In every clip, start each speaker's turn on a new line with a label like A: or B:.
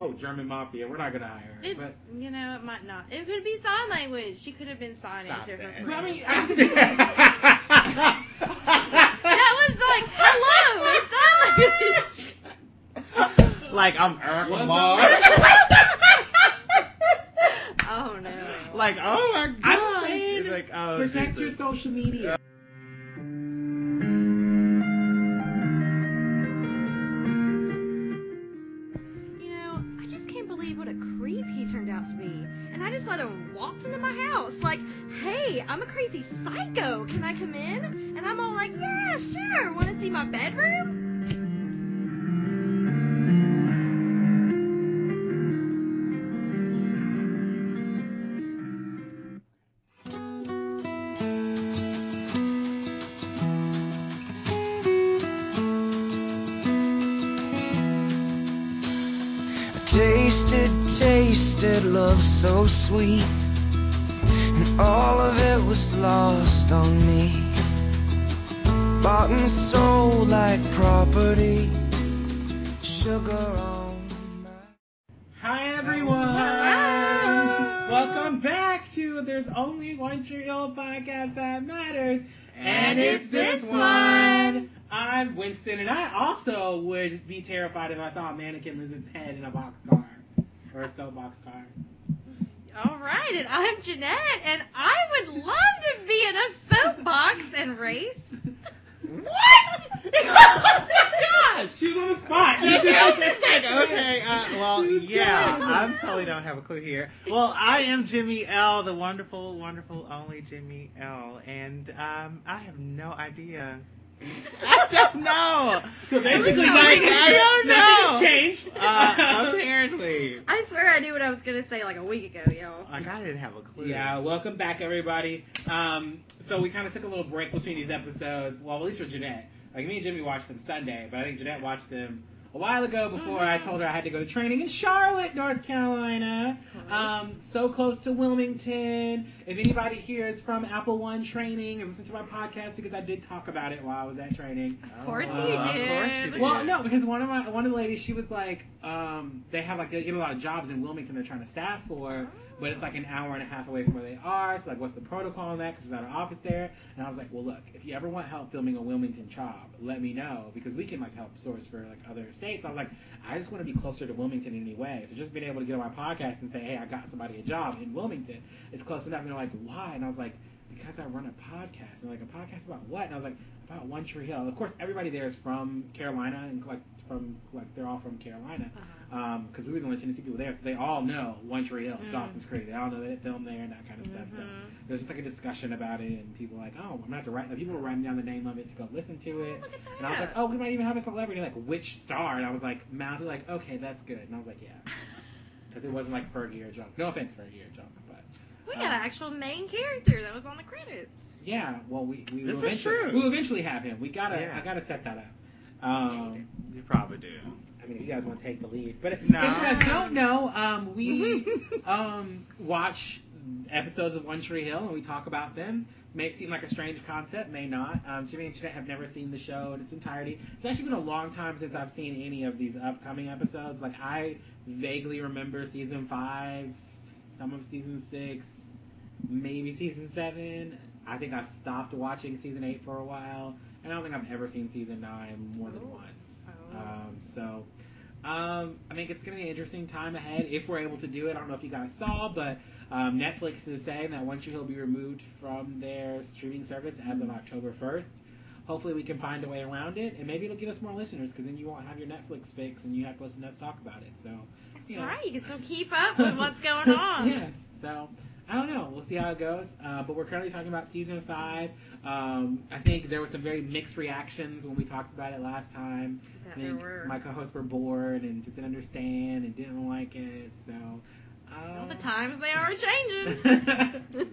A: oh, German mafia, we're not gonna hire her.
B: It,
A: but
B: you know, it might not. It could be sign language. She could have been signing
A: Stop
B: to her
A: that.
B: friends.
A: But
C: I mean,
B: that was like, hello, it's sign language.
C: like I'm Eric
A: Was
C: Lamar.
B: Oh no.
C: like oh my god.
A: saying,
C: like oh,
A: protect
C: Jesus.
A: your social media.
D: You know, I just can't believe what a creep he turned out to be. And I just let him walk into my house. Like, hey, I'm a crazy psycho. Can I come in? And I'm all like, yeah, sure. Want to see my bedroom?
E: tasted, tasted love so sweet. And all of it was lost on me. Bought and sold like property. Sugar on my.
A: Hi everyone.
B: Hello.
A: Welcome back to There's Only One Old podcast that matters,
B: And it's this one.
A: I'm Winston, and I also would be terrified if I saw a mannequin lose its head in a boxcar or a soapbox car.
B: All right, and I'm Jeanette, and I would love to be in a soapbox and race.
C: What?
A: Yeah, she's on the spot.
C: You guys just said, okay, uh, well, yeah, I totally don't have a clue here. Well, I am Jimmy L, the wonderful, wonderful only Jimmy L, and um, I have no idea. I don't know.
A: So basically,
C: Like, I don't know.
A: Nothing's changed.
C: Uh, apparently,
B: I swear I knew what I was gonna say like a week ago, y'all.
C: like I didn't have a clue.
A: Yeah, welcome back, everybody. Um, so we kind of took a little break between these episodes. Well, at least for Jeanette. Like me and Jimmy watched them Sunday, but I think Jeanette watched them a while ago before I
B: Mm-hmm.
A: told her I had to go to training in Charlotte, North Carolina. Um, so close to Wilmington. If anybody here is from Apple One training, is listening to my podcast because I did talk about it while I was at training. Um,
B: Of course
C: Oh,
B: you
C: of
B: did.
C: course you did.
A: Well, no, because one of my one of the ladies, she was like, um, they have like they get a lot of jobs in Wilmington they're trying to staff for, but it's like an hour and a half away from where they are. So like, what's the protocol on that? Because there's not an office there. And I was like, well, look, if you ever want help filming a Wilmington job, let me know because we can like help source for like other states. I was like, I just want to be closer to Wilmington in any way. So just being able to get on my podcast and say, hey, I got somebody a job in Wilmington, it's close enough. And they're like, why? And I was like. Because I run a podcast. And they're like, a podcast about what? And I was like, about One Tree Hill. Of course, everybody there is from Carolina, and like from like they're all from Carolina,
B: Uh-huh.
A: because we were the only Tennessee people there, so they all know One Tree
B: Mm.
A: Hill, Dawson's Creek. They all know that it filmed there and that kind of stuff. So
B: Mm-hmm.
A: there's just like a discussion about it, and people were like, oh, I'm gonna have to write. People were writing down the name of it to go listen to it,
B: Look at that.
A: and I was like, oh, we might even have a celebrity, like which star? And I was like, Mountie, like okay, that's good. And I was like, yeah, because it wasn't like Fergie or Junk. No offense, Fergie or Junk, but.
B: we got an
A: uh-huh.
B: actual main character that was on the credits.
A: Yeah, well, we,
C: This
A: we will
C: is
A: eventually,
C: true.
A: We'll eventually have him. We gotta,
C: Yeah.
A: I gotta set that up. Um,
C: you probably do.
A: I mean, if you guys want to take the lead, but if you
C: No.
A: guys don't know, um, we um, watch episodes of One Tree Hill and we talk about them. May seem like a strange concept, may not. Um, Jimmy and Jeanette have never seen the show in its entirety. It's actually been a long time since I've seen any of these upcoming episodes. Like I vaguely remember season five, some of season six, maybe season seven. I think I stopped watching season eight for a while, and I don't think I've ever seen season nine more than
B: Oh.
A: once.
B: Oh.
A: Um, so, um, I think it's going to be an interesting time ahead if we're able to do it. I don't know if you guys saw, but um, Netflix is saying that One Tree Hill will be removed from their streaming service as of October 1st. Hopefully, we can find a way around it, and maybe it'll get us more listeners because then you won't have your Netflix fix and you have to listen to us talk about it. So,
B: That's
A: you know.
B: right. You can still keep up with what's going on.
A: yes. So I don't know. We'll see how it goes. Uh, but we're currently talking about season five. Um, I think there were some very mixed reactions when we talked about it last time.
B: That
A: I
B: there
A: think
B: were.
A: my co-hosts were bored and just didn't understand and didn't like it. So. Um,
B: All the times they are changing.
A: so,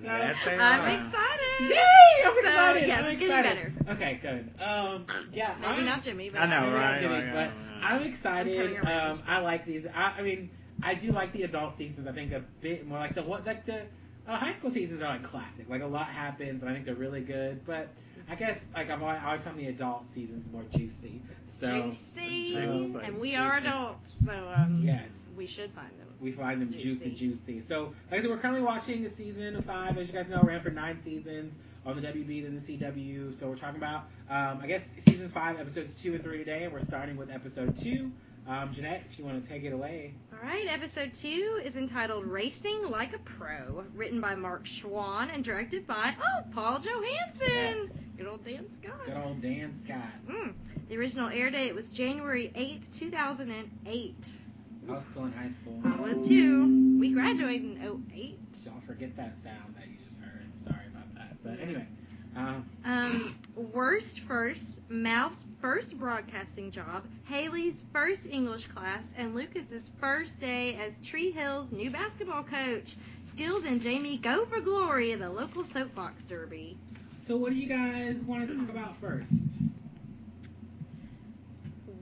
C: Yes, they
B: I'm
C: are.
B: excited.
A: Yay! I'm
B: So,
A: excited.
B: yes,
A: I'm
B: it's getting
A: excited. Okay, good. Um, yeah,
B: Maybe
A: I'm-
B: not Jimmy, but
C: I know,
A: I'm
C: right?
A: not kidding,
C: right,
A: but
C: right, right.
A: I'm
B: I'm
A: excited.
B: coming around.
A: um, I like these. I, I mean, I do like the adult seasons. I think a bit more like the what, like the uh, high school seasons are like classic. Like a lot happens, and I think they're really good. But I guess like I've always, I always found the adult seasons more juicy. So
F: juicy.
A: um,
C: Juicy.
F: and we are
A: Juicy.
F: adults, so um,
A: yes,
F: we should find them.
A: we find them
F: Juicy.
A: juicy, juicy. So like I said, we're currently watching the season five. As you guys know, ran for nine seasons on the WB and the CW. So we're talking about um, I guess seasons five, episodes two and three today, and we're starting with episode two. Um, Jeanette, if you want to take it away.
B: All right, episode two is entitled Racing Like a Pro, written by Mark Schwann and directed by, oh, Paul Johansson.
A: Yes.
B: Good old Dan Scott.
A: Good old Dan Scott.
B: Mm. The original air date was January 8th, 2008.
A: I was still in high school.
B: I was too. We graduated in 08.
A: Don't forget that sound that you just heard. Sorry about that. But anyway, um,
B: Um, worst first, Mouth's first broadcasting job, Haley's first English class, and Lucas's first day as Tree Hill's new basketball coach. Skills and Jamie go for glory in the local soapbox derby.
A: so what do you guys want to talk about first?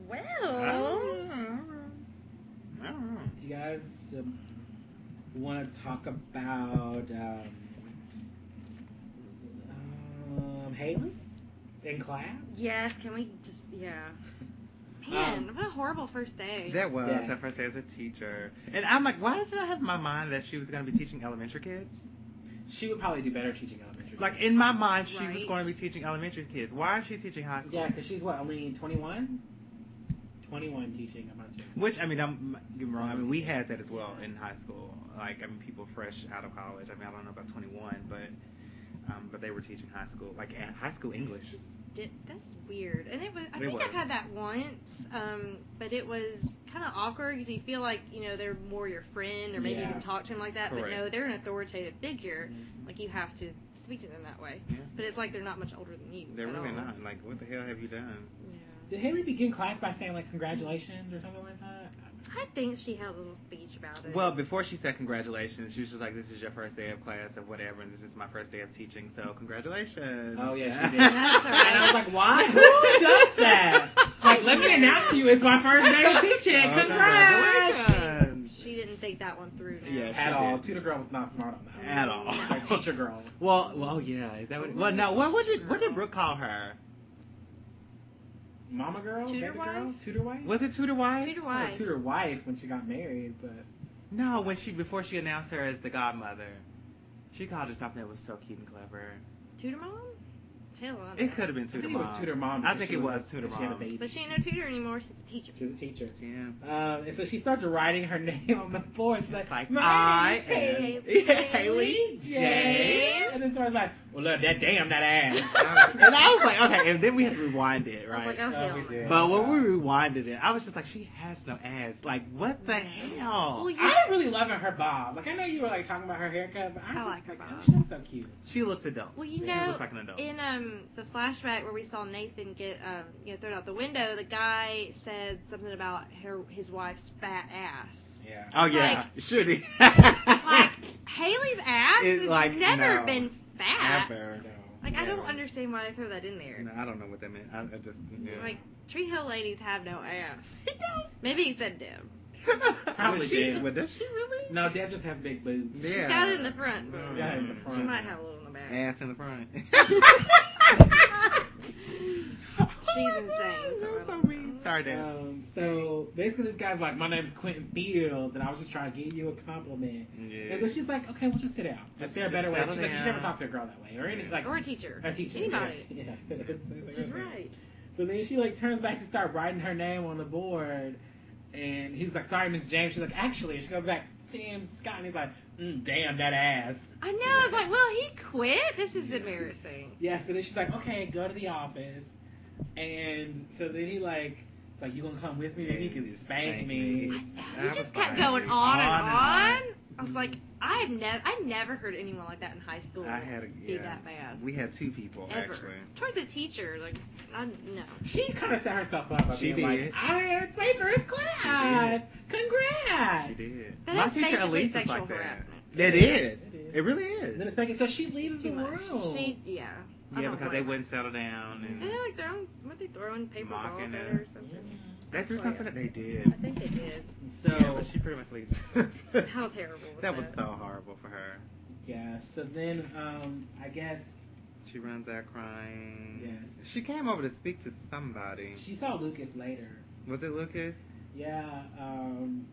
B: Well,
C: I don't know.
A: Do you guys um, want to talk about um, um, Haley in class?
B: yes. Can we just yeah? Man,
A: Um,
B: what a horrible first day.
C: That was
A: Yes.
C: her first day as a teacher, and I'm like, why did I have in my mind that she was going to be teaching elementary kids?
A: She would probably do better teaching elementary.
C: Like in my mind, she was
B: Right.
C: going to be teaching elementary kids. Why is she teaching high school?
A: yeah, because she's what only 21. 21 teaching elementary.
C: Which I mean, I'm get me wrong. I mean, we had that as well in high school. Like I mean, people fresh out of college. I mean, I don't know about 21, but um, but they were teaching high school, like eh, high school English.
B: Just did, that's weird. And it was, I
C: It
B: think I've
C: was.
B: had that once, um, but it was kind of awkward because you feel like, you know, they're more your friend or maybe
A: Yeah.
B: you can talk to them like that, but
C: Correct. Mm-hmm.
B: no, they're an authoritative figure.
A: Mhm.
B: Like, you have to speak to them that way.
C: Yeah.
B: But it's like they're not much older than you.
C: They're
B: at
C: really
B: all.
C: not. Like, what the hell have you done?
B: Yeah.
A: Did Haley begin class by saying like congratulations or something like that?
B: I think she held a little speech about it.
C: Well, before she said congratulations, she was just like, "This is your first day of class of whatever, and this is my first day of teaching, so congratulations."
A: Oh, yeah, she did.
B: That's all
A: And I was
B: right.
A: like, why? Who does that? Like, let me announce to you, it's my first day of teaching.
C: Oh,
A: Congrats!
C: congratulations.
B: She didn't think that one through. No.
C: Yeah,
A: At
C: She
A: all.
C: did.
A: Tutor girl was not smart on that.
C: At all.
A: Like, teacher girl.
C: Well, well, yeah. Is that what? Well, no. What, what did what did Brooke call her?
A: Mama girl?
F: Tutor
A: baby girl?
F: wife?
A: Tutor wife?
C: Was it tutor wife?
B: Tutor
A: Or
B: wife.
A: tutor wife when she got married, but
C: No, when she before she announced her as the godmother, she called her something that was so cute and clever.
B: Tutor mom? Hell, I don't
C: It
B: know.
C: could have been
A: I
C: tutor
A: think
C: mom.
A: it was tutor mom.
C: I
A: because
C: think
A: she
C: it was
A: a-
C: tutor
A: She had a
C: mom.
A: baby.
B: But she ain't no tutor anymore. She's a teacher.
A: She was a teacher.
C: Yeah.
A: Um, and so she starts writing her name on the board. She's like,
C: Like
A: "My
C: I
A: name is
C: am Haley
A: James."
C: James.
A: And then someone's like, well, look, that damn that ass.
C: and I was like, okay, and then we had to rewind it,
B: I was
C: right?
B: like, oh,
A: Oh,
B: hell.
A: we
B: no.
A: did.
C: But when we rewinded it, I was just like, she has no ass. Like, what the hell?
B: Well, yeah.
A: I am really loving her bob. Like I know you were like talking about her haircut, but I, just,
F: like her bob.
A: Oh, she's so cute.
C: She looked adult.
B: Well, you
C: she
B: know,
C: looks like an adult.
B: In um the flashback where we saw Nathan get um you know thrown out the window, the guy said something about her his wife's fat ass.
A: Yeah.
C: oh yeah, sure did.
B: Like Haley's ass
C: It,
B: has
C: like,
B: never
C: no.
B: been fat.
C: Ever.
B: Like I don't
C: Never.
B: understand why they throw that in there.
C: No, I don't know what that meant. I, I just yeah.
B: Like Tree Hill ladies have no ass. Maybe he said Deb.
A: Probably
C: was she,
A: did.
C: Well, does she really?
A: No, Deb just has big boobs.
C: Yeah.
B: She got it in the front, but
A: Yeah, in the
B: she
A: front.
B: might have a little in the back.
C: Ass in the front.
B: She's insane.
C: That was so
B: So-
C: mean. Sorry, Dad.
A: Um, so basically, this guy's like, "My name's Quentin Fields, and I was just trying to give you a compliment." And so
C: Yeah.
A: she's like, "Okay, we'll just sit down. Like,
C: Just-
A: there are
C: just
A: better ways."
C: settle
A: She's like, "You
C: down.
A: never talked to a girl that way, or any
C: Yeah.
A: like
B: Or a teacher.
A: a teacher,
B: Anybody.
A: Yeah, yeah. It's like,
B: Which is
A: okay.
B: right.
A: So then she like turns back to start writing her name on the board, and he's like, "Sorry, Miss James." She's like, "Actually," and she goes back, "Sam Scott," and he's like, mm, "Damn that ass."
B: I know. I was like, well, he quit. This is embarrassing.
A: Yeah, so then she's like, okay, go to the office. And so then he like, it's like, you gonna come with me? Maybe you can spank me.
B: He
C: I was
B: just kept
C: like,
B: going on and on.
C: on and
B: I was like, I have never, I never heard anyone like that in high school
C: I had a,
B: be
C: yeah.
B: that bad
C: We had two people
B: ever.
C: actually.
B: Towards a teacher, like, I no.
A: She kind of set herself up. By
C: She
A: being
C: did.
A: Like, I it's my first class. Congrats.
C: She did.
B: But
C: My
B: that's
C: teacher
B: basically
C: Elise was
B: sexual
C: like that.
B: harassment.
C: It is.
A: It is.
C: It really
A: And then
C: is.
A: it's like, so she leaves
B: Too
A: the
B: much.
A: room.
B: She, yeah. I
C: Yeah, because
B: don't blame
C: they
B: her.
C: wouldn't settle down
B: They
C: and
B: had, like throwing, weren't they throwing paper
C: Mocking
B: balls at
C: her.
B: her or something?
C: they threw
B: Oh,
C: something
B: yeah.
C: that they did.
B: I think they did.
A: So
C: yeah, but she pretty much leaves.
B: How terrible was
C: that
B: that?
C: was so horrible for her.
A: Yeah. So then, um, I guess
C: She runs out crying.
A: Yes.
C: She came over to speak to somebody.
A: she saw Lucas later.
C: Was it Lucas?
A: Yeah. Um,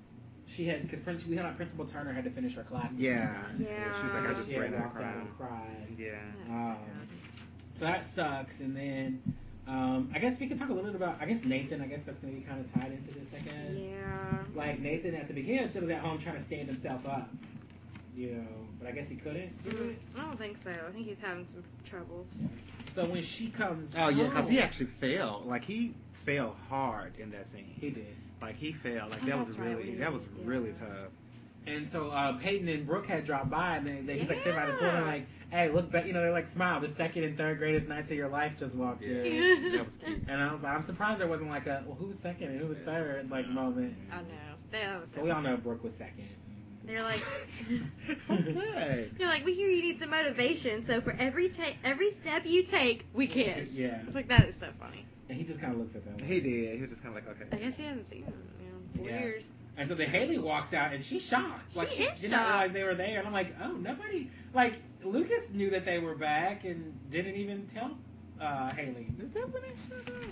A: she had because Prince, we had our principal Turner had to finish her classes.
C: Yeah.
B: Yeah.
C: She was like, I just
A: She had
C: ran out
A: walked out
C: crying.
A: and cried.
C: Yeah. Oh.
A: Um, so that sucks. And then, um, I guess we can talk a little bit about I guess Nathan. I guess that's gonna be kind of tied into this. I guess.
B: Yeah.
A: Like Nathan at the beginning, she was at home trying to stand himself up. You know, but I guess he couldn't. do it.
B: Mm, I don't think so. I think he's having some trouble.
A: So when she comes,
C: Oh yeah, because he
A: home-
C: actually fell. Like he fell hard in that scene.
A: he did.
C: Like he fell. Like
B: Oh,
C: that was
B: that's right,
C: really
B: we
C: that was
B: did, yeah.
C: really tough.
A: And so uh, Peyton and Brooke had dropped by, and then they, he's like sitting by the pool, and
B: Yeah.
A: like, hey, look back, you know, they're like, smile. The second and third greatest nights of your life just walked in.
C: Yeah. that was cute.
A: And I was like, I'm surprised there wasn't like a well, who was second and who was third like moment.
B: I know. That was
A: But we all know Brooke was second.
B: They're like,
C: okay.
B: they're like, we hear you need some motivation, so for every take, every step you take, we kiss.
A: Yeah.
B: It's like that is so funny.
A: And he just kind of looks at them.
C: He did. He was just kind of like,
B: I
C: okay.
B: guess he hasn't seen them you know, in four
A: Yeah.
B: years.
A: And so then Haley walks out, and she's shocked.
B: She
A: Like
B: is
A: did not realize
B: shocked.
A: they were there. And I'm like, oh, nobody. Like Lucas knew that they were back and didn't even tell uh, Haley.
C: Is that when they showed up?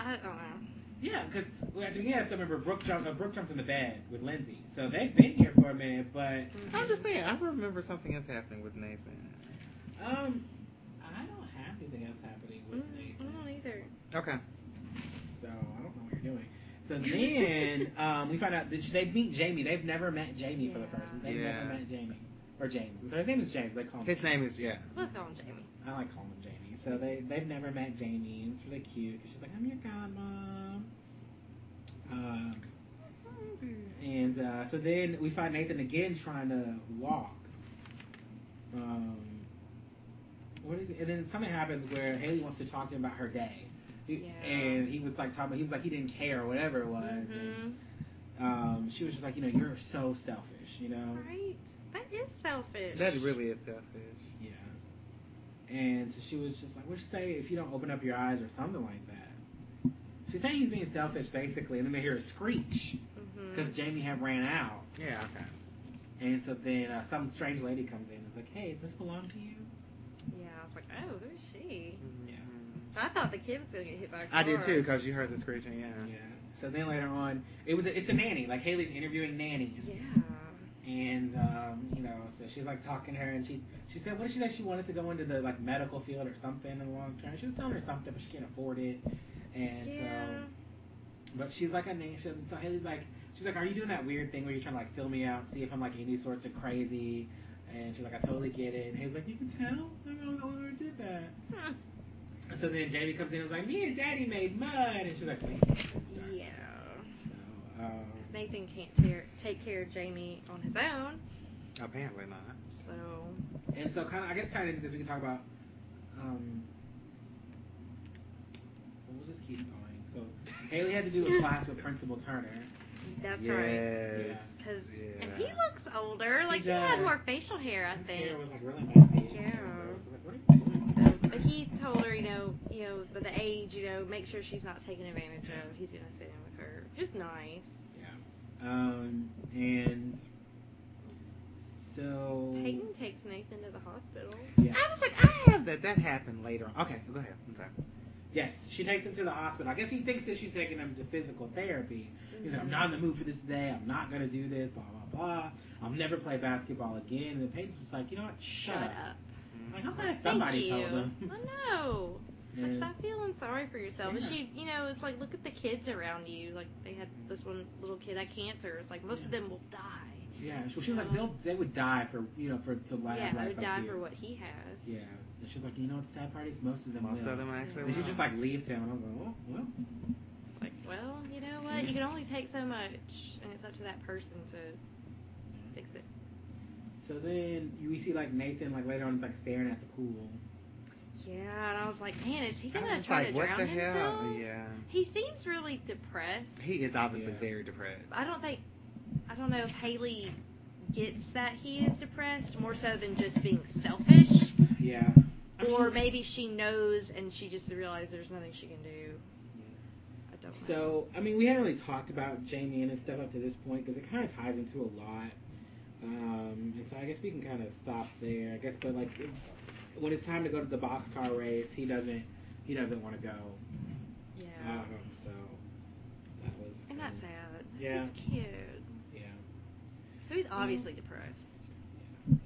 B: I don't know.
A: Yeah, because at the beginning, I remember Brooke jumped. Uh, Brooke jumped in the bed with Lindsay, so they've been here for a minute. But
C: I'm just saying. I remember something else happening with Nathan.
A: um, I don't have anything else happening with
B: Mm, I
A: Nathan,
B: don't either.
C: Okay.
A: so I don't know what you're doing. So then um, we find out that they meet Jamie. They've never met Jamie for the
B: Yeah.
A: first. time. They've
C: Yeah.
A: never met Jamie or James. So his name is James. They call him.
C: His
A: Jamie.
C: name is yeah.
B: Let's call him Jamie.
A: I like calling him Jamie. So they they've never met Jamie. and It's really cute. 'cause she's like, I'm your godmom. Um, and uh, so then we find Nathan again trying to walk. Um, what is it? And then something happens where Haley wants to talk to him about her day. He-
B: Yeah.
A: And he was like talking. About, he was like he didn't care or whatever it was. And,
B: Mhm.
A: um, she was just like, you know, you're so selfish. You know.
B: Right. That is selfish.
C: That really is selfish.
A: Yeah. And so she was just like, "What you say if you don't open up your eyes or something like that?" She's saying he's being selfish, basically. And then they hear a screech
B: Mhm.
A: because Jamie had ran out.
C: Yeah. Okay.
A: And so then uh, some strange lady comes in and is like, "Hey, does this belong to you?"
B: Yeah, I was like, oh, who's she?
A: Yeah.
B: I thought the kid was gonna get hit by a car.
C: I did too because you heard the screeching. Yeah.
A: Yeah. So then later on, it was a, it's a nanny. Like Haley's interviewing nannies,
B: Yeah.
A: and um, you know, so she's like talking to her, and she she said, "What did she say? She wanted to go into the like medical field or something in the long term." She was telling her something, but she can't afford it, and so.
B: yeah.
A: But she's like a nation. So Haley's like, she's like, are you doing that weird thing where you're trying to like fill me out, see if I'm like any sorts of crazy? And she's like, I totally get it. And Haley's like, you can tell. I was the one who did that.
B: Hmm.
A: So then Jamie comes in and was like, me and Daddy made mud. And she's like, wait. let's start."
B: Yeah.
A: So, um,
B: Nathan can't tear, take care of Jamie on his own,
C: Apparently not.
B: so
A: and so kind of, I guess tied into this, we can talk about. Um, we'll just keep going. So Haley had to do a class with Principal Turner.
B: that's right.
C: yes.
B: Because and
C: Yeah.
B: he looks older, like he,
A: does.
B: had more facial hair, I
A: His
B: think.
A: hair was like really messy.
B: Yeah.
A: I was like, what are you doing?
B: But he told her, you know, you know, but the age, you know, make sure she's not taken advantage of. He's gonna sit in with her, just nice.
A: Um, and so
B: Peyton takes Nathan to the hospital.
A: yes,
C: I was like, I have that. That happened later on. Okay, go ahead. I'm sorry.
A: yes, she takes him to the hospital. I guess he thinks that she's taking him to physical therapy.
B: Mm-hmm.
A: He's like, I'm not in the mood for this today. I'm not gonna do this. Blah blah blah. I'll never play basketball again. And the Peyton's just like, you know what? Shut,
B: Shut
A: up.
B: up.
A: Like, I'm glad
B: Thank
A: somebody
B: you.
A: told him.
B: I know. So
A: And-
B: stop feeling sorry for yourself. And
A: Yeah.
B: she, you know, it's like look at the kids around you. Like they had this one little kid had cancer. It's like most of them will die.
A: yeah, she, she was like, they'll they would die for you know for to live.
B: yeah,
A: life
B: they would
A: up
B: die
A: here.
B: for what he has.
A: Yeah, and she's like, you know what? Sad parties, most of them
C: Most
A: will.
C: of them actually.
A: and she
C: were.
A: just like leaves him, and I'm like, well, well.
B: It's like, well, you know what? You can only take so much, and it's up to that person to fix it.
A: So then you- we see like Nathan like later on like staring at the pool.
B: Yeah, and I was like, man, is he
C: I was
B: gonna
C: just
B: try
C: like,
B: to
C: what
B: drown
C: the
B: himself?
C: hell? Yeah.
B: He seems really depressed.
C: He is obviously
A: Yeah.
C: very depressed.
B: I don't think, I don't know if Haley gets that he is depressed more so than just being selfish.
A: Yeah.
B: Or maybe she knows and she just realized there's nothing she can do. I don't know.
A: So I mean, we haven't really talked about Jamie and his stuff up to this point because it kind of ties into a lot. Um, and so I guess we can kind of stop there. I guess, but like if, when it's time to go to the boxcar race, he doesn't he doesn't want to go.
B: Yeah.
A: Um, so that was
B: and
A: kinda-
B: that's sad.
A: Yeah.
B: He's cute.
A: yeah
B: So he's obviously depressed.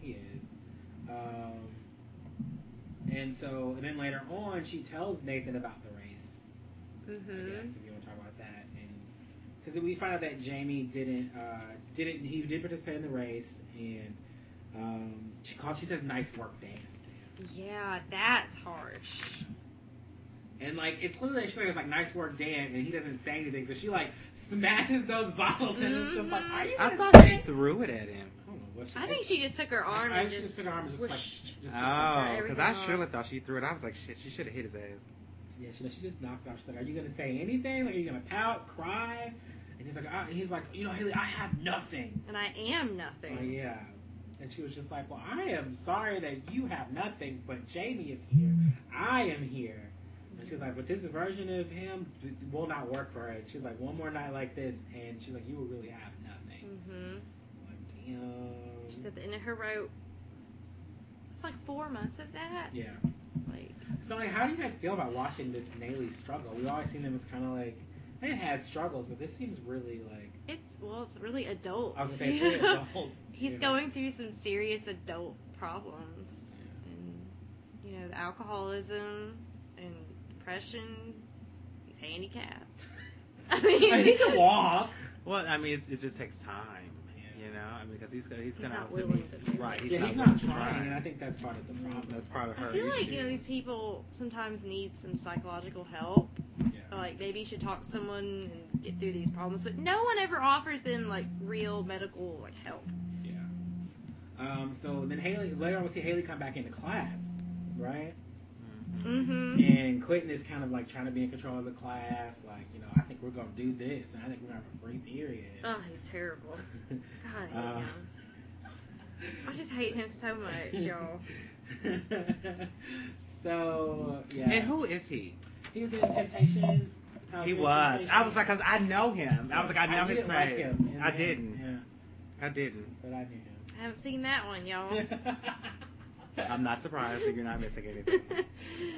A: he is. Um, and so and then later on, she tells Nathan about the race. I
B: Mm-hmm.
A: guess if you want to talk about that, and because we find out that Jamie didn't uh, didn't he did participate in the race, and um, she calls she says nice work, Dan.
B: Yeah, that's harsh.
A: And like it's clearly like, she's like, it's like nice work, Dan, and he doesn't say anything. So she like smashes those bottles and it's just like,
B: Mhm.
A: are you?
C: I
A: gonna
C: thought
A: say-"
C: she threw it at him.
A: I don't know what she.
B: I think she just took her arm
A: I, I
B: and
A: just,
B: just.
A: took her arm and just like.
B: whoosh.
A: Just
C: Oh, because I
B: Everything on.
C: surely thought she threw it. I was like, shit, she should have hit his ass.
A: Yeah, she, she just knocked off. She's like, "Are you gonna say anything? Like, are you gonna pout, cry?" And he's like, I, "He's like, you know, Haley, I have nothing."
B: And I am
A: Oh,
B: nothing.
A: yeah. And she was just like, "Well, I am sorry that you have nothing, but Jamie is here. I am here." And she was like, "But this version of him th- will not work for her." And she's like, "One more night like this," and she's like, "You will really have nothing."
B: Mm-hmm.
A: I'm like, damn.
B: She's at the end of her rope. It's like four months of that.
A: yeah.
B: It's like
A: So like, how do you guys feel about watching this Naylee struggle? We've always seen them as kind of like they had struggles, but this seems really like.
B: it's well, it's really adult.
A: I was gonna say, it's really adult.
B: He's
A: you know?
B: going through some serious adult problems, and you know, the alcoholism and depression. He's handicapped. I mean,
A: I mean, he can walk.
C: Well, I mean, it, it just takes time,
A: Yeah.
C: you know. I mean, because he's gonna he's
B: He's
C: gonna have
B: not
C: to
B: willing
C: be-
B: to do
C: right.
B: it.
C: He's
A: yeah,
C: not
A: he's
C: willing
A: not
C: to
A: trying, and I
C: try.
A: think that's part of the problem.
C: That's part of her.
B: I feel like
C: issue.
B: you know these people sometimes need some psychological help.
A: Yeah.
B: Like maybe you should talk to someone and get through these problems, but no one ever offers them like real medical like help.
A: yeah. Um. So then Haley later on we see Haley come back into class, right?
B: Mm-hmm.
A: And Quentin is kind of like trying to be in control of the class, like you know I think we're gonna do this, and I think we're gonna have a free period.
B: Oh, he's terrible. God, I hate
A: Uh,
B: him. I just hate him so much, y'all.
A: so yeah. Oh,
C: And who is he?
A: He was in Temptation.
C: He was. I was like, 'cause I know him. I was like, I know his
A: didn't
C: name.
A: like him in
C: I
A: the-
C: didn't.
A: Yeah,
C: I didn't.
A: but I knew him.
B: I haven't seen that one, y'all. Oh.
C: I'm not surprised that you're not missing anything.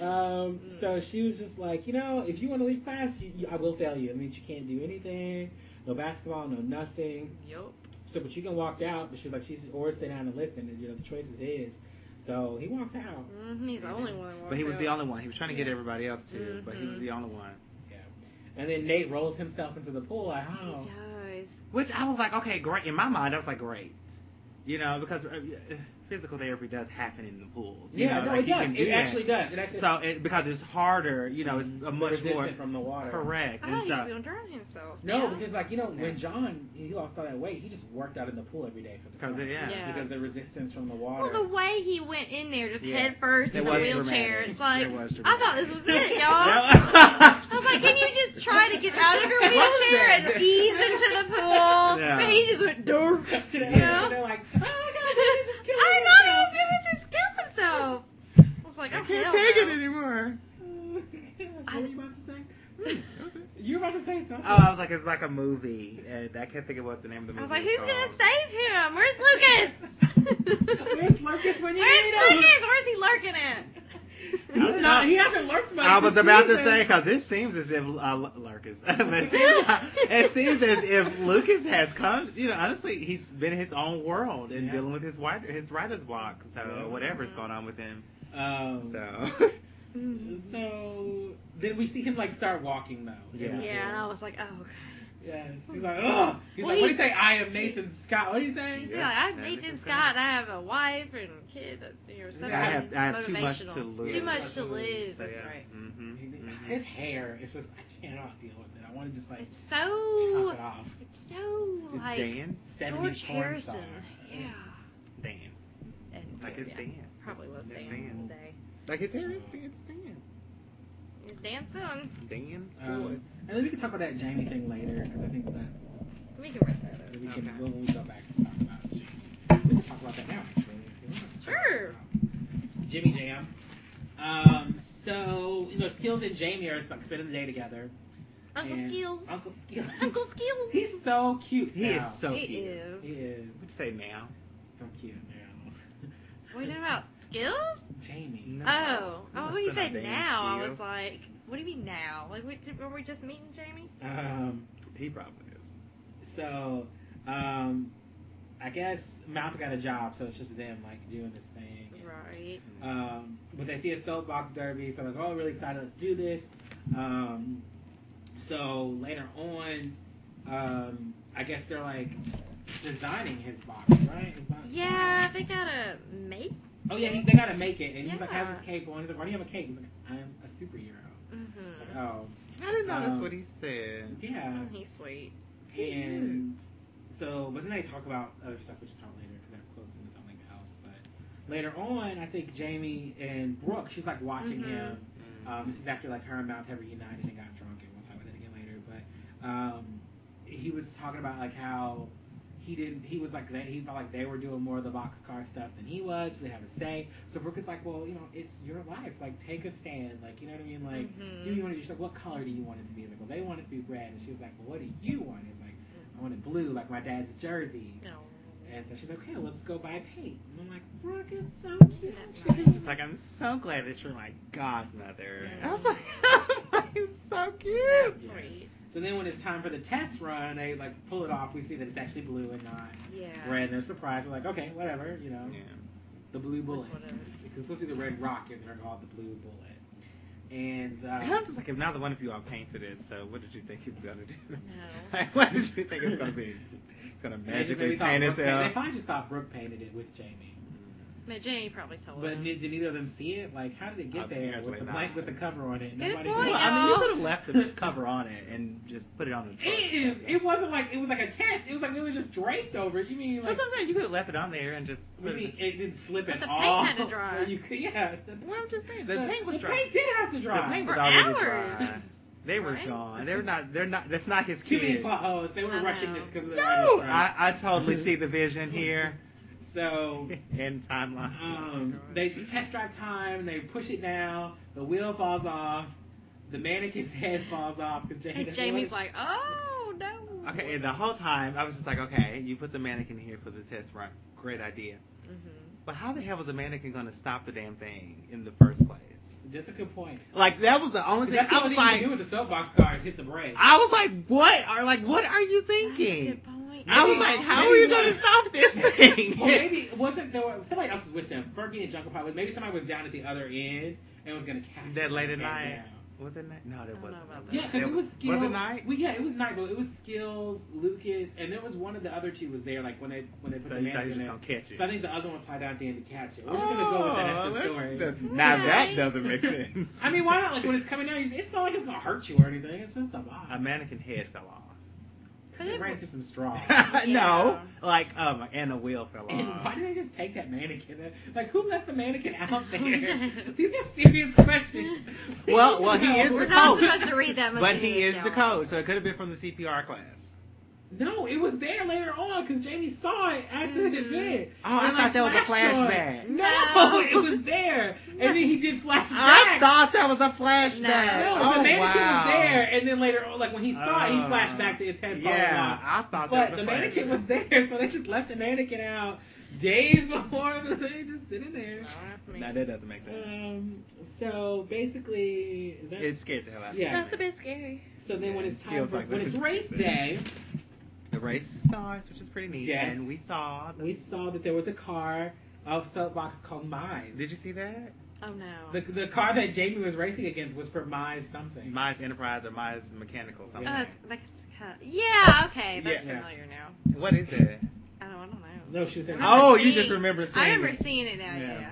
C: Uh.
A: um, so she was just like, you know, if you want to leave class, you, you, I will fail you. It means you can't do anything, no basketball, no nothing.
B: yup.
A: So, but you can walk out. But she's like, she's or sit down and listen. And you know, the choice is his. So he walks out.
B: hmm he's the only one. who
C: But he was
B: walked
C: the
B: out.
C: only one. He was trying to get
A: Yeah.
C: everybody else to, but he was
B: Mhm.
C: the only one.
A: And then Nate rolls himself into the pool. Like, oh,
B: He does.
C: Which I was like, okay, great. In my mind, I was like, great. You know, because uh, uh, physical therapy does happen in the pools. You
A: yeah,
C: know,
A: no,
C: like
A: it
C: you
A: does.
C: can do
A: It
C: that.
A: actually does. Mm-hmm. It actually
C: So it, because it's harder, you know, it's a
A: The
C: much
A: resistant
C: more
A: from the water.
C: correct.
B: I
C: And
B: thought he
C: so,
B: was gonna drown himself.
A: No,
B: Yeah.
A: because like you know,
C: Yeah.
A: when John he lost all that weight, he just worked out in the pool every day for the
C: 'Cause,
A: summer.
C: yeah.
B: Yeah.
A: because the resistance from the water.
B: Well, the way he went in there, just
A: Yeah.
B: head first in
C: It
B: the
C: was
B: wheelchair,
C: dramatic.
B: it's like
C: It was
B: I thought this was it, y'all.
C: That
B: I was like, can you just try to get out of your
C: What was
B: wheelchair
C: that?
B: and ease into the pool?
C: Yeah.
B: But he just went doof.
A: to the
C: Yeah.
A: yeah. they're like, oh my god, he just killed
B: I know he was gonna just kill himself. I was like,
C: I
B: oh,
C: can't
B: hell
C: take it
B: no.
C: anymore.
A: himself.
B: I-
A: what were you about to say? you were about to say something.
C: Oh, I was like, it's like a movie, and I can't think of what the name of the movie.
B: I was like,
C: is
B: who's
C: called.
B: gonna save him? Where's Lucas?
A: Where's Lurkins when you
B: Where's
A: need him?
B: Lucas? Where's he lurking at?
A: He's not, he hasn't lurked much.
C: I was
A: this
C: about to
A: season.
C: say because it seems as if uh, Lu- Lucas, but it, seems, uh, it seems as if Lucas has come. You know, honestly, he's been in his own world and
A: Yeah.
C: dealing with his writer, his writer's block. So
A: Yeah.
C: whatever's going on with him.
A: Um, so.
C: So
A: then we see him like start walking though.
C: Yeah.
B: Yeah, and I was like, oh.
A: Yes. He's like, ugh. He's
B: Well,
A: like, what do
B: he-
A: you say? I am Nathan Scott. What do you say?
B: He's
C: Yeah,
B: like, I'm
C: that
B: Nathan
C: is
B: Scott. I have a wife and kid. that- You know, something
A: I
C: have- I have too
B: motivational.
C: much to lose.
B: Too much to lose.
C: So,
B: That's
C: yeah.
B: right.
C: Mhm, mhm.
A: His hair, it's just I cannot deal with it. I want to just like
B: It's
A: chop
B: so.
A: it off.
B: It's so like
C: Mm-hmm. Dan,
B: George
A: 70s porn
B: Harrison.
A: star.
B: Yeah.
C: Dan,
B: And,
C: like it's
B: yeah,
C: Dan,
B: Probably was
C: It's
B: Dan.
C: Dan.
B: Day.
C: Like his hair is Dan. It's Dan.
B: It's Dan's son.
C: Dan's
A: Um,
C: boy.
A: and then we can talk about that Jamie thing later because I think that's
B: We can wrap that up.
A: we can
C: Okay.
A: when we go back to talk about Jamie. We can talk about that now. Actually, if you want.
B: Sure.
A: Jimmy Jam. Um, so you know, Skills and Jamie are like spending the day together.
B: Uncle
A: and
B: Skills.
A: Uncle Skills.
B: Uncle Skills.
A: He's so cute.
C: He
A: now.
C: is so
B: he
C: cute.
B: is.
A: He is.
C: Would you say now?
A: So cute now.
B: What are we talking about? Skills?
A: Jamie.
C: No.
B: Oh.
C: I'm
B: Oh,
C: not
B: when you
C: gonna
B: said
C: dance
B: now,
C: to
B: I
C: you.
B: was like, what do you mean now? Like, we, did, were we just meeting Jamie?
A: Um,
C: He probably is.
A: so, um, I guess Mouth got a job, so it's just them like doing this thing.
B: Right.
A: Um, but they see a soapbox derby, so like, oh, really excited, let's do this. Um, so later on, um, I guess they're like designing his body, right? His body.
B: Yeah, they gotta make.
A: Oh yeah, he, they gotta make it, and he's like
B: Yeah.
A: has his cape on. He's like, why do you have a cape? He's like, I'm a superhero. It's
B: Mm-hmm.
C: Uh,
A: like, oh,
C: I didn't know that's
A: Um,
C: what he said.
A: yeah.
B: He's sweet.
A: And so, but then they talk about other stuff, which is not later because I have quotes and something else. But later on, I think Jamie and Brooke, she's like watching
B: Mhm.
A: him. Um, this is after like her and Mount have reunited and got drunk, and we'll talk about that again later. But um, he was talking about like how he didn't. He was like that. He felt like they were doing more of the boxcar stuff than he was. They had a say. So Brooke is like, well, you know, it's your life. Like, take a stand. Like, you know what I mean? Like,
B: Mhm.
A: do you want it? She's like, what color do you want it to be? He's like, well, they want it to be red. And she's like, well, what do you want? He's like, I want it blue, like my dad's jersey.
B: No.
A: And so she's like, okay, let's go buy paint. And I'm like, Brooke is so cute.
B: That's
A: She
B: nice.
C: She's like, I'm so glad that you're my godmother.
B: Mm.
C: I was like, it's so cute.
A: Yes.
B: Sweet.
A: So then when it's time for the test run, they like pull it off. We see that it's actually blue and not
B: Yeah.
A: red. And they're surprised. They're like, okay, whatever, you know, the blue bullet.
B: It's whatever.
A: It's supposed to be the red rocket, they're called the blue bullet. And
C: And I'm
A: uh,
C: just like, if neither one of you all painted it, so what did you think it was gonna do?
B: No.
C: Like, what did you think it was gonna be? It's gonna
A: they just
C: magically
A: maybe thought
C: paint
A: Brooke painted- They
C: itself.
A: probably just thought Brooke painted it with Jamie.
B: But Jamie probably told
A: But
B: him.
A: did, did neither of them see it? Like, how did it get there with
C: Apparently
A: the
C: not.
A: blank with the cover on it?
B: Good
A: Nobody.
B: point,
C: Well,
A: Well,
C: I mean, you
B: y'all.
C: could have left the cover on it and just put it on the.
A: It is. It wasn't like it was like attached. It was like it was just draped over. it. You mean like?
C: That's what I'm saying. You could have left it on there and just.
A: You
C: Put
A: mean
C: it,
A: it didn't slip
B: But
A: at
B: the paint
A: all?
B: had to dry.
A: Where you could, yeah. The,
C: well, I'm just saying the, paint was
A: the
C: dry.
A: paint did have to
C: The
A: dry.
C: paint was
B: For
C: already
B: hours.
C: dry. They were
B: Right?
C: gone. They're not. They're not. That's not his
A: Too many
C: kid.
A: potholes. They were
B: I
A: rushing
B: know.
A: this because of the
C: No,
A: writer's strike.
C: I, I totally see the vision here
A: So
C: in timeline.
A: um, they test drive time. They push it down. The wheel falls off. The mannequin's head falls off because Jamie.
B: and Jamie's like, oh, no.
C: Okay, and the whole time I was just like, okay, you put the mannequin here for the test run. Great idea.
B: Mm-hmm.
C: But how the hell was the mannequin going to stop the damn thing in the first place?
A: That's a good point.
C: Like that was the only thing
A: That's
C: I
A: what
C: was
A: they like, do
C: like.
A: with the soapbox cars. Hit the brake.
C: I was like, what are like, what are you thinking?
B: Good point.
C: I was
A: Maybe-
C: like, how
A: maybe
C: are you going
A: one-
C: to stop this thing?
A: Well, maybe it wasn't there. were- Somebody else was with them. Fergie and Jungle Pie. was- Maybe somebody was down at the other end and was gonna catch
C: That
A: it
C: late
A: and
C: at
A: came
C: night.
A: down.
C: Was it night? No,
B: I
C: there
B: don't know
C: wasn't.
B: about
A: Yeah, because it was skills.
C: Was it night?
A: Well, yeah, it was night, but it was skills, Lucas, and there was one of the other two was there. Like when they when they put
C: So
A: the
C: you thought
A: man
C: you just
A: in there.
C: going to catch it?
A: So I think the other one's probably down at the end to catch it. We're just gonna go with that. That's the story.
C: Oh, that's-
B: story.
C: now that
B: Right.
C: doesn't make sense.
A: I mean, why not? Like when it's coming down, it's- it's not like it's gonna hurt you or anything. It's just a
C: A
A: vibe.
C: mannequin head fell off.
B: But
A: it
B: it
A: ran
B: was-
A: into some straw.
C: no, like um, and a wheel fell off.
A: And why did they just take that mannequin? Like, who left the mannequin out there? These are serious questions.
C: Well- well, he is
B: We're
C: the
B: not
C: coach.
B: supposed to read that much.
C: But he
B: into
C: is the
B: y'all.
C: code, so it could have been from the CPR class.
A: No, it was there later on because Jamie saw it after the
B: Mhm.
A: event.
C: Oh, I
A: And,
C: thought that was a
A: flashed on it.
C: flashback.
A: No, it was there, and then he did flashback.
C: I thought that was a flashback.
A: No,
B: No,
C: oh,
A: the mannequin
C: wow.
A: was there, and then later on, like when he saw it, he
C: Oh.
A: flashed back to its head falling
C: Yeah, Oh,
A: off.
C: I thought that
A: But
C: was
A: the
C: a
A: mannequin
C: flashback.
A: was there, so they just left the mannequin out days before the thing just sitting there.
C: No, that doesn't make sense.
A: Um, so basically, that's,
C: It scared the hell out of me.
A: Yeah.
B: That's a bit scary.
A: so then when
C: yeah,
A: it's
C: it
A: time
C: feels
A: for
C: like
A: when
C: that.
A: it's race day,
C: The race stars, which is pretty neat.
A: Yes.
C: And we saw. The,
A: we saw that there was a car of soapbox called Mize.
C: did you see that?
B: Oh no.
A: The, the car that Jamie was racing against was for Mize something.
C: Mize Enterprise or Mize Mechanical
B: oh,
C: something.
B: it's, that's kind of, yeah. Okay, that's
A: Yeah.
B: familiar now.
C: What is it?
B: I don't. I don't know.
A: no, she was saying.
C: Oh, you
B: seeing-
C: just remember seeing.
B: I remember
C: it.
B: seeing it now.
A: Yeah.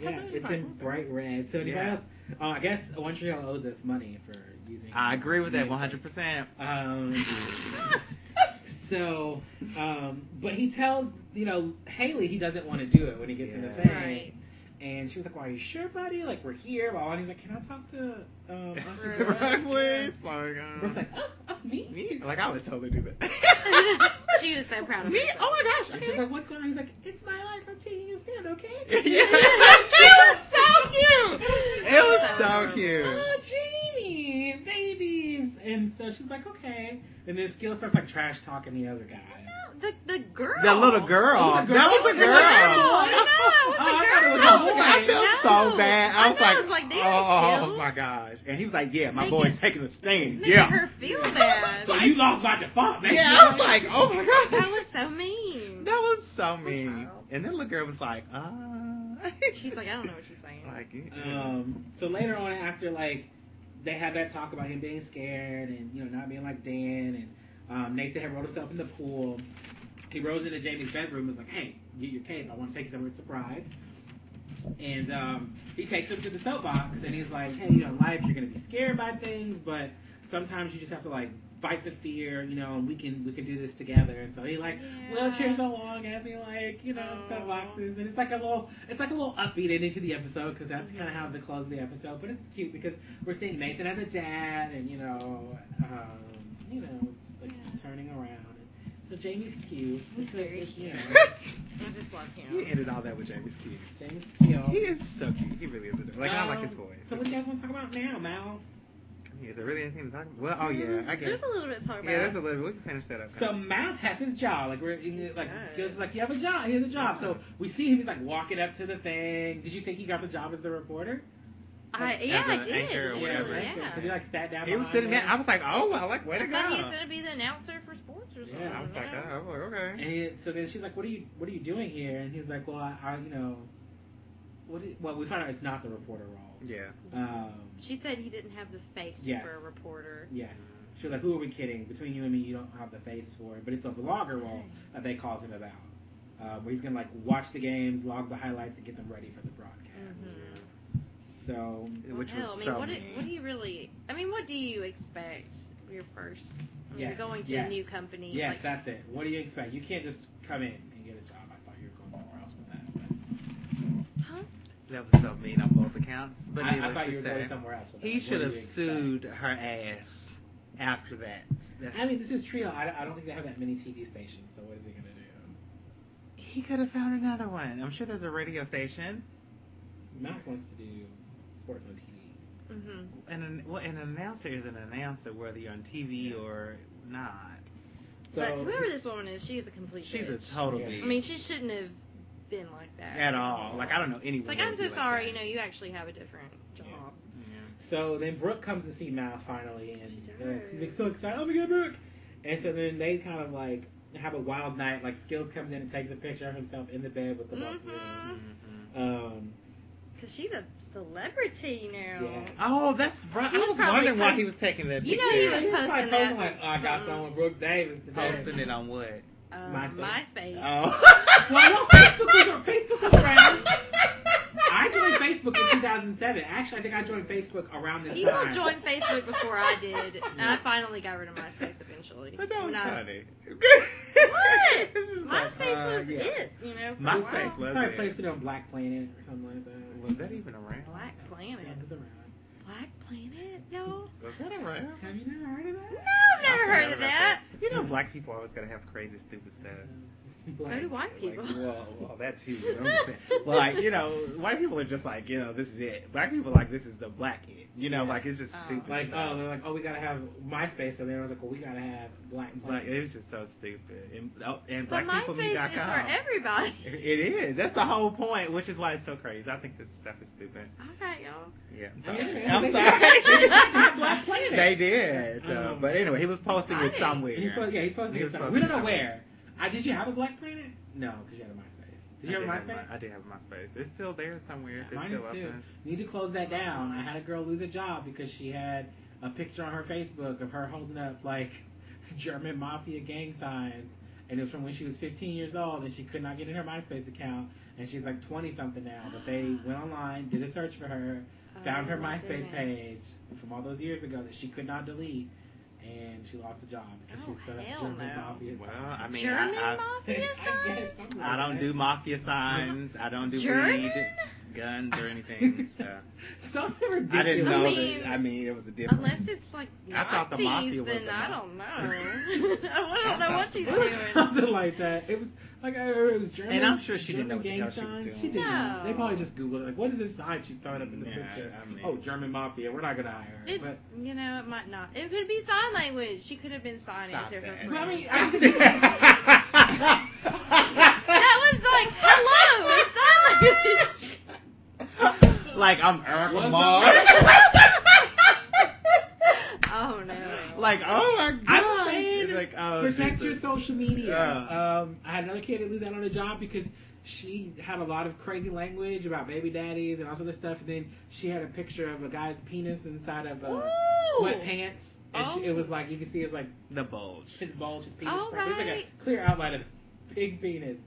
B: Yeah.
A: yeah, it's in bright red. So anybody
C: Yeah.
A: else? Uh, I guess One Tree Hill owes us money for using.
C: I agree with that
A: using-
C: 100. percent
A: Um, so, um, but he tells you know Haley he doesn't want to do it when he gets in the
C: Yeah.
A: thing,
B: Right.
A: and she was like, "Well, are you sure, buddy? Like we're here." Blah, blah. And he's like, "Can I talk to?" Um, Auntie Brooke?"
C: Right, please. Like, um,
A: Brooke's like, "Oh, oh, me."
C: me? Like I would totally do that.
B: she was so proud of
C: me?
B: herself.
C: Oh my gosh!
A: And
C: Okay.
A: she's like, "What's going on?" He's like, "It's my life. I'm taking a stand, okay?"
C: yeah, she was so cute. It was
B: That was
C: so
B: adorable.
C: cute.
A: Oh, Jamie, babies. And so she's like, okay. And then Skill starts like trash talking the other guy.
B: The the girl.
C: That Oh, little girl.
A: It was a girl?
C: That was a
A: It was a
C: girl.
B: girl. No, it was
A: Oh, I
B: a
A: thought it
B: girl.
A: was a
C: I, was like, I
A: boy.
C: felt so
B: No.
C: bad. I
B: I
C: was
B: know,
C: like,
B: I was like, damn,
C: oh,
B: Gil.
C: my gosh. And he was like, yeah, my
B: Make
C: boy's
B: it-
C: taking a stand.
B: Making
C: Yeah.
B: her feel bad.
A: So you lost by default, man.
C: yeah, I was like, oh my gosh.
B: that was so mean.
C: That was so mean.
B: child.
C: And then the girl was like, uh.
B: She's like, I don't know what she's saying.
C: like, "Mm."
A: Um, so later on, after like they had that talk about him being scared and you know not being like Dan, and um, Nathan had rolled himself in the pool. He rose into Jamie's bedroom and was like, "Hey, get your cape. I want to take you somewhere. It's a surprise." And um, he takes him to the soapbox and he's like, "Hey, you know, in life you're gonna be scared by things, but sometimes you just have to like fight the fear, you know, and we can we can do this together." And so he like wheelchairs along as he like you know
B: Aw.
A: stuff boxes and it's like a little it's like a little upbeat ending to the episode because that's kind of how the close of the episode but it's cute because we're seeing Nathan as a dad and you know um, you know like
B: Yeah.
A: turning around and so Jamie's cute
B: He's
A: It's a-
B: very
A: it's, you
B: cute.
A: know,
B: I just love him.
C: he ended all that with James Keith.
A: Jamie's
C: He
A: cute
C: is so cute. He really is adorable. Like, I like his
A: Um,
C: voice.
A: so what do you guys want to talk about now Mal
C: Is there really anything to talk about? Well, oh, yeah, I guess.
B: Mm, There's a little bit to talk about.
C: Yeah, that's a little. We can finish that up.
A: So Math has his job. Like we're like
B: does.
A: Skills is like, You have a job, he has a job.
C: Yeah.
A: So we see him, he's like walking up to the thing. Did you think he got the job as the reporter?
B: I, yeah, I
C: As an
B: did.
C: anchor or
B: initially,
C: whatever.
B: Yeah.
A: Because he like sat down.
C: he was
A: behind
C: sitting there.
A: him.
C: I was like, oh, I like where to
B: I
C: go.
B: thought he was gonna be the announcer for sports or something.
A: Yeah,
C: I was like, oh, I was like, okay.
A: And he, so then she's like, "What are you? What are you doing here?" And he's like, "Well, I, I you know, what? Is, well, we found out it's not the reporter role.
C: Yeah.
A: Um,
B: She said he didn't have the face
A: Yes.
B: for a reporter.
A: yes. She was like, "Who are we kidding? Between you and me, you don't have the face for it." But it's a vlogger role that they called him about, uh, where he's gonna like watch the games, log the highlights, and get them ready for the
C: Mm.
A: broadcast. So
C: Which
B: Mm. Well,
C: was
B: hell, I mean,
C: so
B: what, do-
C: mean.
B: what do you really? I mean, what do you expect? Your first, I mean, you're
A: Yes,
B: going to
A: yes.
B: a new company.
A: yes,
B: like,
A: that's it. What do you expect? You can't just come in and get a job. I thought you were going somewhere else with that. But
B: huh?
C: That was so mean on both accounts. But
A: I, I
C: needless
A: thought
C: to
A: you were
C: say,
A: going somewhere else with that.
C: he
A: What
C: should
A: do
C: have
A: you expect?
C: sued her ass after that. That's-
A: I mean, this is Trio. I, I don't think they have that many TV stations, so what are they going to do?
C: he could have found another one. I'm sure there's a radio station
A: Mac wants to do sports on TV.
B: Mm-hmm.
C: and an, well, an announcer is an announcer whether you're on TV
A: Yes.
C: or not.
A: So,
B: but whoever this woman is, she's a complete.
C: She's a
B: bitch.
C: total
A: Yeah.
C: bitch
B: I mean, she shouldn't have been like that
C: at all. Like I don't know anyone.
B: It's like
C: that
B: I'm
C: would
B: so
C: be like
B: sorry.
C: that.
B: You know, you actually have a different job.
A: so then Brooke comes to see Mal finally, and
B: She does.
A: uh, she's like so excited. Oh my god, Brooke! And so then they kind of like have a wild night. Like Skills comes in and takes a picture of himself in the bed with the both of
B: Mhm.
A: them.
C: Yeah.
A: Um,
B: Cause she's a celebrity now.
A: Yes.
C: Oh, that's right.
B: He
C: I
B: was
C: was
B: probably
C: wondering why
B: post-
C: he was taking that
B: You know
C: picture.
B: he was
A: she's probably
B: posting
A: posting
B: that Mm-hmm.
A: like, oh, I got
B: something-
A: thrown with Brooke Davis today.
C: posting it on what?
B: Uh,
A: MySpace.
B: MySpace.
C: Oh.
A: Why don't Facebook was Facebook was around? I joined Facebook in 2007. Actually, I think I joined Facebook around
C: Oh.
A: this
B: People
A: time.
B: joined Facebook before I did, and I finally got rid of MySpace eventually.
C: But that was
B: When I-
C: funny.
B: What?
C: It was like,
B: MySpace
C: uh,
B: was
C: yeah.
B: it, you know. For a
C: MySpace
B: while.
C: was
A: Probably
C: it.
A: placed it on Black Planet or something like that.
C: Was that even around?
B: Black Planet.
A: Yeah, it was around.
B: Black Planet, y'all.
C: Was that around?
A: Have you never heard of that?
B: No, I've never
C: I
B: heard
C: forgot
B: of
C: about
B: that.
C: You know, black people always gotta have crazy, stupid stuff.
A: Black-
B: So do white people.
C: Like, whoa, whoa, that's huge. I'm just saying. like, you know, white people are just like, you know, this is it. Black people are like, this is the black it. You know,
A: Yeah.
C: like it's just
B: Oh.
C: stupid.
A: Like,
C: stuff.
A: oh, they're like, oh, we gotta have MySpace. So then I was like, well, we gotta have Black
C: Like,
A: Planet.
C: it was just so stupid. And, oh, and
B: But MySpace is for
C: blackpeopleme.com.
B: everybody.
C: It is. That's the whole point, which is why it's so crazy. I think this stuff is stupid.
B: All right, y'all.
C: Yeah, I'm
A: I mean,
C: sorry.
A: yeah,
C: I'm
A: they-
C: sorry.
A: they had Black Planet.
C: they did. So,
A: Um,
C: but anyway, he was posting it
B: Right.
C: somewhere.
A: And he's supposed, yeah, he's supposed
C: He
A: to get
C: was
A: something.
C: supposed
A: We
C: to
A: don't know
C: get something.
A: where. I, did you have a Black Planet? No, because you had a MySpace. Did you
C: I
A: have a
C: did
A: MySpace?
C: my- I did have MySpace. It's still there somewhere. It's
A: Mine
C: still
A: is
C: up
A: too.
C: there.
A: Need to close that down. I had a girl lose a job because she had a picture on her Facebook of her holding up like German mafia gang signs, and it was from when she was 15 years old, and she could not get in her MySpace account, and she's like 20 something now. But they went online, did a search for her, found
B: Oh,
A: her
B: my
A: MySpace page
B: goodness.
A: from all those years ago that she could not delete, and she lost a job because
B: Oh,
A: she still had
B: hell
A: German
B: no.
A: mafia
C: Well, I
A: signs.
C: mean,
B: German
C: I,
B: mafia
A: I guess
B: signs?
A: something
C: I, I don't
A: like
C: do
A: that.
C: mafia signs. I don't do
B: German?
C: weed, guns, or anything. So
A: Something ridiculous.
C: I didn't know.
B: I mean-
C: that, I mean, it was a difference.
B: Unless it's like
C: I
B: Nazis,
C: thought the mafia was
B: then
C: the
B: I
C: ma-
B: don't know. I don't know what she's
A: It was
B: doing.
A: something like that. It was Like I, it was German.
C: And I'm sure she
A: German
C: didn't know what the
A: gang
C: hell she was
A: signs.
C: doing.
A: She didn't.
B: No.
A: They probably just Googled it. Like, what is this sign she's throwing up in the
C: Yeah,
A: picture?
C: I mean-
A: oh, German mafia. We're not gonna hire her.
B: It,
A: but
B: you know, it might not. It could be sign language. She could have been signing
C: Stop
B: to her
C: that.
B: friend.
A: Well, I mean,
B: that was like, hello, it's sign language.
C: like I'm Eric
A: What's
C: Lamar.
B: Oh no.
C: like oh my god.
A: I'm just saying,
C: It's like oh,
A: protect
C: Jesus.
A: your social media.
C: Yeah.
A: Um, I had another kid that lose out on a job because she had a lot of crazy language about baby daddies and all sort of stuff. And then she had a picture of a guy's penis inside of uh,
B: Ooh.
A: sweatpants, and she, it
C: Oh.
A: was like you can see his like
C: The bulge.
A: his bulge, his penis.
B: Oh,
A: part. It was like
B: right.
A: a clear outline of big penis.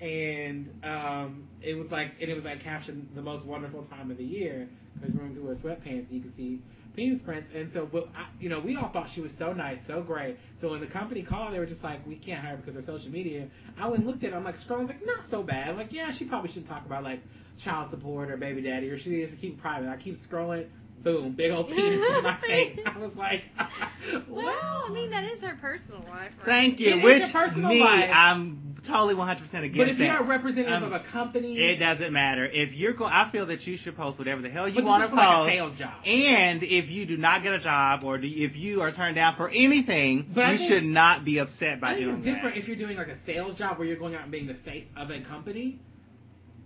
A: And um, it was like, and it was like captioned the most wonderful time of the year because when we wear sweatpants, you can see penis prints. And so, but I, you know, we all thought she was so nice, so great. So when the company called, they were just like, we can't hire her because of social media. I went and looked at it. I'm like, scrolling, like, not so bad. like, yeah, she probably shouldn't talk about like child support or baby daddy or she needs to keep it private. I keep scrolling, boom, big old penis in my face. I was like,
B: Well, I mean, that is her personal life. Right?
C: Thank
A: It
C: you.
A: is
C: Which
A: your personal
C: me,
A: life.
C: I'm totally 100 percent against
A: But if
C: that.
A: you're a representative
C: Um,
A: of a company,
C: It doesn't matter. If you're going, I feel that you should post whatever the hell you
A: but
C: want
A: this
C: to
A: is like a
C: post.
A: sales job.
C: and if you do not get a job, or do if you are turned down for anything,
A: But I
C: you
A: think-
C: should not be upset by
A: I think
C: doing
A: it's different
C: that.
A: if you're doing like a sales job where you're going out and being the face of a company.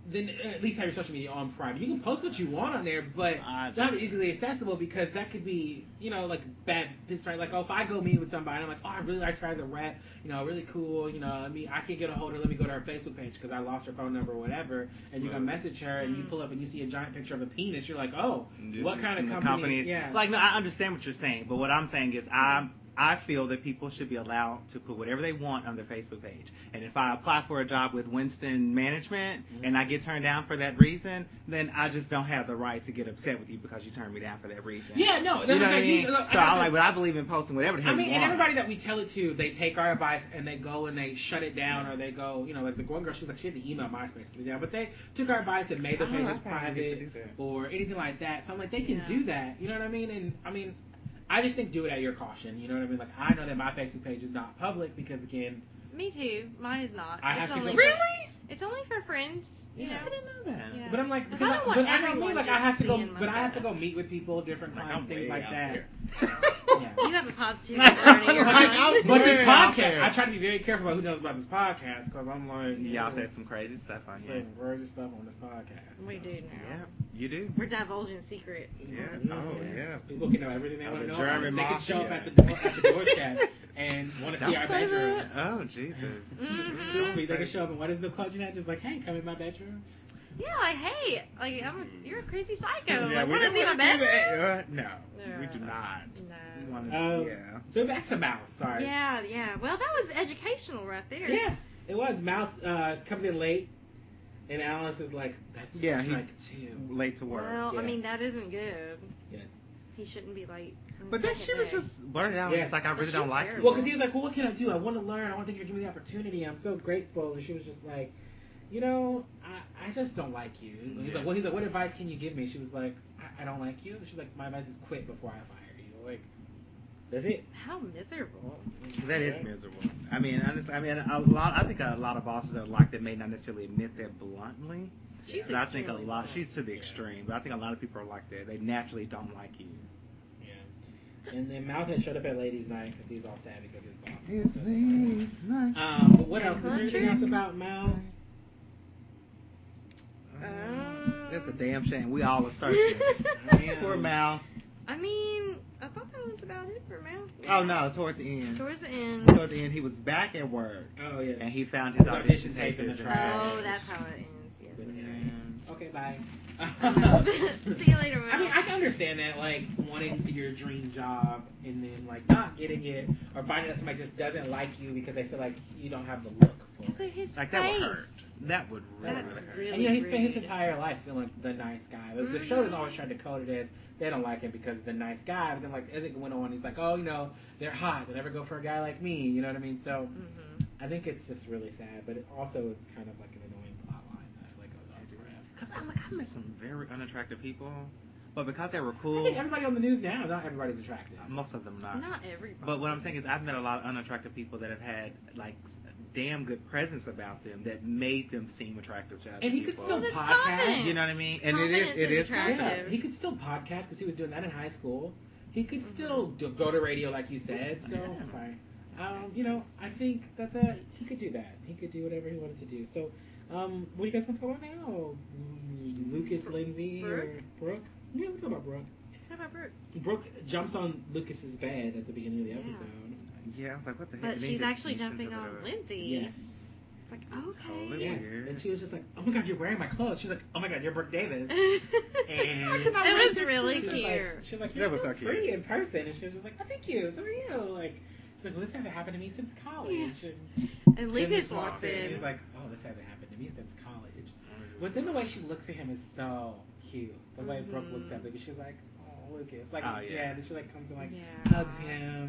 A: Then at least have your social media on private. You can post what you want on there, but
C: I
A: not easily accessible because that could be, you know, like bad. This right, like oh, if I go meet with somebody, I'm like, oh, I really liked her as a rep, you know, really cool, you know, I mean, I can't get a hold of her. Let me go to her Facebook page because I lost her phone number or whatever, and you can
C: Smart.
A: message her, and you
B: Mm.
A: pull up and you see a giant picture of a penis. You're like, oh,
C: This
A: what
C: is
A: kind of
C: the
A: company? Yeah,
C: Like, no, I understand what you're saying, but what I'm saying is, I I feel that people should be allowed to put whatever they want on their Facebook page. And if I apply for a job with Winston Management
A: Mm-hmm.
C: and I get turned down for that reason, then I just don't have the right to get upset with you because you turned me down for that reason.
A: yeah, no,
C: You
A: that's
C: know what I
A: like, you-
C: mean?
A: look, I
C: so
A: gotta
C: I'm
A: say-
C: like, but I believe in posting whatever the hell
A: I mean,
C: you
A: and
C: want.
A: everybody that we tell it to, they take our advice and they go and they shut it down, or they go, you know, like the one girl, she was like, she had to email MySpace to do that, but they took our advice and made their
C: Oh, I
A: pages
C: probably need to
A: private
C: do that.
A: or anything like that. So I'm like, they can
B: Yeah.
A: do that, you know what I mean? And I mean, I just think do it at your caution, you know what I mean? Like I know that my Facebook page is not public because again,
B: Me too. Mine is not.
A: I
B: it's
A: have to
B: only
A: go-
B: for,
C: Really?
B: It's only for friends. You
A: Yeah.
C: I
B: know.
C: didn't know that.
B: Yeah.
A: but I'm like,
B: But
A: because
B: I
A: I,
B: don't
A: but
B: want
A: I don't
B: everyone
A: mean like I
B: just
A: have to go,
B: seeing my
A: but I have to
B: stuff.
A: go meet with people, different
C: Like,
A: clients,
C: I'm
A: things
C: way
A: like
C: out
A: that.
C: there.
A: Yeah.
B: You have a positive
C: Like,
B: journey.
C: I'm
A: But the
C: way out
A: podcast,
C: there.
A: I try to be very careful about who knows about this podcast because I'm like,
C: Y'all said some crazy stuff on here.
A: saying crazy stuff on this podcast.
B: We do now.
C: Yeah, you do.
B: We're divulging secrets.
C: Yeah. Oh, yeah.
A: People can know everything they
C: Oh,
A: want to
C: the
A: know.
C: German
A: German they can show up
C: mafia.
A: at the, door, at the doorstep and want to
C: Don't
A: see our
C: say that.
A: bedrooms.
C: Oh Jesus.
B: Mm-hmm.
A: They can show up and what is the question at? Just like, hey, come in my bedroom.
B: Yeah, like hey, like I'm a, you're a crazy psycho.
C: Yeah,
B: like,
C: we
B: what is
C: don't
B: in my
C: wanna do
B: bedroom?
C: that. Uh, no,
B: Yeah.
C: we do not. We
B: No.
C: wanna-
A: Um,
C: Uh, yeah.
A: So back to mouth. Sorry.
B: Yeah, yeah. Well, that was educational right there.
A: Yes, it was mouth. Uh, comes in late, and Alice is like, that's
C: Yeah,
A: what
C: he-
A: I'm like too.
C: Late to work.
B: Well,
A: Yeah.
B: I mean that isn't good.
A: Yes.
B: He shouldn't be late. from
C: but that
B: second
C: shit was
B: day.
C: just blurted out.
A: Yes.
C: It's like I
B: But
C: really
B: she
C: don't
B: was
C: like.
B: terrible.
A: Well, because he was like, well, what can I do? I want to learn. I want to think you're giving me the opportunity. I'm so grateful. And she was just like, you know, I, I just don't like you. And he's like, well, he's like, what advice can you give me? She was like, I, I don't like you. She's like, my advice is quit before I fire you. Like, that's it.
B: how miserable.
C: you. That is miserable. I mean, honestly, I mean, a lot. I think a lot of bosses are like that may not necessarily admit that bluntly.
B: She's
C: But I think a
B: extremely
C: lot.
B: bad.
C: She's to the
A: Yeah.
C: extreme, but I think a lot of people are like that. They naturally don't like you.
A: Yeah. And then Mouth had showed up at ladies' night because he was all sad because his boss.
C: It's me, it's not-
A: Um, but what else? Is there anything else
B: Electric.
A: about Mouth?
C: Um, That's a damn shame. We all are searching. Poor Mal.
B: I mean, I thought that was about it for Mal.
C: Oh no, toward the end.
B: Towards the end.
C: Toward the end, he was back at work
A: Oh yeah.
C: and he found his
A: His
C: audition
A: audition
C: tape in the
B: Oh,
C: trash.
B: that's how it ends. Yes. that's right.
C: um,
A: Okay, bye.
B: See you later, Mal.
A: I mean, I can understand that, like wanting your dream job and then like not getting it, or finding that somebody just doesn't like you because they feel like you don't have the look
B: Because
A: for
B: of
A: it.
B: his
C: Like that
B: face.
C: would hurt. That would really
B: That's
C: hurt.
B: really
A: And you know, he spent his
B: rude. Mm-hmm.
A: entire life feeling the nice guy. The, the show has always tried to code it as they don't like him because of the nice guy. But then, like as it went on, he's like, oh, you know, they're hot. They never go for a guy like me. You know what I mean? So
B: Mhm.
A: I think it's just really sad, but it also it's kind of like an annoying plot line. that I feel like goes on forever.
C: Cause I'm like I met some very unattractive people, but because they were
A: I
C: cool,
A: think everybody on the news now, not everybody's attractive.
B: Uh,
C: most of them not.
B: Not everybody.
C: But what I'm saying is I've met a lot of unattractive people that have had like damn good presence about them that made them seem attractive to other
A: And he could
C: people.
A: still
B: Well, that's
A: podcast.
B: confident.
C: you know what I mean? And it is
B: Confidence
C: it
B: is
C: is
B: attractive.
A: Yeah, he could still podcast because he was doing that in high school. He could
B: Mhm.
A: still do, go to radio, like you said. So
C: Yeah.
A: sorry. Um, you know, I think that that he could do that. He could do whatever he wanted to do. So, um, what do you guys want to talk about now? Lucas, Lindsay, or Brooke? Yeah, let's talk about Brooke.
B: How about Brooke?
A: Brooke jumps on Lucas's bed at the beginning of the
B: Yeah.
A: episode.
C: Yeah, I was like, what the heck?
B: But
C: And then
B: she's
C: just
B: actually
C: sneaks
B: jumping
C: into
B: on
C: the-
B: Lindsay.
A: Yes.
B: It's like,
C: It's
B: okay.
C: totally
A: Yes.
C: Weird.
A: And she was just like, "Oh my God, you're wearing my clothes." She's like, "Oh my God, you're Brooke Davis."
B: it was really
A: She
B: cute.
A: was Like, she was like,
C: That
A: you're
C: was
A: so
C: so cute.
A: pretty in person, and she was just like, oh, thank you. So are you? Like, she's like, well, this hasn't happened to me since college. And
B: and Lucas
A: Lucas
B: walks in.
A: He's like, oh, this hasn't happened to me since college. But then the way she looks at him is so cute. The way Brooke
B: Mhm.
A: looks at Lucas, she's like, oh, Lucas. Like,
C: Oh, yeah.
A: yeah. And she like comes and like
B: Yeah.
A: hugs him,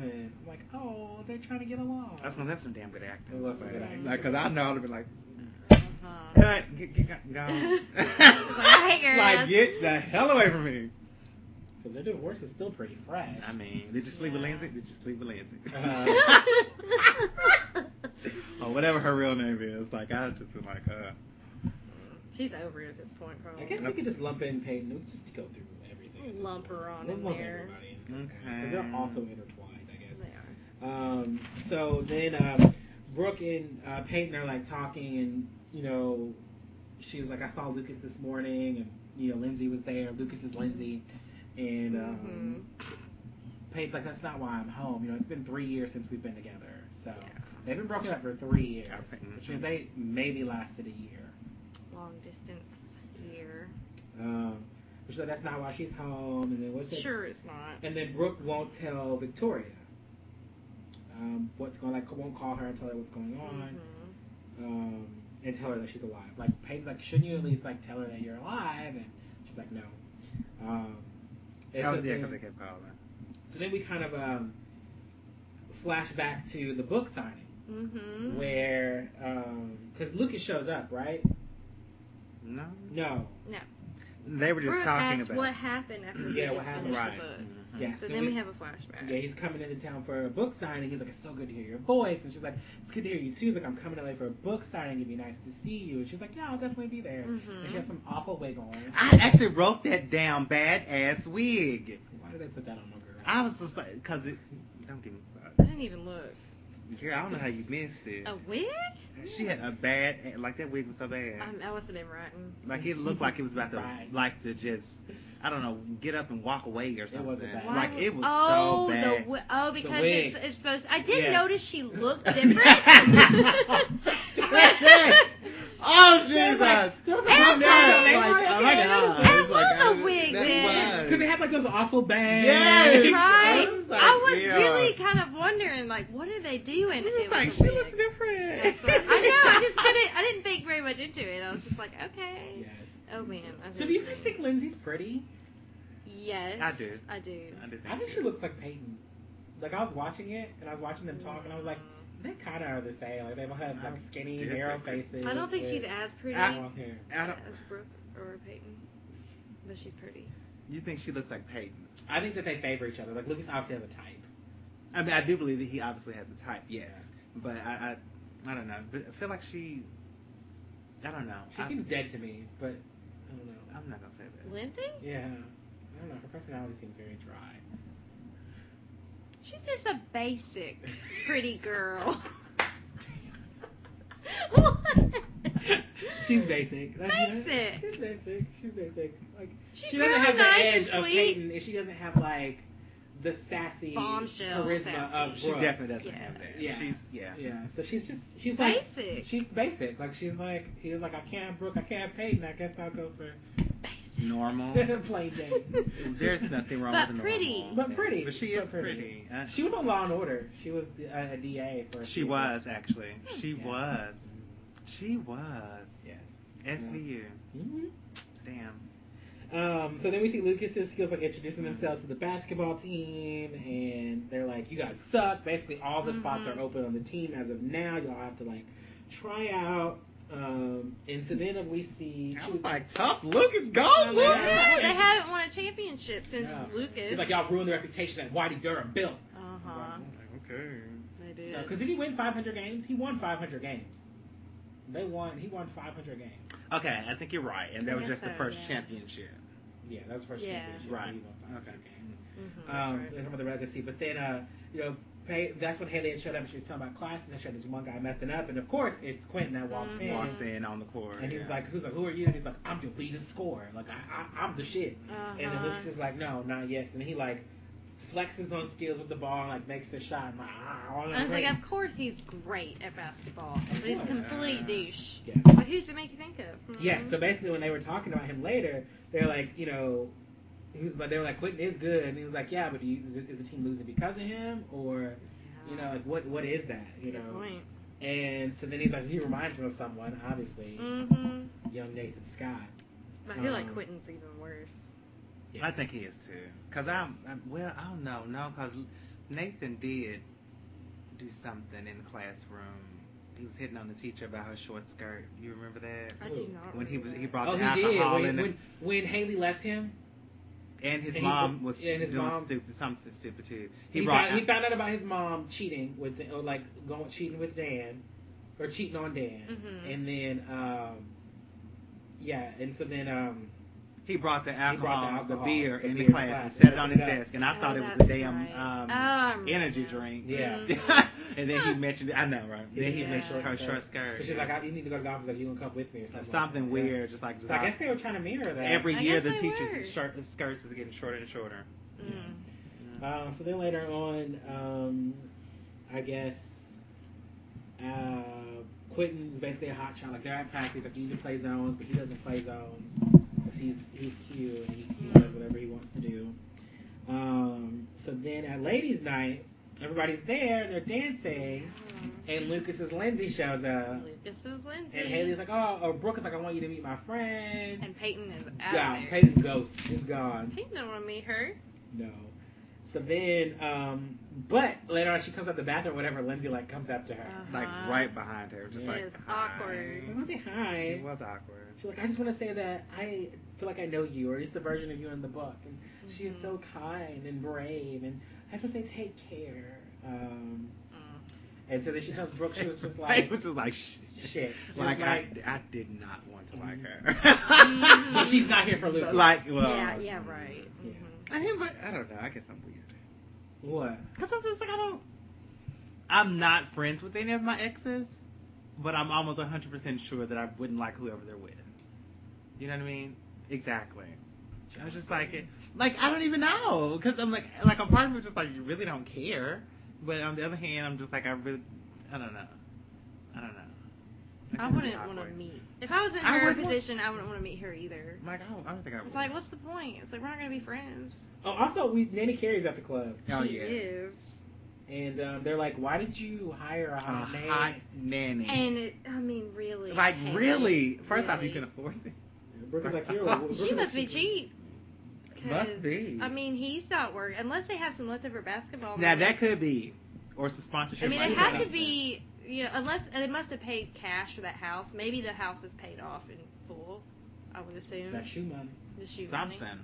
A: and I'm like, oh, they're trying to get along.
C: That's when that's some damn good acting.
A: It was some good
C: Like,
A: acting.
C: Like, cause I know I'd have been like,
B: Uh-huh.
C: cut, get, get, get gone.
B: I hate your
C: like,
B: ass.
C: get the hell away from me.
A: Because their divorce is still pretty fresh.
C: I mean, did you sleep with
B: Yeah.
C: Lindsay? Did you sleep with Lindsay?
B: Uh-huh.
A: Uh.
C: or whatever her real name is. Like, I just been like, uh,
B: She's over it at this point, probably.
A: I guess we could just lump in Peyton. We'll just go through everything.
B: Lump her on
A: We'll
B: in
A: lump
B: there.
A: everybody in.
C: okay.
A: Because they're also intertwined, I guess.
B: They are.
A: Um, so then um, Brooke and uh, Peyton are like talking, and you know, she was like, "I saw Lucas this morning," and you know, Lindsay was there. Lucas is Lindsay, and um,
B: Mm-hmm.
A: Peyton's like, "That's not why I'm home." You know, it's been three years since we've been together, so
B: Yeah.
A: they've been broken up for three years,
C: Okay.
A: which means they maybe lasted a year.
B: Long distance year.
A: Um, which so that's not why she's home, and then what's that?
B: Sure, it's not.
A: And then Brooke won't tell Victoria um, what's going like won't call her and tell her what's going on
B: Mhm.
A: um, and tell her that she's alive. Like Peyton's like, shouldn't you at least like tell her that you're alive? And she's like, no. Um, and
C: Oh,
A: so,
C: yeah,
A: then,
C: because they kept calling.
A: so then we kind of um, flash back to the book signing
B: Mhm.
A: where because Lucas shows up, right?
C: No.
A: No.
C: They were just
B: Brooke
C: talking
B: asks
C: about
B: what happened after
A: Yeah,
B: Lucas
A: what happened.
B: finished
C: Right.
B: the book.
C: Mhm.
A: Yeah.
B: Mm-hmm. So
A: so
B: then
A: we-
B: we have a flashback.
A: Yeah, he's coming into town for a book signing. He's like, it's so good to hear your voice. And she's like, it's good to hear you too. He's like, I'm coming to LA for a book signing. It'd be nice to see you. And she's like, yeah, I'll definitely be there. And she
B: Mhm.
A: has some awful wig on.
C: I actually wrote that down, bad ass wig.
A: Why did they put that on my girl?
C: I was just like, cause it. Don't get me
B: I
C: started.
B: didn't even look.
C: Girl, I don't know how you missed it.
B: A wig? Um,
C: She had a bad, like that wig was so bad.
B: I, I must have been writing.
C: Like it looked like it was about to,
A: Right.
C: like to just, I don't know, get up and walk away or
A: wasn't
C: something.
A: bad.
B: Why
C: Like
B: would-
C: it was
B: oh,
C: so
B: The,
C: bad.
B: wi- oh, because
A: wig.
B: it's, it's supposed. I did
A: Yeah.
B: notice she looked different.
C: oh
A: They're
C: Jesus!
A: like- they're
C: Yes,
A: like, "Oh,
C: like, oh
A: no, they are-
C: my
A: yeah,
C: god!
B: That
C: It's like,
B: was a
C: oh,
B: wig
C: that
B: then.
C: was.
A: Because they had like those awful bangs.
C: Yes.
B: Right.
C: I was like,
B: I was
C: yeah.
B: really kind of wondering, like, what are they doing?
C: It was
B: It
C: like
B: was a
C: she
B: wig.
C: looks different.
B: That's right. I know. I just didn't. I didn't think very much into it. I was just like, okay.
A: Yes.
B: Oh man. I see
A: So
B: what
A: do you
B: you're
A: guys
B: saying.
A: think Lindsay's pretty?
B: Yes.
C: I do.
B: I do.
C: I didn't
A: I think she looks like Peyton. Like I was watching it and I was watching them talk and I was like, they kind of are the same. Like they both have like skinny,
C: Different.
A: narrow faces.
B: I don't think
A: with
B: she's as pretty
C: I-
B: as
A: long hair.
C: I don't,
B: Brooke or Peyton, but she's pretty.
C: you think she looks like Peyton?
A: I think that they favor each other. Like Lucas obviously has a type.
C: I mean, I do believe that he obviously has a type, yes. But I, I, I don't know. But I feel like she, I don't know.
A: She
C: I,
A: seems dead to me, but I don't know.
C: I'm not gonna say that.
B: Lindsay?
A: Yeah. I don't know. Her personality seems very dry.
B: She's just a basic pretty girl.
A: She's basic. Like, you know,
B: Basic.
A: She's basic. She's basic. Like
B: She's
A: she doesn't
B: really
A: have
B: nice
A: the edge
B: and
A: of
B: sweet.
A: Peyton, and she doesn't have like the sassy
B: Bombshell
A: charisma
B: sassy.
A: of
C: She
A: Brooke.
C: definitely doesn't
B: Yeah.
C: have that.
A: Yeah.
C: She's yeah.
A: Yeah. So she's just she's like
B: basic.
A: she's basic. Like she's like he was like I can't have Brooke, I can't have Peyton. I guess I'll go for
B: Basic.
C: Normal.
A: plain Jane.
C: There's nothing wrong
B: But
C: with
B: pretty.
C: normal.
A: But pretty.
C: But she
A: But
C: is
A: pretty.
C: pretty. Uh,
A: She was on Law and Order. She was uh, a, a DA for. a
C: She
A: season.
C: was actually.
B: Oh,
C: She
A: Yeah.
C: was. She was.
A: Yes.
C: SVU.
A: Mhm.
C: Damn.
A: Um, so then we see Lucas's skills like introducing themselves to the basketball team, and they're like, "You guys suck." Basically, all the spots
B: Mhm.
A: are open on the team as of now. Y'all have to like try out. Um, and so then we see
C: I
A: she
C: was
A: was
C: like, tough looking, go
A: Oh,
C: look.
A: yeah.
B: Yeah, they haven't won a championship since
A: Yeah.
B: Lucas.
A: He's like, y'all ruined the reputation that Whitey Durham built.
B: uh huh.
C: Okay.
B: They did.
A: So, because did he win 500 games? He won 500 games. They won. He won 500 games.
C: Okay, I think you're right, and that was
B: Yes,
C: just the
B: sir,
C: first
B: yeah.
C: championship.
A: Yeah, that was the first
B: Yeah.
A: championship. so
C: Right.
A: He won 500
C: Okay.
A: games.
B: Mhm, that's
A: Um,
B: right.
A: so they're talking about the legacy, but then uh, you know, Pay, that's when Haley had showed up and she was talking about classes and she had this one guy messing up, and of course it's Quentin that
B: Mm-hmm.
A: walks in.
C: Walks in on the court,
A: And he was
C: yeah.
A: like, "Who's like, who are you?" And he's like, "I'm the leading scorer. Like, I, I, I'm the shit." And then
B: Uh-huh.
A: Lucas is like, "No, not yes." And he like flexes on skills with the ball and like makes the shot. And, like, "Ah, all that
B: I was like,
A: great."
B: of course he's great at basketball, but he's a
A: course.
B: complete douche.
A: Yeah.
B: But who's it make you think of? Hmm?
A: Yes. So basically, when they were talking about him later, they're like, you know, he was like, they were like, Quentin is good, and he was like, yeah, but do you, is, is the team losing because of him, or you know, like what what is that, you know? And so then he's like, he reminds him of someone, obviously,
B: Mm-hmm.
A: young Nathan Scott.
B: I feel like
A: Um,
B: Quentin's even worse.
C: I think he is too. Cause I'm, I'm well, I don't know, no, cause Nathan did do something in the classroom. He was hitting on the teacher about her short skirt. You remember that?
B: I do not.
C: Uh-uh. When he was, he
B: remember
C: brought
A: oh,
C: the
A: he did.
C: alcohol
A: When,
C: in,
A: when, when Haley left him,
C: and his
A: and he-
C: mom was
A: yeah, and his
C: doing
A: mom-
C: stupid, something stupid too.
A: he,
C: He, brought,
A: found, he found out about his mom cheating with, or like going cheating with Dan, or cheating on Dan,
B: Mhm.
A: and then, um, yeah, and so then. um
C: he brought the
A: brought the
C: alcohol, the,
A: alcohol,
C: beer,
A: the
C: in
A: beer
C: the
A: in
C: class and
A: class,
C: set
A: and
C: it on
A: opened
C: his
A: it up.
C: desk, and I
B: Oh,
C: thought it was a
B: that's
C: damn
B: right.
C: um,
B: Oh, I remember
C: energy
B: now.
C: drink.
A: Yeah.
B: Mhm.
C: and then he mentioned, I know, right? Then he
B: Yeah.
C: mentioned her short skirt.
A: Because she's like, I, you need to go to the office. Like, you gonna come with me or something?
C: something
A: like that. Yeah.
C: weird, just like just
A: So I
C: out-
A: guess they were trying to mirror that.
C: Every
B: I
C: year,
B: guess
C: the
B: they
C: teachers'
B: were.
C: shirt, skirts is getting shorter and shorter.
B: Mm.
A: Um, so then later on, um, I guess uh, Quentin's basically a hot shot. Like they're at practice. Like you need to play zones, but he doesn't play zones because he's he's cute and he, he does whatever he wants to do. Um, so then at ladies' night, everybody's there. They're dancing, and Lucas's Lindsay shows up.
B: Lucas is Lindsay.
A: And Haley's like, oh, or Brooke is like, I want you to meet my friend.
B: And Peyton is out.
A: God,
B: there.
A: Peyton Ghost is gone.
B: Peyton don't want to meet her.
A: No. So then, um, but later on, she comes out the bathroom, or whatever. Lindsay like comes up to her.
B: Uh-huh.
C: Like right behind her, just
A: It
C: like
B: is
C: hi.
B: awkward.
A: I want to say hi.
C: It was awkward.
A: She's like, I just want to say that I feel like I know you, or it's the version of you in the book. And she is
B: Mhm.
A: so kind and brave, and I just want to say, take care. Um,
B: Mm.
A: and so then she tells Brooke, she was just
C: it
A: like,
C: was just like sh-
A: shit. She was
C: Like, I,
A: like- Mm-hmm.
C: I did not want to like
A: but
C: her.
A: she's not here for Lucas.
C: like, well,
B: yeah, yeah, right.
A: Yeah.
B: Mhm.
C: I mean, but I don't know. I guess I'm weird.
A: what?
C: Cause I'm just like I don't. I'm not friends with any of my exes, but I'm almost 100 percent sure that I wouldn't like whoever they're with. You know what I mean? Exactly. I was just like, it- like I don't even know, cause I'm like, like a part of me was just like, you really don't care, but on the other hand, I'm just like, I really, I don't know, I don't know. Like,
B: I
C: it's
B: wouldn't
C: really
B: want to
C: awkward.
B: meet. If I was
C: I
B: in her
C: wouldn't Mm. want-
B: position, I wouldn't want to meet her either.
C: Like I don't, I don't think I would.
B: It's like, what's the point? It's like we're not gonna be friends.
A: Oh, also, we Nanny Carey's at the club.
C: Oh,
B: she
C: yeah.
B: is.
A: And um, they're like, why did you hire a
C: a
A: Uh, hot man?
C: hot nanny?
B: And it, I mean, really.
C: Mm. like
B: hey,
C: really? First off, you
B: really.
C: can afford it.
A: Brooke is like, you're a-
B: She
A: Brooke
B: must
A: is like,
B: be cheap. 'Cause,
C: Must be.
B: I mean, he's not work unless they have some leftover basketball.
C: Now
B: money.
C: that could be, or it's a sponsorship.
B: I mean,
C: like
B: it
A: might
B: had
A: not
B: to
A: have
B: be, you know, unless and it must have paid cash for that house. Maybe the house is paid off in full. I would assume
A: That shoe money.
B: the shoe
C: something.
B: money.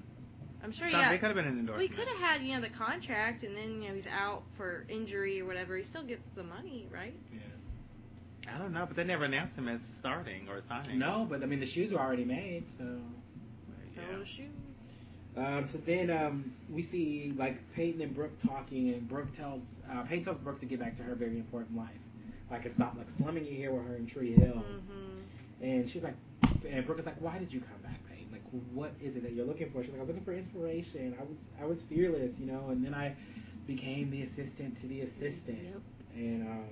B: I'm sure.
C: Something.
B: Yeah,
C: It could have been an
B: we
C: endorsement.
B: could have had you know the contract, and then you know he's out for injury or whatever. He still gets the money, right?
C: I don't know, but they never announced him as starting or signing.
A: No, but I mean, the shoes were already made, so.
B: So
C: Yeah.
B: shoe.
A: Um, so then um, we see like Peyton and Brooke talking, and Brooke tells uh, Peyton tells Brooke to get back to her very important life, like and stop like slumming it here with her in Tree
C: Oh.
A: Hill.
B: Mhm.
A: And she's like, and Brooke is like, why did you come back, Peyton? Like, what is it that you're looking for? She's like, I was looking for inspiration. I was I was fearless, you know, and then I became the assistant to the assistant.
B: Yep.
A: And um,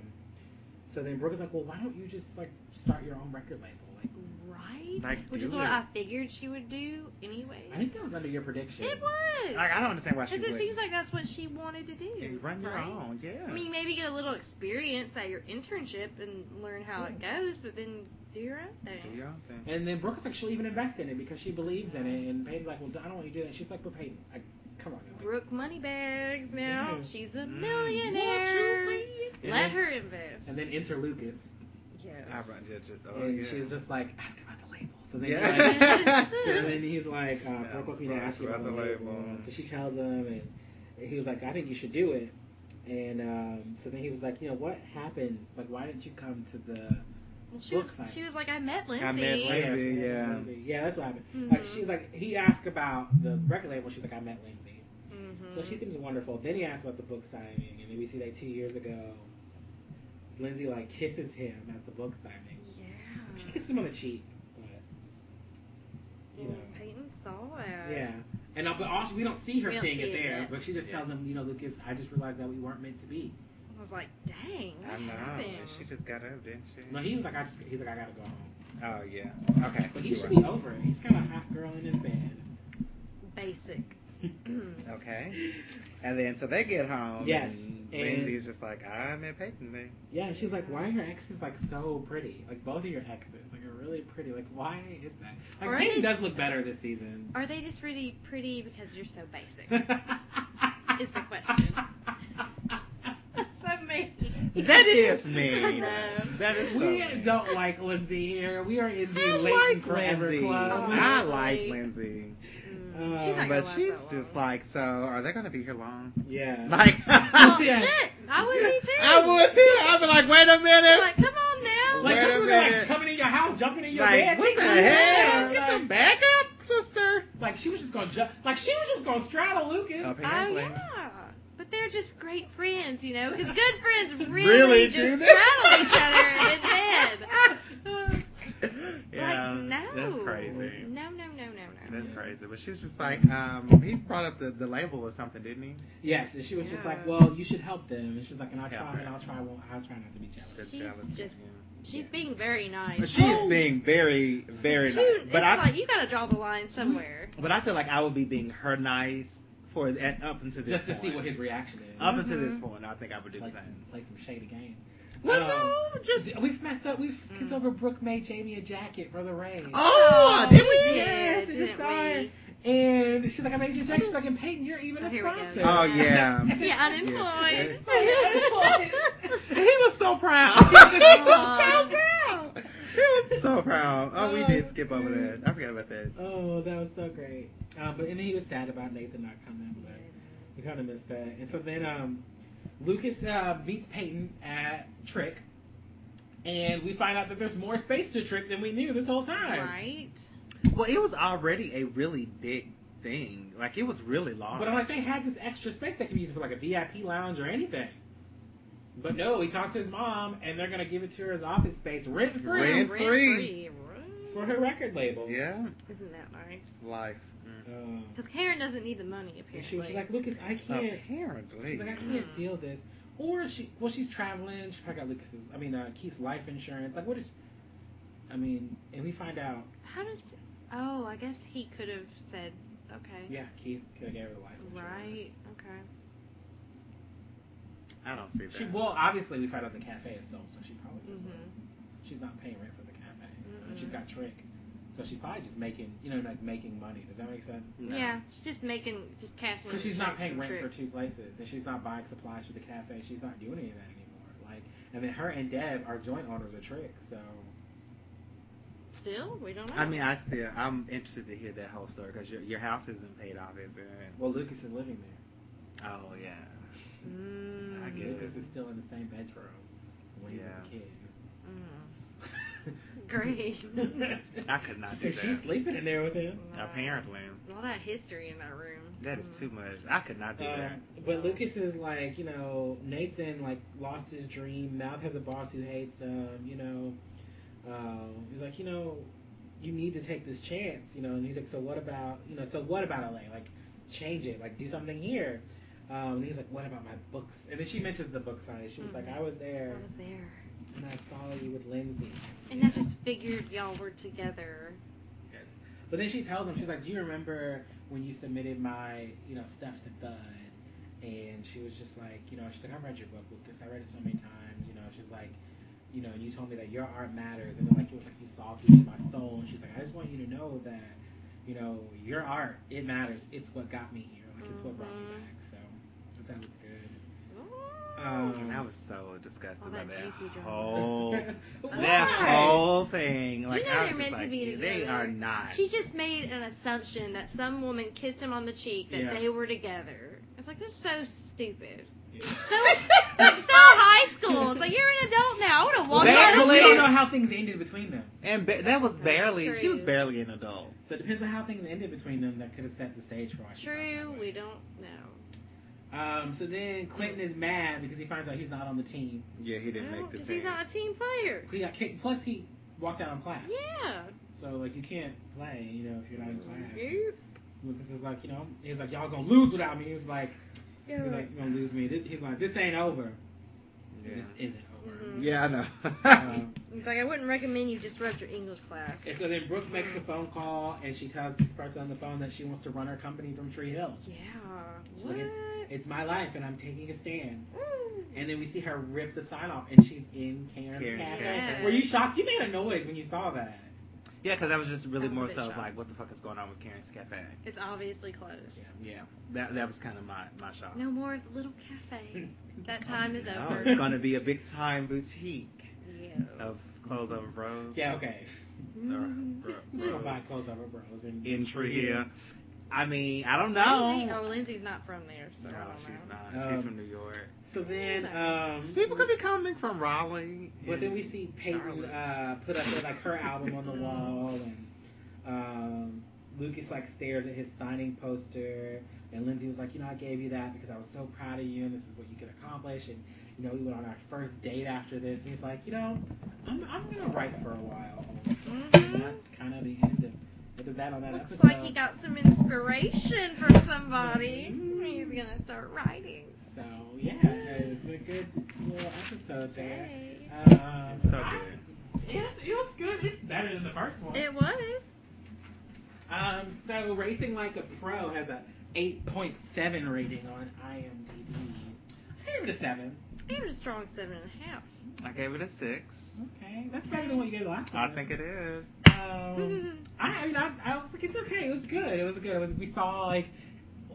A: so then Brooke is like, well, why don't you just like start your own record label? Like,
B: Right.
C: Like,
B: Which
C: do
B: is what
C: it.
B: I figured she would do anyway.
A: I think that was under your prediction.
B: It was.
C: Like I don't understand why she
B: It
C: would.
B: just seems like that's what she wanted to do.
C: Yeah, run your
B: right?
C: own, yeah.
B: I mean, maybe get a little experience at your internship and learn how it goes, but then do your own
C: do
B: thing.
C: your own thing.
A: And then Brooke is like, she'll even invest in it because she believes in it. And Peyton's like, well, I don't want you to do that. She's like, but Peyton, like, come on. Like,
B: Brooke Moneybags now.
A: Yeah.
B: She's a
C: Mm.
B: millionaire.
C: Won't you please?
A: And
B: Let
A: then-
B: her invest.
A: And then enter Lucas.
B: yes.
C: I run yeah, just oh,
A: and
C: yeah.
A: she was just like, ask about the label. So then,
C: Yeah.
A: he's like,
B: like-
A: so then he's like, uh,
C: Yeah,
A: Brooke wants me to ask you
C: about
A: about the
C: the
A: label.
C: label.
A: So she tells him, and he was like, I think you should do it. And um, so then he was like, you know, what happened? Like, why didn't you come to the?
D: Well, she was
A: Looks like-
D: she was like, I met Lindsay.
C: I met Lindsay. yeah.
A: yeah, that's what happened.
D: Mhm.
B: Mm-hmm.
A: Like she's like, he asked about the record label. She's like, I met Lindsay.
B: Mm-hmm.
A: So she seems wonderful. Then he asks about the book signing, and then we see that two years ago, Lindsay like kisses him at the book signing. She
B: Yeah.
A: kisses him on the cheek, but you know,
B: Yeah.
D: Peyton saw it.
A: yeah. And uh, but all she, we don't see her
B: We don't
A: seeing
B: see
A: it
B: it
A: there,
B: yet.
A: but she just
C: Yeah.
A: tells him, you know, Lucas, I just realized that we weren't meant to be.
D: I was like, dang.
C: I know.
B: happened?
C: and She just got up, didn't she?
A: No, he was like, I just, he's like, I gotta go home.
C: Oh yeah. Okay.
A: But he
C: you're
A: should
C: right.
A: be over it. He's got a hot girl in his bed.
D: Basic.
B: Mm-hmm.
C: Okay. And then so they get home.
A: Yes,
C: And,
A: and-
C: Lindsay's just like, I met Peyton. Then.
A: Yeah, and she's like, why are your exes like so pretty? Like both of your exes, like are really pretty. Like why is that? Like
B: Or
A: Peyton
B: they-
A: does look better this season.
B: Are they just really pretty because you're so basic?
A: is
B: the question. so Mm. mean.
C: That is mean.
B: I know.
C: That is so
A: We
C: mean.
A: don't like Lindsay here. We are in
C: I
A: the Leighton
C: like
A: Forever
C: Lindsay. Oh,
A: Club.
C: I like Lindsay.
B: Mm.
A: Uh,
B: she's not
C: But
B: gonna
C: she's
B: last that
C: just
B: long.
C: like, so are they gonna be here long?
A: Yeah.
C: Like,
D: Oh
A: Yeah.
D: shit! I was in too.
C: I would too. I'd be like, wait a minute.
D: Like, come on now.
A: Like,
C: Wait a
A: that's when they're,
C: minute.
A: like coming in your house, jumping in your
C: Like,
A: bed.
C: what the
A: kicking you
C: hell?
A: out.
C: Get
A: Like,
C: the back up, sister.
A: like, she was just gonna jump. Like she was just gonna straddle Lucas.
C: Okay.
B: Oh
C: Exactly.
B: yeah, but they're just great friends, you know, because good friends really,
C: Really do
B: just
C: that.
B: straddle each other in bed.
A: Uh,
C: yeah,
B: like no,
C: that's crazy.
B: No, no, no, no, no.
C: That's crazy. But she was just like, um, he brought up the, the label or something, didn't he?
A: Yes, and she was just
B: Yeah.
A: like, "Well, you should help them." And she's like, "And I'll
C: Help
A: try,
C: her.
A: and I'll try, well, I'll try not to be jealous."
C: The
B: She's
C: jealousy,
B: just-
C: yeah.
B: She's being very nice.
C: But she is
A: Oh.
C: being very, very
D: Shoot,
C: nice. But
B: it's
C: I,
B: like you gotta draw the line somewhere.
C: but I feel like I would be being her nice for at, up until this
A: Just to
C: point.
A: see what his reaction is.
C: up until this point, I think I would do
A: play
C: the
A: some,
C: same.
A: play some shady games.
C: Well,
A: Um,
C: no, just
A: we've messed up. We've skipped
B: Mm.
A: over Brooke made Jamie a jacket for the rain.
C: oh,
B: Oh,
C: did
B: we
C: we?
B: did.
A: yes,
B: didn't
A: and it's signed. And she's like, "I made you a jacket." She's like, "And Peyton, you're even
B: Oh,
A: a
B: here we go. Oh,
A: sponsor."
C: Oh yeah.
B: Yeah, unemployed.
C: And he was so proud. he was so
B: Aw.
C: proud. He was so proud. Oh, we did skip over that. I forgot about that.
A: Oh, that was so great. Um, but and then he was sad about Nathan not coming, but we kind of missed that. And so then um, Lucas uh, meets Peyton at Trick, and we find out that there's more space to Trick than we knew this whole time.
B: Right?
C: Well, it was already a really big thing. Like it was really large.
A: But I'm like, they had this extra space they could use for like a VIP lounge or anything. But no, he talked to his mom, and they're gonna give it to her as office space, rent free,
C: Rent- And
B: Rent
C: free.
B: free.
A: for her record label.
C: yeah,
B: Isn't that nice?
C: life. Mm.
A: Um,
B: Because Karen doesn't need the money apparently.
A: and she was just like, Lucas, I
C: Oh.
A: can't.
C: Apparently.
A: She's like, I
B: Hmm.
A: can't deal this. Or she, well, she's traveling. She probably got Lucas's, I mean, uh, Keith's life insurance. Like, what is? I mean, and we find out,
B: How does? Oh, I guess he could have said, okay.
A: yeah, Keith could have gave her the life insurance.
B: Right. Okay.
C: I don't see that.
A: She, well, obviously, we find out the cafe is sold, so she probably doesn't.
B: Mm-hmm.
A: she's not paying rent for the cafe. So
B: Mm-mm.
A: she's got trick, so she's probably just making, you know, like making money. Does that make sense?
C: No.
B: Yeah. She's just making, just cashing.
A: Because
B: in
A: she's not
B: checks
A: paying
B: from
A: rent for
B: Trick.
A: two places, and she's not buying supplies for the cafe. She's not doing any of that anymore. Like, and then her and Deb are joint owners of Trick, so.
B: Still, we don't know.
C: I mean, I still, I'm interested to hear that whole story because your, your house isn't paid off, is it?
A: Well, Lucas is living there.
C: Oh yeah.
B: Mm.
C: I get it.
A: Lucas is still in the same bedroom when he was a
B: Mm.
A: kid.
B: Great.
C: I could not do
A: And
C: that.
A: she's sleeping in there with him.
C: Apparently,
B: A lot of history in that room.
C: that is
B: Mm.
C: too much. I could not do that.
A: Um, but Lucas is like, you know, Nathan like lost his dream. Mouth has a boss who hates him. You know, um, he's like, you know, you need to take this chance. You know, and he's like, so what about, you know, so what about LA? Like, change it. Like, do something here. Um, and he's like, what about my books? And then she mentions the book signing. She was like, I was
B: I
A: there
B: was there.
A: and I saw you with Lindsay.
B: Mm-hmm. And I just figured y'all were together.
A: Yes. But then she tells him, she's like, "Do you remember when you submitted my, you know, stuff to Thud?" And she was just like, you know, she's like, "I read your book, Lucas. I read it so many times. You know, she's like, you know, and you told me that your art matters, and then like it was like you saw through to my soul. And she's like, I just want you to know that, you know, your art it matters. It's what got me here. Like it's what brought me
B: Mhm.
A: back. So I thought that was good.
C: And I
A: Um,
C: was so disgusted
B: All
C: by
B: that
C: that
B: juicy drama.
C: whole, Oh. that
A: Why?
C: whole thing. Like
B: know
C: I
B: they're
C: was just
B: meant to
C: like,
B: be
C: they
B: together.
C: are not.
B: She just made an assumption that some woman kissed him on the cheek that
A: Yeah.
B: they were together. It's like that's so stupid.
A: Yeah. do.
B: Still high school. It's like you're an adult now. I would have walked
A: they,
B: out
C: Well,
B: of
A: actually
C: they-
A: don't
B: here.
A: know how things ended between them.
C: And ba- that was
B: That's
C: barely. She was
B: true.
C: barely an adult.
A: So it depends on how things ended between them that could have set the stage for our show.
B: True, we don't know.
A: Um, so then Quentin is mad because he finds out he's not on the team.
C: Yeah, he
B: No, because he's not a team player.
A: He got kicked. Plus, he walked out on class.
B: Yeah.
A: So like, you can't play, you know, if you're not in class. Lucas is like, you know, he's like, y'all gonna lose without me. He's like, he's like, you're gonna lose me. Th- He's like, this ain't over.
C: Yeah.
A: This isn't over.
B: Mhm.
C: yeah, I know. Mm-hmm.
A: Um,
B: It's like I wouldn't recommend you disrupt your English class.
A: and so then Brooke makes a phone call and she tells this person on the phone that she wants to run her company from Tree Hill.
B: Yeah.
A: Look,
B: What?
A: It's my life and I'm taking a stand.
B: Ooh.
A: And then we see her rip the sign off and she's in Karen's
C: Karen's
A: cafe.
B: cafe.
A: Were you shocked? You made a noise when you saw that.
C: yeah, because I was just really
B: That was a
C: more
B: bit
C: so of
B: shocked.
C: like, what the fuck is going on with Karen's Cafe?
B: It's obviously closed.
A: Yeah.
C: Yeah, that that was kind of my my shock.
B: No more of the little cafe. That time is
C: Oh,
B: over.
C: it's gonna be a big time boutique
B: Yes.
C: of clothes over bros.
A: Yeah, okay.
B: Mhm.
C: Or
A: We're gonna buy
C: bro-
A: clothes over bros and
C: in Trujillo. I mean, I don't
B: Lindsay,
C: know.
B: oh, Lindsay's not from there, so
C: No,
B: I don't
C: she's
B: know.
C: not.
A: Um,
C: she's from New York.
A: So then
B: Mm-hmm.
A: um
C: People could be coming from Raleigh.
A: But then
C: and-
A: we see Peyton
C: Charlotte.
A: uh, put up like her album on the wall, and um, Lucas like stares at his signing poster, and Lindsay was like, you know, I gave you that because I was so proud of you, and this is what you could accomplish, and you know, we went on our first date after this, and he's like, you know, I'm, I'm gonna write for a while, and
B: Mhm.
A: that's kind of the end of, of that on that
B: Looks
A: episode.
B: like he got some inspiration from somebody. He's gonna start writing.
A: so yeah, it's a good little episode there.
B: Yay.
A: Um,
C: So
A: I-
C: good.
A: it, it was good. It's better than the first one.
B: It was.
A: Um, so Racing Like a Pro has a 8.7 rating on IMDb. I gave it a 7.
B: Even a strong seven and a half.
C: I gave it a six.
A: Okay, that's better than what you gave last
C: I
A: time.
C: think it is. Oh.
A: Um, I, I mean, I, I was like, it's okay. It was good. It was good. It was, we saw, like,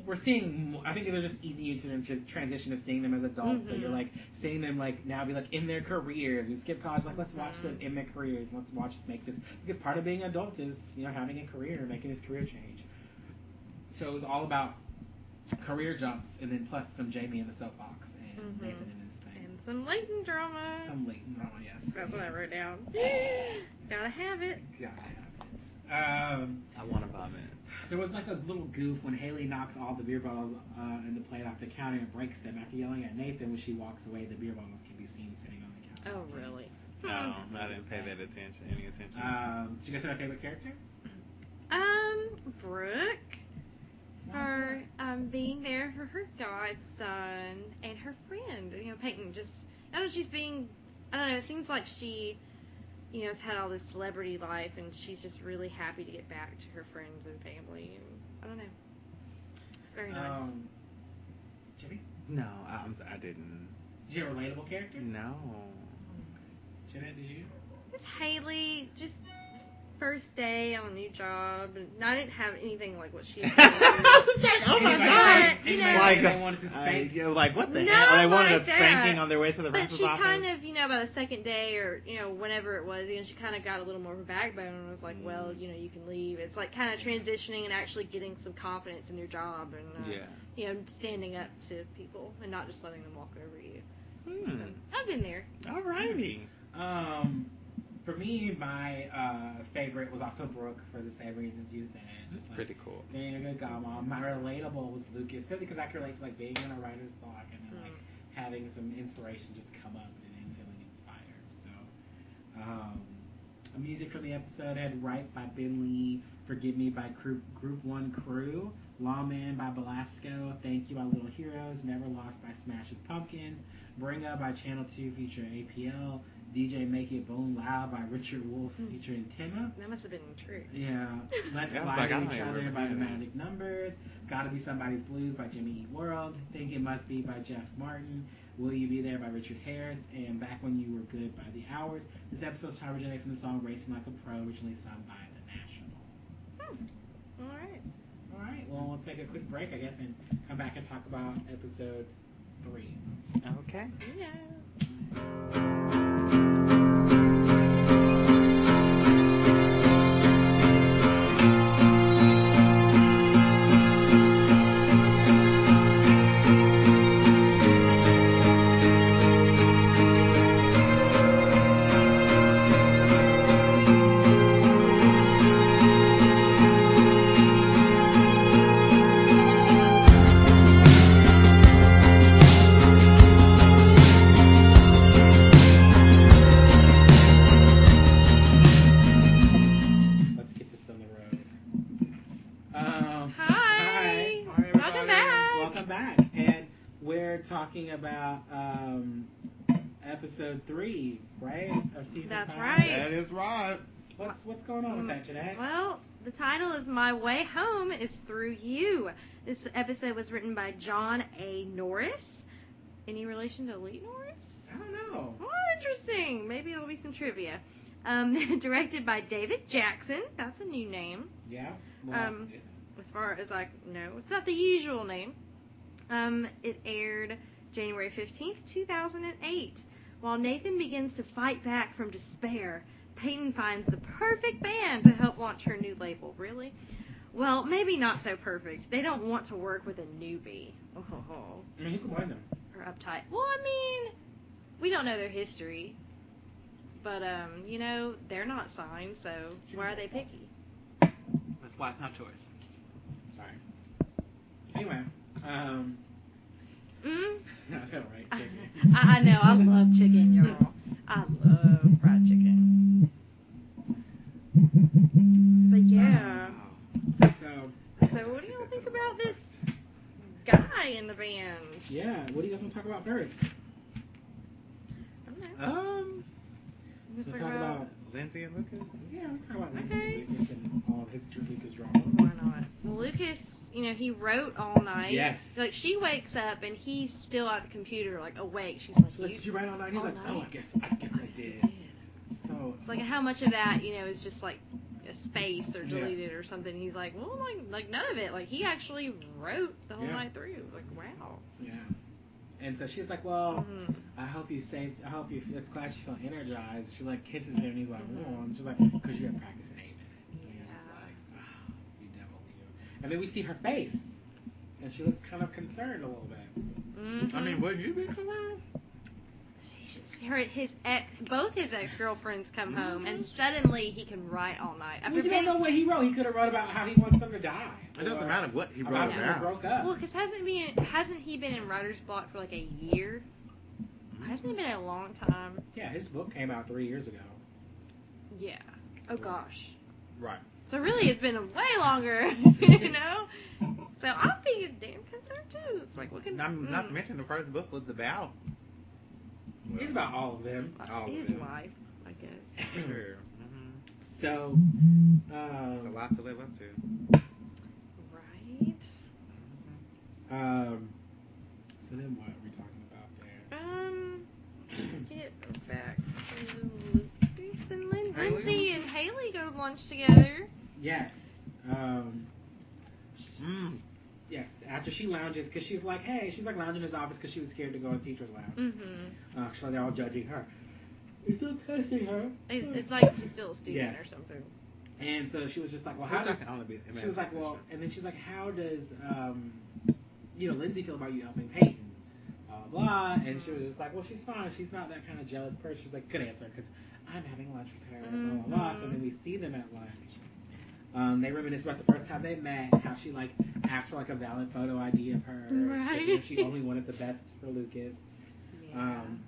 A: we're seeing, mo- I think it was just easy to to transition of seeing them as adults. So
B: Mhm.
A: you're, like, seeing them, like, now be, like, in their careers. We skip college, like, let's watch
B: Mhm.
A: them in their careers. Let's watch, make this, because part of being an adult is, you know, having a career, making this career change. So it was all about career jumps and then plus some Jamie in the soapbox and
B: Mhm.
A: Nathan in his thing.
B: and some Leighton drama.
A: Some Leighton drama, yes.
B: That's what I wrote down. Gotta have it.
A: Yeah, I have it. Um,
C: I want to vomit.
A: There was like a little goof when Haley knocks all the beer bottles uh, in the plate off the counter and breaks them. After yelling at Nathan when she walks away, the beer bottles can be seen sitting on the counter.
B: Oh, really?
C: No,
B: Hmm.
C: I didn't pay that attention. Any attention?
A: Um, did you guys have a favorite character?
B: Um, Brooke, her um, being there for her godson and her friend. You know, Peyton just, I don't know, she's being, I don't know, it seems like she, you know, has had all this celebrity life and she's just really happy to get back to her friends and family. And I don't know. It's very nice.
A: Um, Jimmy,
C: no, I, I'm, si didn't.
A: did you have a relatable character?
C: No.
A: Jeanette, did you?
B: Just Haley, just first day on a new job. And I didn't have anything like what she had.
C: oh
A: anybody,
B: God,
A: Anybody,
B: you know-
A: anybody
C: Like, uh,
A: wanted to
C: I,
A: spank
C: yeah, like what the
B: No,
C: hell? They wanted
B: like
C: a
B: that.
C: spanking on their way to the
B: But
C: principal's
B: she
C: office.
B: kind of, you know, about a second day or, you know, whenever it was, you know, she kind of got a little more of a backbone and was like,
C: Mm.
B: well, you know, you can leave. It's like kind of transitioning and actually getting some confidence in your job and, uh,
C: yeah.
B: you know, standing up to people and not just letting them walk over you.
C: Hmm.
B: I've been there.
C: Alrighty.
A: Um, for me, my uh, favorite was also Brooke for the same reasons you said.
C: That's
A: Just like,
C: pretty cool.
A: being a good godmom. My relatable was Lucas, simply because I could relate to like being in a writer's block and
C: Hmm.
A: then like having some inspiration just come up and then feeling inspired. So, um, music for the episode had "Right" by Ben Lee, "Forgive Me" by Group Group One Crew, "Lawman" by Belasco, "Thank You" by Little Heroes, "Never Lost" by Smashing Pumpkins, "Bring Up" by Channel Two featuring APL, "DJ Make It Boom Loud" by Richard Wolf
B: Hmm.
A: featuring Timma.
B: That must have been true.
A: Yeah. Let's
C: Yeah, I was
A: Lie
C: like, I
A: to
C: don't
A: Each
C: even
A: Other
C: remember
A: by the
C: that.
A: Magic Numbers. Gotta Be Somebody's Blues by Jimmy Eat World. Think It Must Be by Jeff Martin. Will You Be There by Richard Harris. And Back When You Were Good by The Hours. This episode's time originated from the song Racing Like a Pro, originally sung by The National.
B: All right.
A: All right, well, let's make a quick break, I guess, and come back and talk about episode three.
C: Okay.
B: Yeah.
E: Thank
A: Um, talking about um, episode three, right? Of season
B: That's
A: five.
B: right. Um,
G: That is right.
A: What's what's going on with that, Janae?
B: Mm. Well, the title is My Way Home is Through You. This episode was written by John A. Norris. Any relation to Lee Norris?
A: I don't know.
B: Oh, interesting. Maybe it'll be some trivia. Um, directed by David Jackson. That's a new name,
A: Yeah. Well,
B: Um,
A: it's-
B: as far as I know. It's not the usual name. Um, it aired January 15th, 2008. While Nathan begins to fight back from despair, Peyton finds the perfect band to help launch her new label. Really? Well, maybe not so perfect. They don't want to work with a newbie. Oh, ho, ho
A: I mean, who could blame them?
B: or uptight. Well, I mean, we don't know their history, but um, you know, they're not signed, so why are they picky?
C: That's why it's not yours.
A: Sorry. Anyway, um,
B: Mm?
A: I know, right?
B: I,
A: Chicken.
B: I know. I love chicken, y'all. I love fried chicken. But yeah.
A: So
B: So, what do y'all think about this guy in the band?
A: yeah, what do you guys want to talk about first?
B: I don't know.
C: Um,
B: Let's
A: Let's
B: talk
A: talk about
C: Lindsay and Lucas.
A: yeah, let's talk about
B: Okay.
A: Lucas and all of his Lucas drama.
B: Why not? Well, Lucas, you know, he wrote all night.
A: Yes.
B: Like she wakes up and he's still at the computer, like awake. She's like,
A: She's like,
B: "You-
A: did you write all night? He's
B: all
A: like, oh, I
B: night?
A: guess, I guess I did. So
B: It's like how much of that, you know, is just like a space or
A: Yeah.
B: deleted or something. He's like, well, like, like none of it. Like he actually wrote the whole
A: Yeah.
B: night through. Like wow.
A: yeah. And so she's like, well,
B: Mhm.
A: I hope you saved. I hope you. It's glad you feel energized. She like kisses him, and he's like, "Oh," and she's like, "Cause you have practice in eight minutes." And you're just
B: Yeah.
A: like, oh, "You devil, you." And then we see her face, and she looks kind of concerned a little bit.
B: Mhm.
A: Mm-hmm.
G: I mean, wouldn't you be concerned?
B: She should see her, his ex, both his ex girlfriends come
A: Mm-hmm.
B: home, and suddenly he can write all night.
A: we
B: After
A: don't
B: being
A: know what he wrote. He could have wrote about how he wants them to die.
G: It doesn't
A: or
G: matter what he
A: About
G: wrote
A: how they
G: down.
A: broke up.
B: Well, because hasn't been hasn't he been in writer's block for like a year?
A: Mm-hmm.
B: Hasn't it been a long time?
A: yeah, his book came out three years ago.
B: Yeah. Oh gosh.
G: Right.
B: So really, it's been way longer, you know. So I'm being damn concerned too. It's like what can
C: Not, not
B: mm,
C: to mention the first book was about.
A: It's about all of them.
G: all of
B: his
G: them.
B: life, I guess.
A: Mm-hmm.
C: Sure. hmm
A: So,
C: It's a
A: um,
C: lot to live up to.
B: Right.
A: um, so then what are we talking about there?
B: Um. let's Get back to Lucas and Lin-
C: Haley?
B: Lindsay and Haley go to lunch together.
A: Yes. Um,
C: Mm.
A: yes. After she lounges, because she's like, hey, she's like lounging in his office because she was scared to go in teacher's lounge.
B: Mm-hmm.
A: Uh, so they're all judging her. They're still testing her.
B: It's, it's like she's still a student
A: Hmm. Yes.
B: or something.
A: And so she was just like, well, how
C: Which I
A: does.
C: can only be
A: She was like,
C: imagination.
A: well, and then she's like, how does, um, you know, Lindsay feel about you helping Peyton? Blah, blah. And she was just like, well, she's fine. She's not that kind of jealous person. She's like, good answer, because I'm having lunch with her. Blah, blah, blah. So
B: Mhm.
A: then we see them at lunch. Um, they reminisce about the first time they met and how she, like, asked for, like, a valid photo ID of her. 'cause, you know,
B: Right.
A: She only wanted the best for Lucas. Um,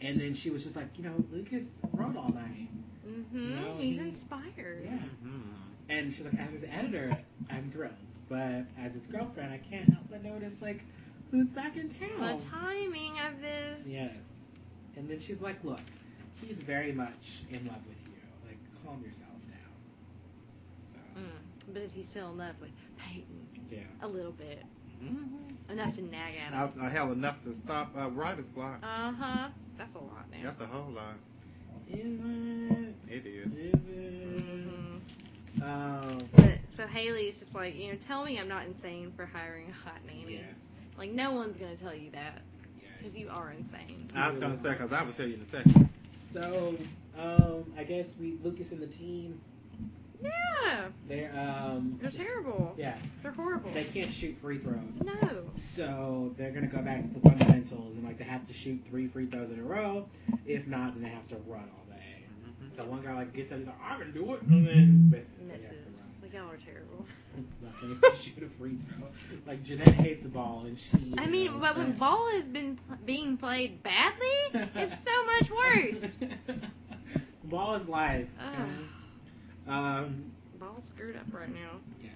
A: and then she was just like, you know, Lucas wrote all night.
B: Mm-hmm.
A: No,
B: He's
A: he-
B: inspired.
A: Yeah.
C: Mhm.
A: And she's like, as his editor, I'm thrilled, but as his girlfriend, I can't help but notice like who's back in town.
B: The timing of this.
A: Yes. And then she's like, look, he's very much in love with you. Like, calm yourself down. So
B: Mm. But is he still in love with Peyton?
A: yeah.
B: A little bit.
C: Mhm.
B: Enough to nag at him.
C: Now, I have enough to stop uh, writer's block.
B: Uh huh. That's a lot now.
C: That's a whole lot.
A: Is it?
C: It is.
A: Is it?
B: Mhm.
A: Um.
B: But so Haley is just like, you know, tell me I'm not insane for hiring a hot nanny.
A: Yes.
B: Like no one's gonna tell you that
A: Yes.
B: because you are insane.
C: I was gonna say because I will tell you in a second.
A: So, um, I guess we Lucas and the team.
B: Yeah,
A: They're um.
B: they're terrible.
A: Yeah.
B: They're horrible.
A: They can't shoot free throws.
B: No.
A: So they're gonna go back to the fundamentals and like they have to shoot three free throws in a row. If not, then they have to run all day.
C: Mhm.
A: So one guy like gets up, he's like, I'm gonna do it, and then misses. So he
B: Misses.
A: has to run.
B: Like y'all are terrible.
A: Like, they have to shoot a free throw. Like Jeanette hates the ball and she.
B: I mean, but when ball has been pl- being played badly, it's so much worse.
A: ball is life.
B: Ugh.
A: Um,
B: all screwed up right now.
A: Yes.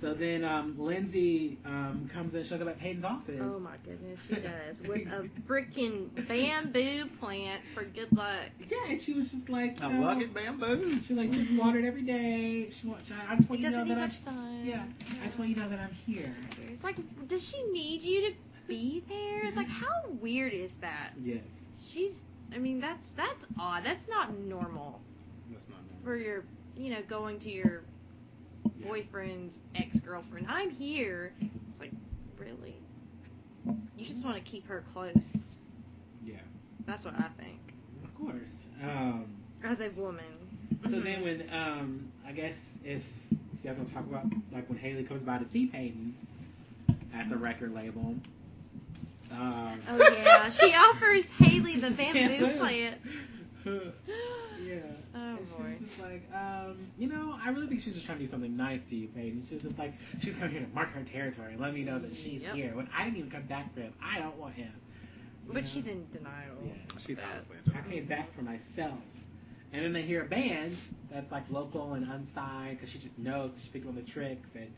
A: So then um, Lindsay um, comes and shows up at Peyton's office.
B: Oh my goodness, she does. With a freaking bamboo plant for good luck.
A: Yeah, and she was just like, "Oh, you
C: I
A: know,
C: love it, bamboo.
A: She like she's watered every day. She wants. I just
B: It
A: want you to know
B: doesn't need
A: that I'm.
B: much sun.
A: Yeah, I just want you to know that I'm here.
B: It's like, does she need you to be there? It's like, how weird is that?
A: Yes.
B: She's, I mean, that's that's odd. That's not normal
C: That's not
B: for your, you know, going to your
C: Yeah.
B: boyfriend's ex girlfriend. I'm here. It's like, really? You just want to keep her close.
A: Yeah.
B: That's what I think.
A: Of course. Um,
B: As a woman. Mm-hmm.
A: so then when um, I guess if you guys want to talk about like when Haley comes by to see Peyton at the record label. Um,
B: Oh yeah, she offers Haley the bamboo
A: Bamboo.
B: plant.
A: yeah.
B: Oh
A: And she
B: boy.
A: was just like, um, you know, I really think she's just trying to do something nice to you, Peyton. She was just like, she's coming here to mark her territory and let me know that she's
B: Yep.
A: here. When I didn't even come back for him, I don't want him. You
B: But
A: know?
B: she's in denial.
A: Yeah.
C: She's
B: That-
C: honestly
A: I came back for myself. And then they hear a band that's like local and unsigned because she just knows 'cause she's picking on the tricks. And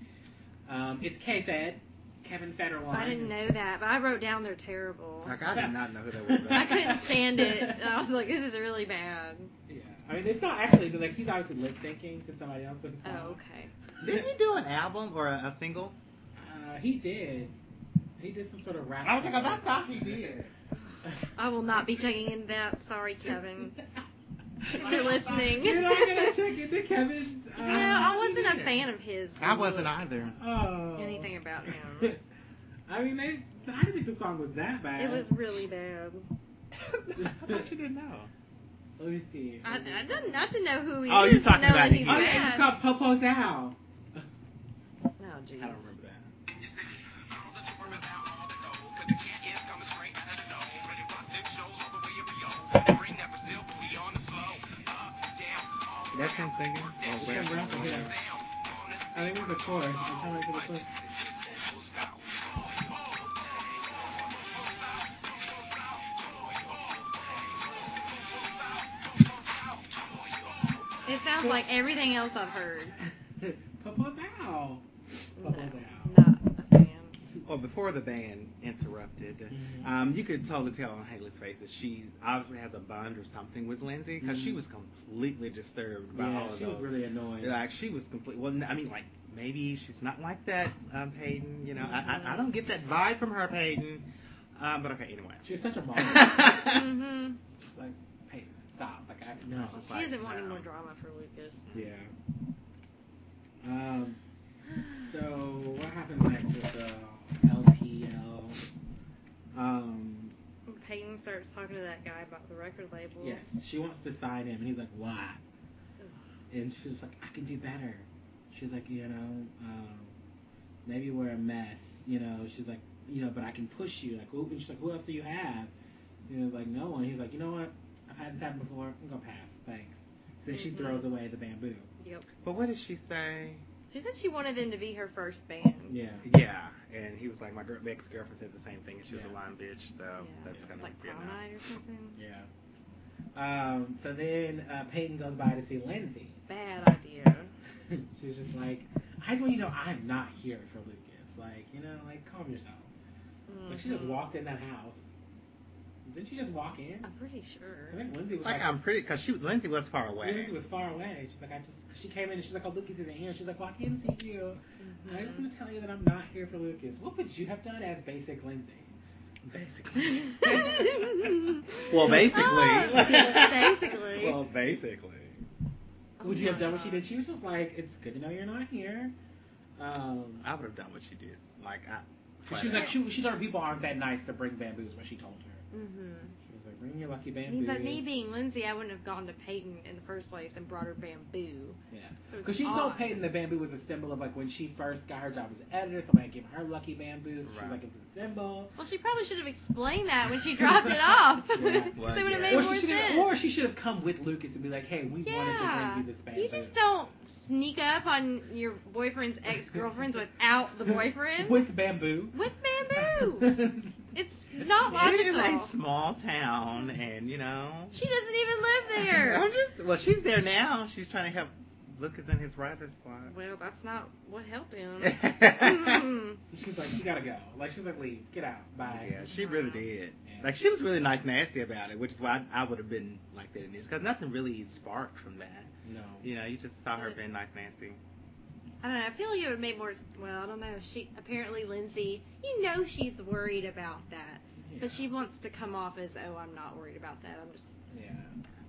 A: um, it's K Fed, Kevin Federline.
B: I didn't know that, but I wrote down they're terrible.
G: Like, I did not know who that was.
B: I couldn't stand it. And I was like, this is really bad.
A: Yeah. I mean, it's not actually, but like he's obviously lip syncing to somebody else's song.
B: Oh, okay.
C: Did he do an album or a, a single?
A: Uh, he did. He did some sort of rap.
G: I was like,
A: song.
G: that's how he did.
B: I will not be checking in that. Sorry, Kevin. If
A: Like,
B: you're listening.
A: You're not gonna check into Kevin's.
B: No,
A: Um,
B: I wasn't a
G: yeah.
B: fan of his.
C: I wasn't
B: look,
C: either.
A: Oh.
B: Anything about him.
A: I mean, they, I didn't think the song was that bad.
B: It was really bad.
C: I thought you didn't know.
A: Let me see.
B: I, I don't have to know who he
C: Oh,
B: is.
C: you're talking
B: to know
C: about
B: what
C: it
B: he's
A: Oh yeah, it's
B: bad.
A: called Popo's Owl.
B: Oh, jeez.
C: I don't remember that. That's him singing. Oh,
A: Yeah, we're not gonna hear
C: wait.
A: that. I think it was the chorus. I'm trying to think of the chorus.
B: It sounds like everything else I've heard.
A: Popo's Owl.
B: No,
A: Popo's
B: not
A: Owl.
B: a fan.
C: Well, Oh, before the band interrupted, um, you could totally tell on Haley's face that she obviously has a bond or something with Lindsay because she
A: Mhm.
C: was completely disturbed by all
A: Yeah,
C: of
A: she
C: those.
A: was really annoying.
C: Like she was complete. Well, I mean, like maybe she's not like that, um, Peyton. You know, I, I, I don't get that vibe from her, Peyton. Um, but okay, anyway.
A: She was such a mom.
B: Mm-hmm.
A: like, hey, stop. Like, I, no.
C: It's
B: She
C: like,
B: doesn't want any
C: no.
B: more drama for Lucas.
A: Yeah. Um. So what happens next with the LPL? Um.
B: Peyton starts talking to that guy about the record label.
A: Yes, she wants to sign him, and he's like, "Why?" And she's like, "I can do better." She's like, "You know, um, maybe we're a mess." You know, she's like, "You know, but I can push you." Like, who? And she's like, "Who else do you have?" And he was like, "No one." He's like, "You know what? I've had this happen before. I'm gonna pass. Thanks." So then she
B: Mhm.
A: throws away the bamboo.
B: Yep.
C: But what did she say?
B: She said she wanted them to be her first band.
A: Yeah.
C: Yeah, and he was like, my girl, ex girlfriend said the same thing, and she was
A: Yeah.
C: a lying bitch. So that's kind of
B: like
C: you know.
B: prom night or something.
A: Yeah. Um, so then uh, Peyton goes by to see Lindsay.
B: Bad idea.
A: she was just like, I just want you to know I'm not here for Lucas. Like, you know, like calm yourself. But she just
B: Mhm.
A: walked in that house. Didn't she just walk in?
B: I'm pretty
A: I
B: sure.
A: think Lindsay was like,
C: Like I'm pretty, cause she Lindsay was far away.
A: Lindsay was far away. She's like, I just, she came in and she's like, oh, Lucas isn't here. She's like, well, I can't see you. I
B: Mm-hmm.
A: just want to tell you that I'm not here for Lucas. What would you have done as basic Lindsay?
C: Basically.
B: Oh,
C: well, basically.
B: basically.
C: well, basically.
A: Would you
B: Oh
A: have
B: my
A: done what she did?
B: gosh.
A: She was just like, it's good to know you're not here. Um,
C: I would have done what she did. Like I.
A: Cause she was like, she, she told her people aren't that nice to bring bamboos, what she told her.
B: Mhm.
A: She was like, bring your lucky
B: I
A: bamboo.
B: mean, But me being Lindsay, I wouldn't have gone to Peyton in the first place and brought her bamboo.
A: Yeah.
B: So it's
A: Because she
B: odd.
A: told Peyton the bamboo was a symbol of like when she first got her job as editor, somebody gave her lucky bamboos. She
C: Right.
A: was like, it's a symbol.
B: Well, she probably should have explained that when she dropped it off.
A: Yeah.
C: Well,
B: so it would have
C: yeah.
B: made
A: Or
B: more
A: she, should
B: sense.
A: have, or she should have come with Lucas and be like, hey, we wanted to
B: Yeah.
A: bring you this bamboo.
B: You just don't sneak up on your boyfriend's ex girlfriends without the boyfriend with,
A: with bamboo.
B: bamboo. it's not
C: It is a
B: logical.
C: small town, and you know.
B: She doesn't even live there.
C: I'm just well. She's there now. She's trying to help Luke is in his writer's block.
B: Well, that's not what helped him. Mm.
A: She's like, you gotta go. Like she's like, leave, get out, bye.
C: Ah, yeah, she really did. Like she was really nice, and nasty about it, which is why I, I would have been like that in this because nothing really sparked from that.
A: no.
C: You know, you just saw her being nice, nasty.
B: I don't know. I feel like it would make more. Well, I don't know. She apparently Lindsay. You know she's worried about that,
A: Yeah.
B: but she wants to come off as, oh, I'm not worried about that. I'm just.
A: Yeah.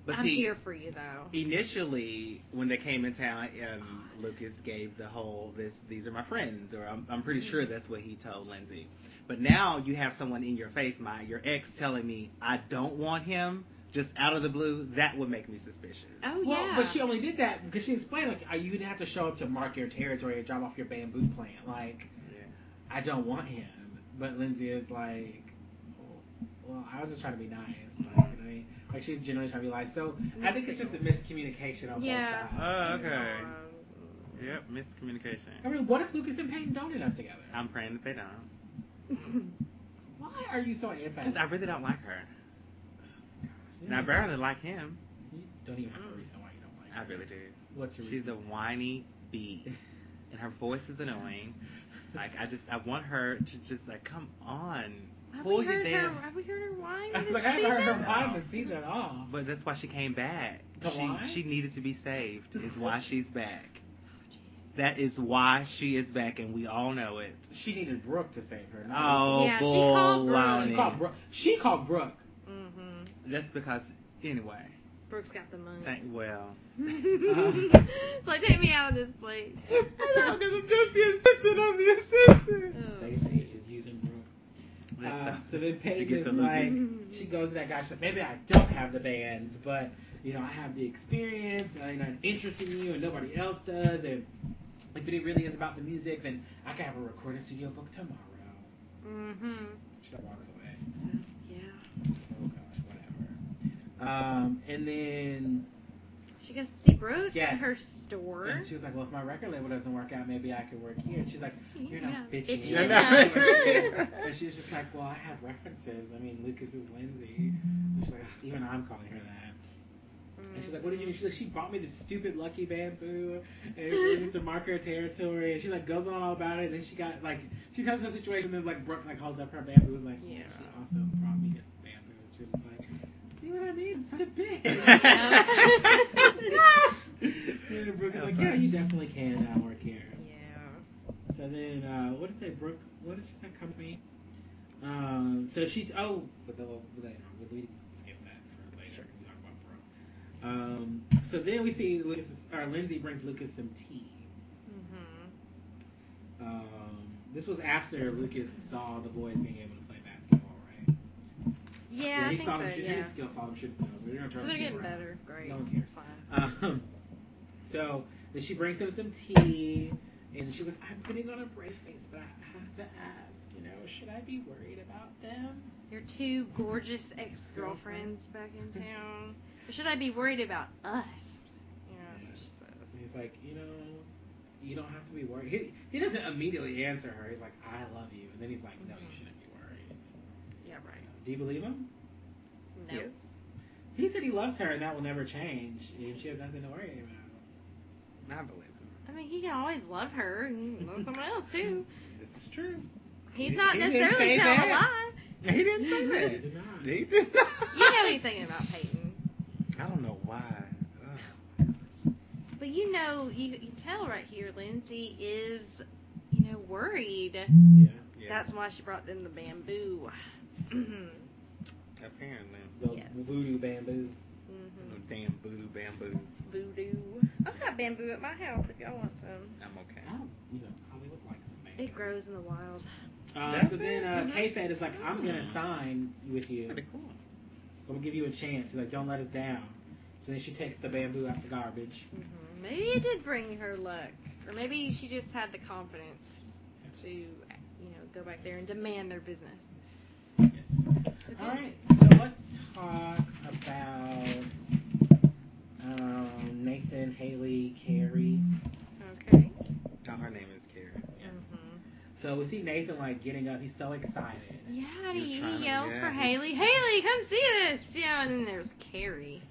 C: But
B: I'm
C: see,
B: here for you though.
C: initially when they came in town, um, Lucas gave the whole "this these are my friends," or I'm, I'm pretty sure that's what he told Lindsay. But now you have someone in your face, my your ex, telling me I don't want him just out of the blue. That would make me suspicious.
B: Oh
A: Well,
B: yeah.
A: but she only did that because she explained like uh, you'd have to show up to mark your territory and drop off your bamboo plant. Like,
C: Yeah.
A: I don't want him. But Lindsay is like, well, I was just trying to be nice. Like, you know what I mean? Like she's generally trying to be like. So I think it's just a miscommunication on
B: Yeah.
A: both sides.
C: Oh,
B: Um,
C: okay. Yep, miscommunication.
A: I mean, what if Lucas and Peyton don't end up together?
C: I'm praying that they don't,
A: Why are you so anti?
C: because I really don't like her, and I barely like him.
A: You don't even have a reason why you don't like.
C: I
A: her.
C: really do.
A: What's your
C: She's a
A: reason?
C: whiny bee, and her voice is annoying. Like I just, I want her to just like, come on,
B: Have
C: pull
B: we
C: your
B: heard her?
C: damn.
B: Have we heard her whine?
A: I was
B: this
A: like, I haven't heard her
B: season?
A: vibe this season at all.
C: But that's why she came back.
A: The
C: she
A: why?
C: she needed to be saved. Is why she's back.
B: Oh,
C: That is why she is back, and we all know it.
A: She needed Brooke to save her. not
C: Oh,
B: Yeah, she called Brooke.
C: baloney.
A: Lucas. she called Brooke. She called Brooke.
B: Mm-hmm.
C: That's because anyway.
B: Brooke's got the money.
C: Thank, well,
A: Uh.
B: so take me out of this place.
C: I'm just the assistant. I'm the assistant.
A: Basically, she's using Brooke. Uh, so then Peyton
C: get
A: is
C: to
A: like,
C: Lucas.
A: she goes to that guy. She's like, maybe I don't have the bands, but you know, I have the experience. And, you know, it interests you, and nobody else does. And if it really is about the music, then I can have a recording studio book tomorrow.
B: mm-hmm.
A: She like, walks away.
B: So, yeah.
A: Oh gosh, whatever. Um, and then
B: She goes to see Brooke at
A: Yes.
B: her store.
A: and she was like, well, if my record label doesn't work out, maybe I could work here. And she's like, you're not
B: Yeah.
A: bitchy.
B: You're
A: enough.
B: not.
A: And she's just like, well, I have references. I mean, Lucas is Lindsay. And she's like, "Ugh, even I'm calling her that. And she's like, what did you do? She's
B: Mm-hmm.
A: like, she bought me this stupid lucky bamboo, and it was just to mark her territory. And she like goes on all about it. And then she got like, she tells her situation. And then like Brooke like holds up her bamboo. Was like, yeah,
B: Yeah.
A: she also brought me a bamboo. And she was like, see what I mean? Such a bitch.
B: Yeah.
A: and Brooke is
C: That's
A: like,
C: fine.
A: yeah, you definitely can now work here.
B: yeah.
A: So then, uh, what did it say, Brooke? What did she say, company? Um, so she, oh, but they'll, later, we we skip that for later. We talk about Brooke. Um, so then we see Lucas, or Lindsay brings Lucas some tea.
B: Mm-hmm.
A: Um, this was after Lucas saw the boys being able to play basketball, right?
B: Yeah, I
A: he
B: think
A: saw
B: so.
A: them shooting. He
B: Yeah.
A: didn't skill saw them shooting. those, So they're gonna
B: So
A: turn
B: they're
A: the team
B: getting
A: around.
B: better. Great.
A: No one cares.
B: Fine.
A: Um, so then she brings him some tea, and she was, I'm putting on a brave face, but I have to ask, you know, should I be worried about them?
B: Your two gorgeous ex-girlfriends back in town. Or should I be worried about us? You know, that's what she says.
A: And he's like, you know, you don't have to be worried. He, he doesn't immediately answer her. He's like, I love you. And then he's like, no, you shouldn't be worried.
B: Yeah, right.
A: Do you believe him?
B: No.
C: Yes.
A: He said he loves her and that will never change. And she has nothing to worry about.
C: I believe
B: I mean, he can always love her and love someone else too.
C: it. This is true.
B: He's
C: He-
B: not
C: he didn't
B: necessarily
C: say
B: telling a lie.
C: that. He didn't say
A: He
C: that.
A: did not.
C: He did not.
B: You know he's thinking about Peyton,
C: I don't know why. Ugh.
B: but you know you can tell right here Lindsay is, you know, worried.
A: Yeah.
C: Yeah,
B: That's why she brought them the bamboo. hmm
C: apparently.
A: The
B: Yes.
A: voodoo bamboo.
C: No damn voodoo bamboo.
B: Voodoo. I've got bamboo at my house if y'all want some.
C: I'm okay.
A: I don't, you know, probably would like some bamboo.
B: It grows in the wild.
A: Uh,
C: That's
A: so then uh,
B: it? Mhm.
A: K-Fed is like, I'm going to
C: Hmm.
A: sign with you.
C: Pretty cool.
A: I'm going to give you a chance. He's like, don't let us down. So then she takes the bamboo out the garbage.
B: Mhm. Maybe it did bring her luck, or maybe she just had the confidence to, you know, go back there and demand their business.
A: Yes. All right, so let's talk about um, Nathan, Haley, Carrie.
B: Okay.
C: Now her name is Karen.
B: Mhm.
A: So we see Nathan like getting up. He's so excited.
B: Yeah, and
C: He was
B: he,
C: trying
B: he
C: to-
B: yells
C: yeah,
B: for
C: he-
B: Haley. Haley, come see this. Yeah, and then there's Carrie.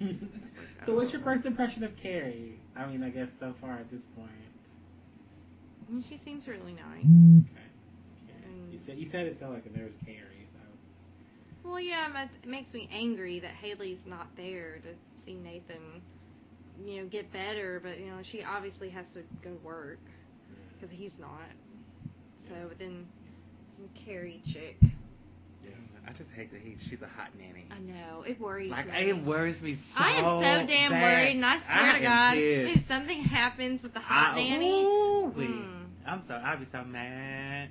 A: so what's your first impression of Carrie? I mean, I guess so far at this point.
B: I mean, she seems really nice.
A: Okay. You said you said it sounded like there was Aries. I was
B: Well, yeah, it makes- it makes me angry that Haley's not there to see Nathan, you know, get better. But you know, she obviously has to go work because he's not. So, but then some Carrie chick.
C: I just hate that he. She's a hot nanny.
B: I know it worries
C: Like
B: me.
C: it worries me so.
B: I am so damn
C: bad.
B: worried, and I swear
C: I
B: to
C: am
B: God,
C: pissed.
B: if something happens with the
C: I-
B: hot nanny,
C: Ooh-wee.
B: mm,
C: I'm sorry. I'd be so mad.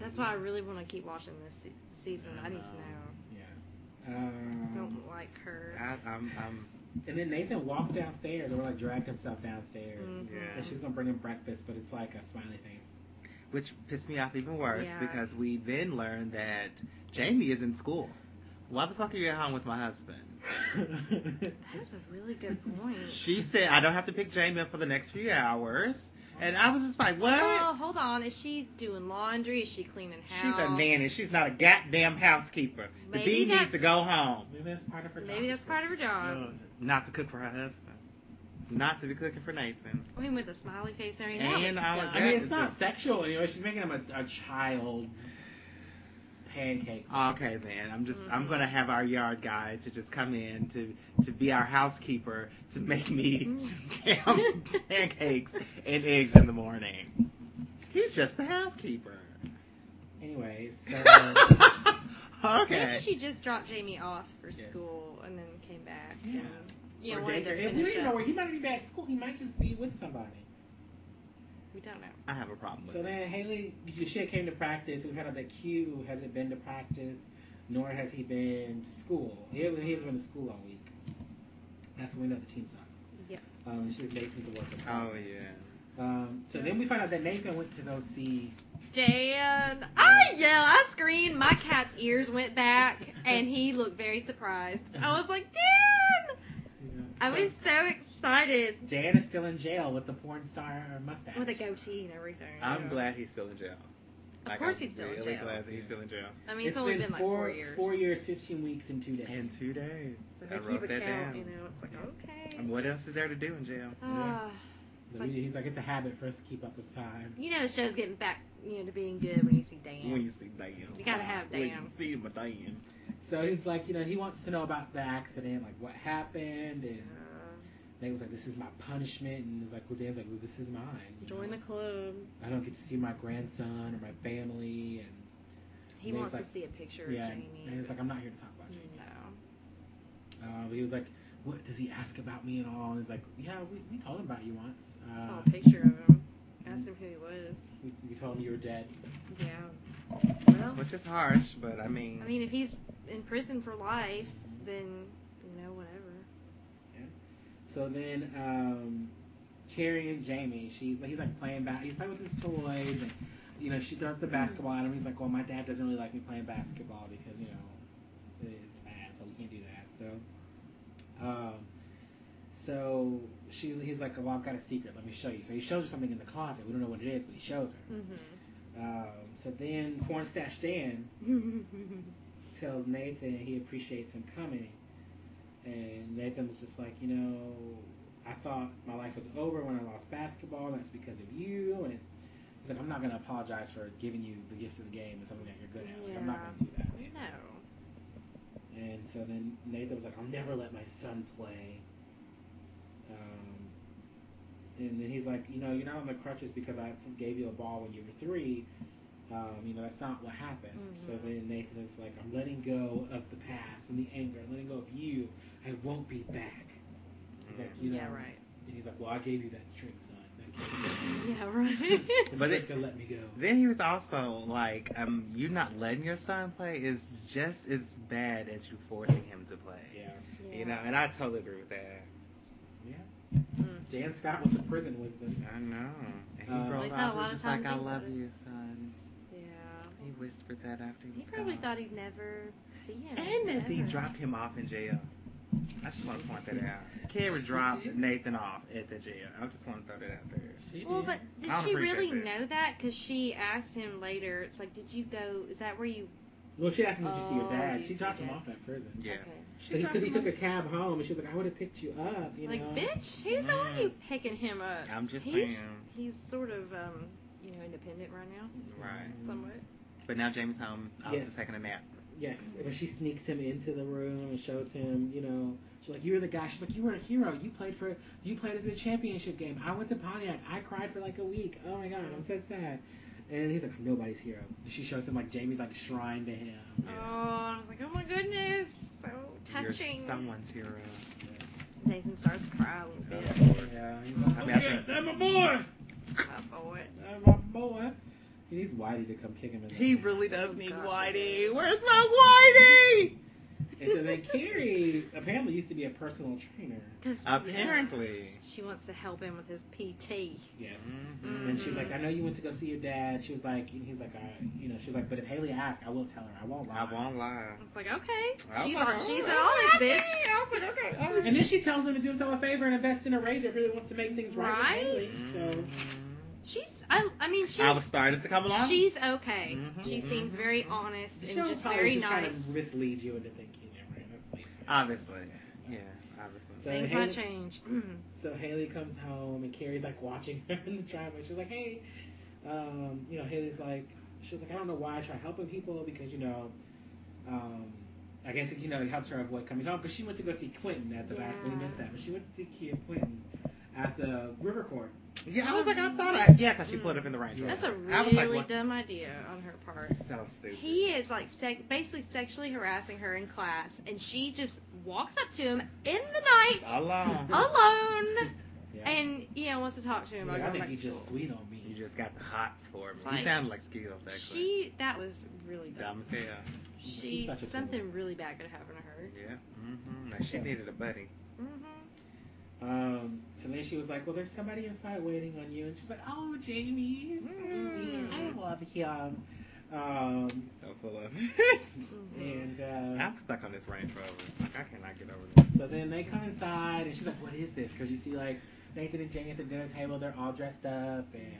B: that's why I really want to keep watching this se- season. I need to
C: Um,
B: know.
A: yes. Um,
B: Don't like her.
C: I, I'm. I'm.
A: And then Nathan walked downstairs, or like dragged himself downstairs,
B: Mhm.
C: Yeah.
A: and she's gonna bring him breakfast, but it's like a smiley face.
C: Which pissed me off even worse
B: Yeah.
C: because we then learned that Jamie is in school. Why the fuck are you at home with my husband?
B: That is a really good point.
C: She said I don't have to pick Jamie up for the next few hours, and I was just like, what?
B: Oh, hold on. Is she doing laundry? Is she cleaning
C: She's
B: house?
C: a nanny. She's not a goddamn housekeeper. The
B: Maybe
C: bee needs
B: that's-
C: to go home.
A: Maybe that's part of her.
B: Maybe that's part of her job.
C: Mm. Not to cook for her husband. Not to be cooking for Nathan.
B: I mean, with a smiley face and everything.
C: And
B: that
C: all
B: was
C: of
A: I
B: dumb.
A: mean,
C: that.
A: it's not sexual anyway. She's making him a, a child's pancake.
C: Okay, then. I'm just.
B: Mm-hmm.
C: I'm gonna have our yard guy to just come in to to be our housekeeper to make me
B: Mm.
C: damn pancakes and eggs in the morning. He's just the housekeeper.
A: Anyway, so
C: okay.
B: Maybe she just dropped Jamie off for
A: Yes.
B: school and then came back.
A: Yeah.
B: And, you
A: or
B: know, wanted to
A: daycare. And we
B: finish
A: don't know
B: up.
A: where he might not be back at school. He might just be with somebody.
B: We don't know.
C: I have a problem with
A: So
C: it.
A: then Haley, she had came to practice. We found out that Q hasn't been to practice, nor has he been to school. He, he has been to school all week. That's when we know the team sucks.
B: Yep.
A: Um, she's Nathan's to work with.
C: Oh
A: practice.
C: yeah.
A: Um, so then we find out that Nathan went to go see.
B: Dan, I yell, I screamed. My cat's ears went back, and he looked very surprised. I was like, Dan! I was so excited
A: Dan is still in jail with the porn star mustache.
B: with a goatee and everything.
C: I'm glad he's still in jail.
B: Of course
C: I'm
B: he's still in
C: really
B: jail.
C: glad that he's still in jail.
B: I mean, it's, only been, like four, years.
A: Four years, fifteen weeks, and two days.
C: In two days.
B: But
C: I
B: they keep
C: wrote
B: a
C: that
B: count,
C: down.
B: you know. It's like, okay.
C: And what else is there to do in jail?
B: Ah,
A: So we- he's like, it's a habit for us to keep up with time.
B: you know, the show's getting back, you know, to being good when you see Dan.
C: When you see Dan.
B: You gotta have
C: When you
B: Dan.
C: see my Dan.
A: So he's like, you know, he wants to know about the accident, like what happened, and Nate was like, this is my punishment, and he's like, well, Dan's like, well, this is mine. you
B: Join
A: know?
B: the club.
A: I don't get to see my grandson or my family, and
B: He
A: Nate's
B: wants
A: like-
B: to see a picture
A: yeah,
B: of
A: and,
B: Jamie. Mm-hmm.
A: and it's like, I'm not here to talk about you.
B: no.
A: Uh, but he was like, what does he ask about me and all? And he's like, yeah, we, we told him about you once. Uh,
B: Saw a picture of him. Asked him who he was.
A: we, we told him you were dead.
B: Yeah. Well,
C: Which is harsh, but I mean,
B: Oh. I mean, if he's in prison for life, then, you know, whatever.
A: So then, um, Carrie and Jamie, she's he's like playing back. He's playing with his toys, and you know she does the basketball at him. He's like, well, my dad doesn't really like me playing basketball because you know it's bad, so we can't do that. So, um, so she's he's like, well, I've got a secret. Let me show you. So he shows her something in the closet. We don't know what it is, but he shows her. Um, so then, Cornstache Dan
B: Mm-hmm.
A: tells Nathan he appreciates him coming. And Nathan was just like, you know, I thought my life was over when I lost basketball, and that's because of you. And he's like, I'm not going to apologize for giving you the gift of the game and something that you're good at. Like, I'm not
B: Yeah.
A: going to do that.
B: no.
A: And so then Nathan was like, I'll never let my son play. Um, and then he's like, you know, you're not on the crutches because I gave you a ball when you were three. Um, you know, that's not what happened. So
B: Mhm.
A: then Nathan is like, I'm letting go of the past and the anger. I'm letting go of you. I won't be back. He's like, you know,
B: Mm-hmm. Yeah, right.
A: And he's like, well, I gave you that strength, son. That
B: Yeah, right.
A: the
C: But
A: strength to let me go.
C: then he was also like, um, you not letting your son play is just as bad as you forcing him to play.
A: Yeah.
C: You know, and I totally agree with that.
B: Mm.
A: Dan Scott with the prison wisdom.
C: I know. And he
A: Um,
C: broke
B: He's had Uh, a
C: off. He
B: lot
C: was
B: of
C: just
B: time
C: like,
B: to
C: I
B: think
C: love
B: about it."
C: you, son.
B: Yeah.
C: He whispered that after he
B: He
C: was
B: probably
C: gone.
B: thought he'd never see him.
C: And that they
B: ever.
C: dropped him off in jail. I just want to point that out. Kara dropped Nathan off at the jail. I just want to throw that out there.
B: Well, but did
C: I don't
B: she
C: appreciate
B: really
C: that.
B: know that? Because she asked him later. It's like, did you go? Is that where you?
A: Well, she asked him, did you see your
B: Oh,
A: dad?
B: did
A: She
B: you see
A: dropped
B: your
A: him
B: dad?
A: off at prison.
C: Yeah.
B: Okay. She dropped
A: Because he
B: him
A: took a
B: off.
A: cab home, and she was like, "I would have picked you up." You
B: Like,
A: know?
B: bitch, who's the one you picking him up?
C: Mm. I'm just
B: he's,
C: saying.
B: He's sort of, um, you know, independent right now,
C: Right.
B: somewhat.
C: But now Jamie's home. I was
A: Yes.
C: just taking a nap.
A: Yes, when she sneaks him into the room and shows him, you know, she's like, "You're the guy." She's like, "You were a hero. You played for, you played us in the championship game. I went to Pontiac. I cried for like a week. Oh my god, I'm so sad." And he's like, "I'm "Nobody's hero." She shows him like Jamie's like shrine to him.
B: Oh, I was like, oh my goodness, so touching.
C: You're someone's hero.
B: Nathan starts crying a bit.
A: Yeah, he's
C: I mean,
A: like,
C: I
A: "Yeah,
C: think-
A: that's my boy.
B: Oh, boy.
A: That's my boy." He needs Whitey to come kick him in the
C: He
A: ass.
C: really does
B: Oh,
C: need
B: God.
C: Whitey. Where's my Whitey?
A: And so then Carrie apparently used to be a personal trainer.
B: 'Cause, yeah,
C: Apparently.
B: she wants to help him with his PT.
A: Yes.
C: Mhm.
A: And she's like, I know you went to go see your dad. She was like, and he's like, I, you know, she's like, but if Haley asks, I will tell her. I won't lie.
C: I won't lie.
B: It's like, okay,
C: I was
B: she's
C: like,
B: on,
C: oh,
B: she's an
C: okay,
B: honest bitch.
C: okay, I was like, okay, all right.
A: And then she tells him to do himself a favor and invest in a razor if he really wants to make things right.
B: Right?
A: With Haley. So
C: Mm.
B: She's, I, I mean, she's,
C: Mm-hmm. I was starting to come along.
B: she's okay.
A: Mm-hmm.
C: Mhm.
B: She seems very honest
A: the
B: and
A: show
B: just
A: probably
B: very
A: was just
B: nice.
A: trying to mislead you into thinking it, right? That's like-
C: Obviously. Yeah, obviously.
A: So
B: Things
A: Haley,
B: might change.
A: so Haley comes home and Carrie's like watching her in the driveway. She's like, hey, um, you know, Haley's like, she's like, I don't know why I try helping people because you know, um, I guess you know it helps her avoid coming home because she went to go see Clinton at the last, but we
B: Yeah.
A: missed that. But she went to see Kia Clinton at the River Court.
C: Yeah, I was like, I thought I. Yeah, because she pulled up in the Range Rover.
B: Mm-hmm. That's a
C: I was like,
B: really
C: what?
B: dumb idea on her part.
C: So stupid.
B: He is like sec- basically sexually harassing her in class, and she just walks up to him in the night
C: Alone.
B: Oh, alone,
A: Oh. Yeah.
B: and you know wants to talk to him about
A: I
B: going
A: think
B: back
A: you
B: to
A: just
B: school.
A: sweet on me.
C: "Oh You just got the hots for me.
B: It's
C: you
B: like-
C: sound like Skittles, actually.
B: She that was really
C: Dumb
B: dumb.
C: as hell.
B: She
A: such a fool.
B: something really bad could happen to her.
C: Yeah. Mm-hmm. Like, she needed a buddy.
B: Mm-hmm.
A: Um, so then she was like, "Well, there's somebody inside waiting on you," and she's like, "Oh, Jamie,
B: Mm.
C: Mm.
A: so sweet. I love him." Um,
C: So full of it.
B: Mm-hmm.
A: and uh,
C: I'm stuck on this Range Rover. Like, I cannot get over this.
A: so then they come inside, and she's like, "What is this?" Because you see, like Nathan and Jamie at the dinner table, they're all dressed up, and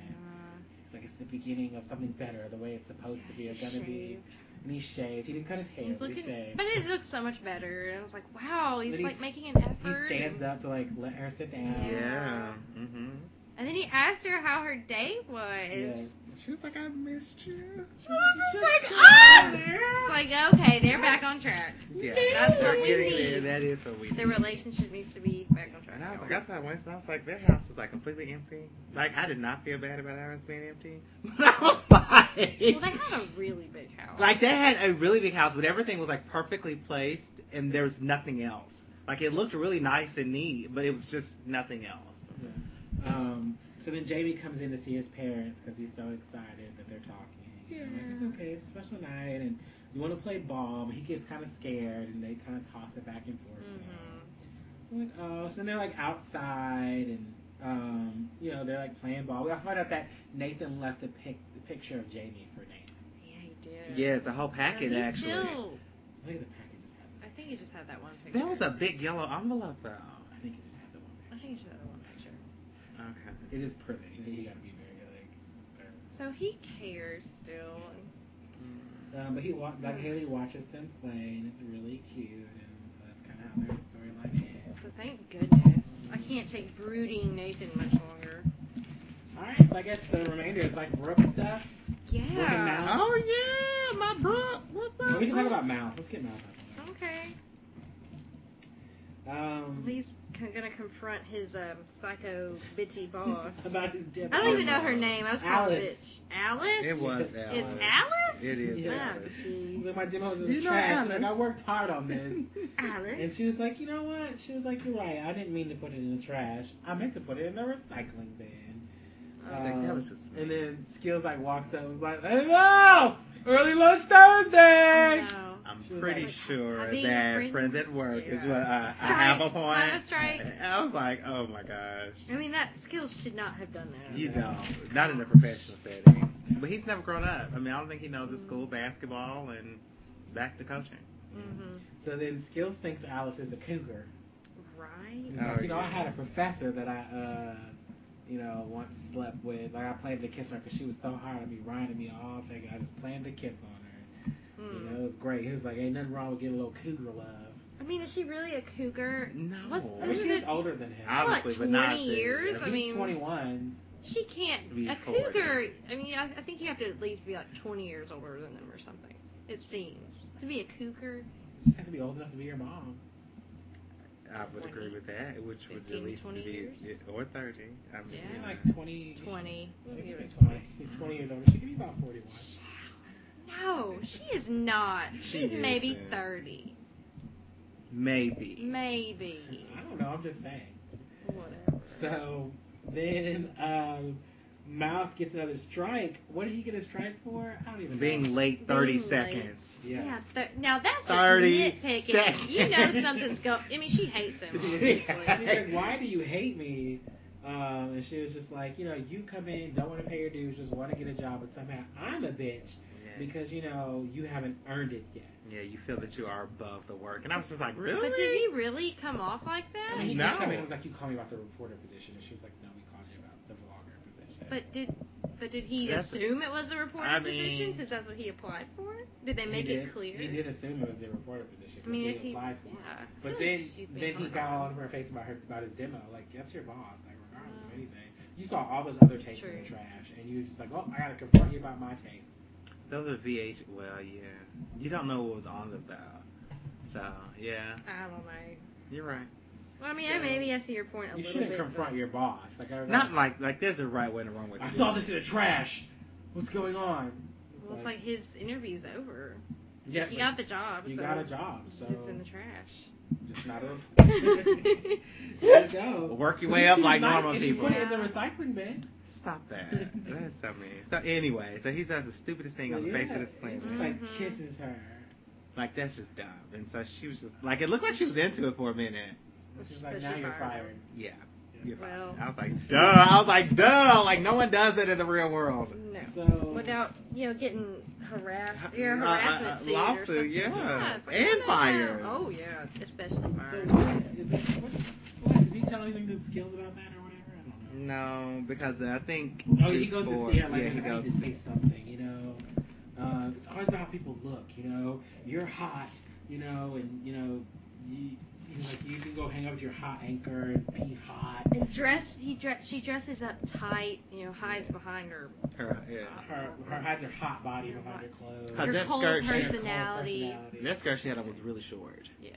A: it's like it's the beginning of something better, the way it's supposed to be or
B: He's
A: gonna be.
B: shaved.
A: And he shaved. He didn't cut his hair.
B: He's
A: but he
B: looking,
A: shaved.
B: but it looks so much better. And I was like, wow, he's
A: But he's-
B: like making an
A: He
B: effort.
A: stands
B: and,
A: up to like let her sit down.
C: Yeah. Mm-hmm.
B: and then he asked her how her day was.
A: Yeah.
C: She was like, I missed you.
B: She was
C: She was
B: just
C: like,
B: so-
C: "Ah!"
B: It's like, okay, they're back on track.
C: Yeah.
B: That's
C: They're
B: what we
C: getting
B: need.
C: there. That is what we need.
B: The relationship needs to be back on track.
C: And I was like, that's why I went. I was like, their house is like completely empty. Like, I did not feel bad about ours being empty. But I was
B: well,
C: like,
B: they had a really big house.
C: like they had a really big house, but everything was like perfectly placed, and there was nothing else. Like it looked really nice and neat, but it was just nothing else.
A: Um, so then Jamie comes in to see his parents because he's so excited that they're talking. Yeah. Like, it's okay, it's a special night, and you want to play ball, but he gets kind of scared, and they kind of toss it back and forth. you know.
B: Mhm.
A: I'm like, oh, so then they're like outside, and um, you know they're like playing ball. We also find out that Nathan left a pic, the picture of Jamie for Nathan.
B: Yeah, he did.
C: Yeah, it's a whole packet
B: He
C: actually.
B: Still,
A: I think the packet just had.
B: I think he just had that one picture.
C: There was a big yellow envelope though.
A: I think it just had the one.
B: I think he just had that one picture.
C: Okay.
A: Packet. It is prison. You, know, you gotta be very like.
B: So he cares still.
A: Um, but he wa- like Haley watches them play, and it's really cute, and so that's kind of how their storyline ends.
B: So thank goodness. I can't take brooding Nathan much longer.
A: All right, so I guess the remainder is like Brooke stuff.
B: Yeah.
A: out.
C: Oh yeah, my Brooke. What's up?
A: Well, we can talk
C: Brooke?
A: about Mal. Let's get Mal. out
B: Okay.
A: of the way. Um,
B: He's c- gonna confront his um, psycho bitchy boss.
A: about his dip.
B: I don't even know her name. I was called a bitch.
A: Alice.
B: Alice.
C: It was
A: It's
C: Alice.
B: It's Alice.
C: It is
A: Yeah.
C: Alice.
B: jeez.
A: Like my demos
C: You
A: in the
C: know
A: trash. She's Like I
C: Alice.
A: worked hard on this, and
B: Alice.
A: she was like, you know what? She was like, you're right. I didn't mean to put it in the trash. I meant to put it in the recycling bin.
B: Oh.
C: I think that was
A: Um,
C: just-
A: And then Skills like walks up and was like, "Hey, no, early lunch Thursday."
B: No.
C: I'm
A: She was
C: pretty
A: like,
C: sure
B: having
C: that
B: friends.
C: friends, at work is
B: Yeah.
C: what I, I
B: Strike.
C: have a point.
B: Have a strike.
C: I was like, oh my gosh.
B: I mean, that skills should not have done that.
C: You don't. Not in a professional setting. But he's never grown up. I mean, I don't think he knows his school basketball and back to coaching.
B: Mm-hmm.
A: So then Skills thinks Alice is a cougar.
B: Right.
A: He's like,
C: Oh,
A: you know, I
C: yeah.
A: had a professor that I, uh, you know, once slept with. Like, I planned to kiss her because she was so hard at me, rhyming me all thing. I just planned to kiss on her. You
B: Mm.
A: know, it was great. He was like, ain't nothing wrong with getting a little cougar love.
B: I mean, is she really a cougar?
C: No.
B: What's-
A: I mean,
B: Isn't
A: she's
B: it-
A: older than him.
C: I- Obviously,
B: what,
C: but
B: 20
C: not the-
B: years?
A: He's
B: I mean,
A: 21.
B: she can't.
C: Be
B: a
C: 40.
B: cougar. I mean, I, I think you have to at least be like 20 years older than them or something. It seems to be a cougar.
A: You just have to be old enough to be your mom.
C: I would agree with that, which would
B: 15,
C: at least
B: 20
C: be
B: years?
C: or thirty. I mean,
B: Yeah.
A: Yeah,
C: you know.
A: like 20.
B: 20.
A: She
B: Let's
A: could
B: give
A: be
B: it
A: 20. She's 20 years older. She could be about 41.
B: No, she is not.
C: She
B: She's
C: is,
B: maybe
C: man.
B: 30.
C: maybe.
B: Maybe.
A: I don't know. I'm just saying.
B: Whatever.
A: So then um, Mouth gets another strike. What did he get a strike for? I don't even know.
C: Being late thirty
B: Being late.
C: seconds.
A: Yeah.
B: Yeah, thir- now that's
C: 30
B: 30 nitpicking. You know
C: seconds.
B: something's going. I mean, she hates him.
C: Yeah.
B: obviously.
A: He's like, why do you hate me? Um, and she was just like, you know, you come in, don't want to pay your dues, just want to get a job, but somehow I'm a bitch
C: Yeah.
A: because, you know, you haven't earned it yet.
C: Yeah, you feel that you are above the work, and I was just like, really?
B: But did he really come off like
A: I
B: that?
A: mean, he
C: No.
A: kept coming, it was like, you called me about the reporter position. And she was like, no, we called you about the vlogger position.
B: But did but did he
C: That's-
B: assume it was a reporter
C: I
B: position
C: mean-
B: since that's what he applied for? Did they
A: He
B: make
A: did-
B: it clear?
A: He did assume it was the reporter position.
B: I mean,
A: because
B: is he?
A: he
B: Yeah.
A: applied for it.
B: I feel
A: But
B: like
A: then,
B: she's being
A: then he
B: hard
A: got all
B: on
A: over
B: him.
A: her face about her about his demo. Like that's your boss. Like regardless
B: Wow.
A: of anything, you saw all those other tapes in the
B: Uh-huh. True.
A: trash, and you were just like, oh, I gotta confront you about my tape.
C: Those are VH. Well, yeah. You don't know what was on them though. So yeah,
B: I don't know.
C: you're right.
B: Well, I mean,
A: So,
B: maybe I see your point a
A: you
B: little
A: shouldn't
B: bit.
A: confront
B: but-
A: your boss. Like I
C: Not like like there's a right way and a wrong way. To
A: uh, I
C: do
A: saw
C: it.
A: this in the trash. What's going on?
B: Well, it's like his interview's over.
A: yeah,
B: he
A: but
B: got the job.
A: you
B: so
A: got a job, so
B: It's in the
A: just not a.
B: trash.
A: There you go.
C: Work your way up
A: She was
C: like
A: nice,
C: normal
A: and she
C: people.
A: Put it in the recycling bin.
C: Stop that. That's so mean. So anyway, so he does the stupidest thing on the
A: But
C: face
A: yeah,
C: of this
A: he
C: planet.
A: Just like
B: Mhm.
A: kisses her.
C: Like that's just dumb. And so she was just like, it looked like she was into it for a minute.
A: She's like,
B: But
A: now
B: she
A: you're
B: fired him.
A: fired.
C: Yeah. You're fine.
B: Well.
C: I was like, duh. I was like, duh. Like no one does that in the real world.
B: no.
A: So
B: Without you know getting harassed,
C: Uh,
B: your
C: uh,
B: harassment
C: uh,
B: suit or
C: lawsuit,
B: something.
C: yeah.
B: it's
C: And
B: no.
C: fired.
B: Oh yeah, especially
A: So
B: fired.
A: what is it? What, what, does he tell anything to skills about that or whatever? I don't know.
C: No, because I think.
A: Oh, he goes
C: before-
A: to see her like
C: yeah, he
A: I
C: goes.
A: need to say something, you know. Uh, it's always about how people look, you know. You're hot, you know, and you know, you, you like you can go hang out with your hot anchor and be hot.
B: And dress, he dress, she dresses up tight, you know, hides behind her,
C: Her, yeah.
A: Her her hides her hot body behind her clothes.
C: Her
B: her
C: that
B: cold
C: skirt-
A: Her cold
B: personality.
C: That skirt she had on was really short.
B: Yeah.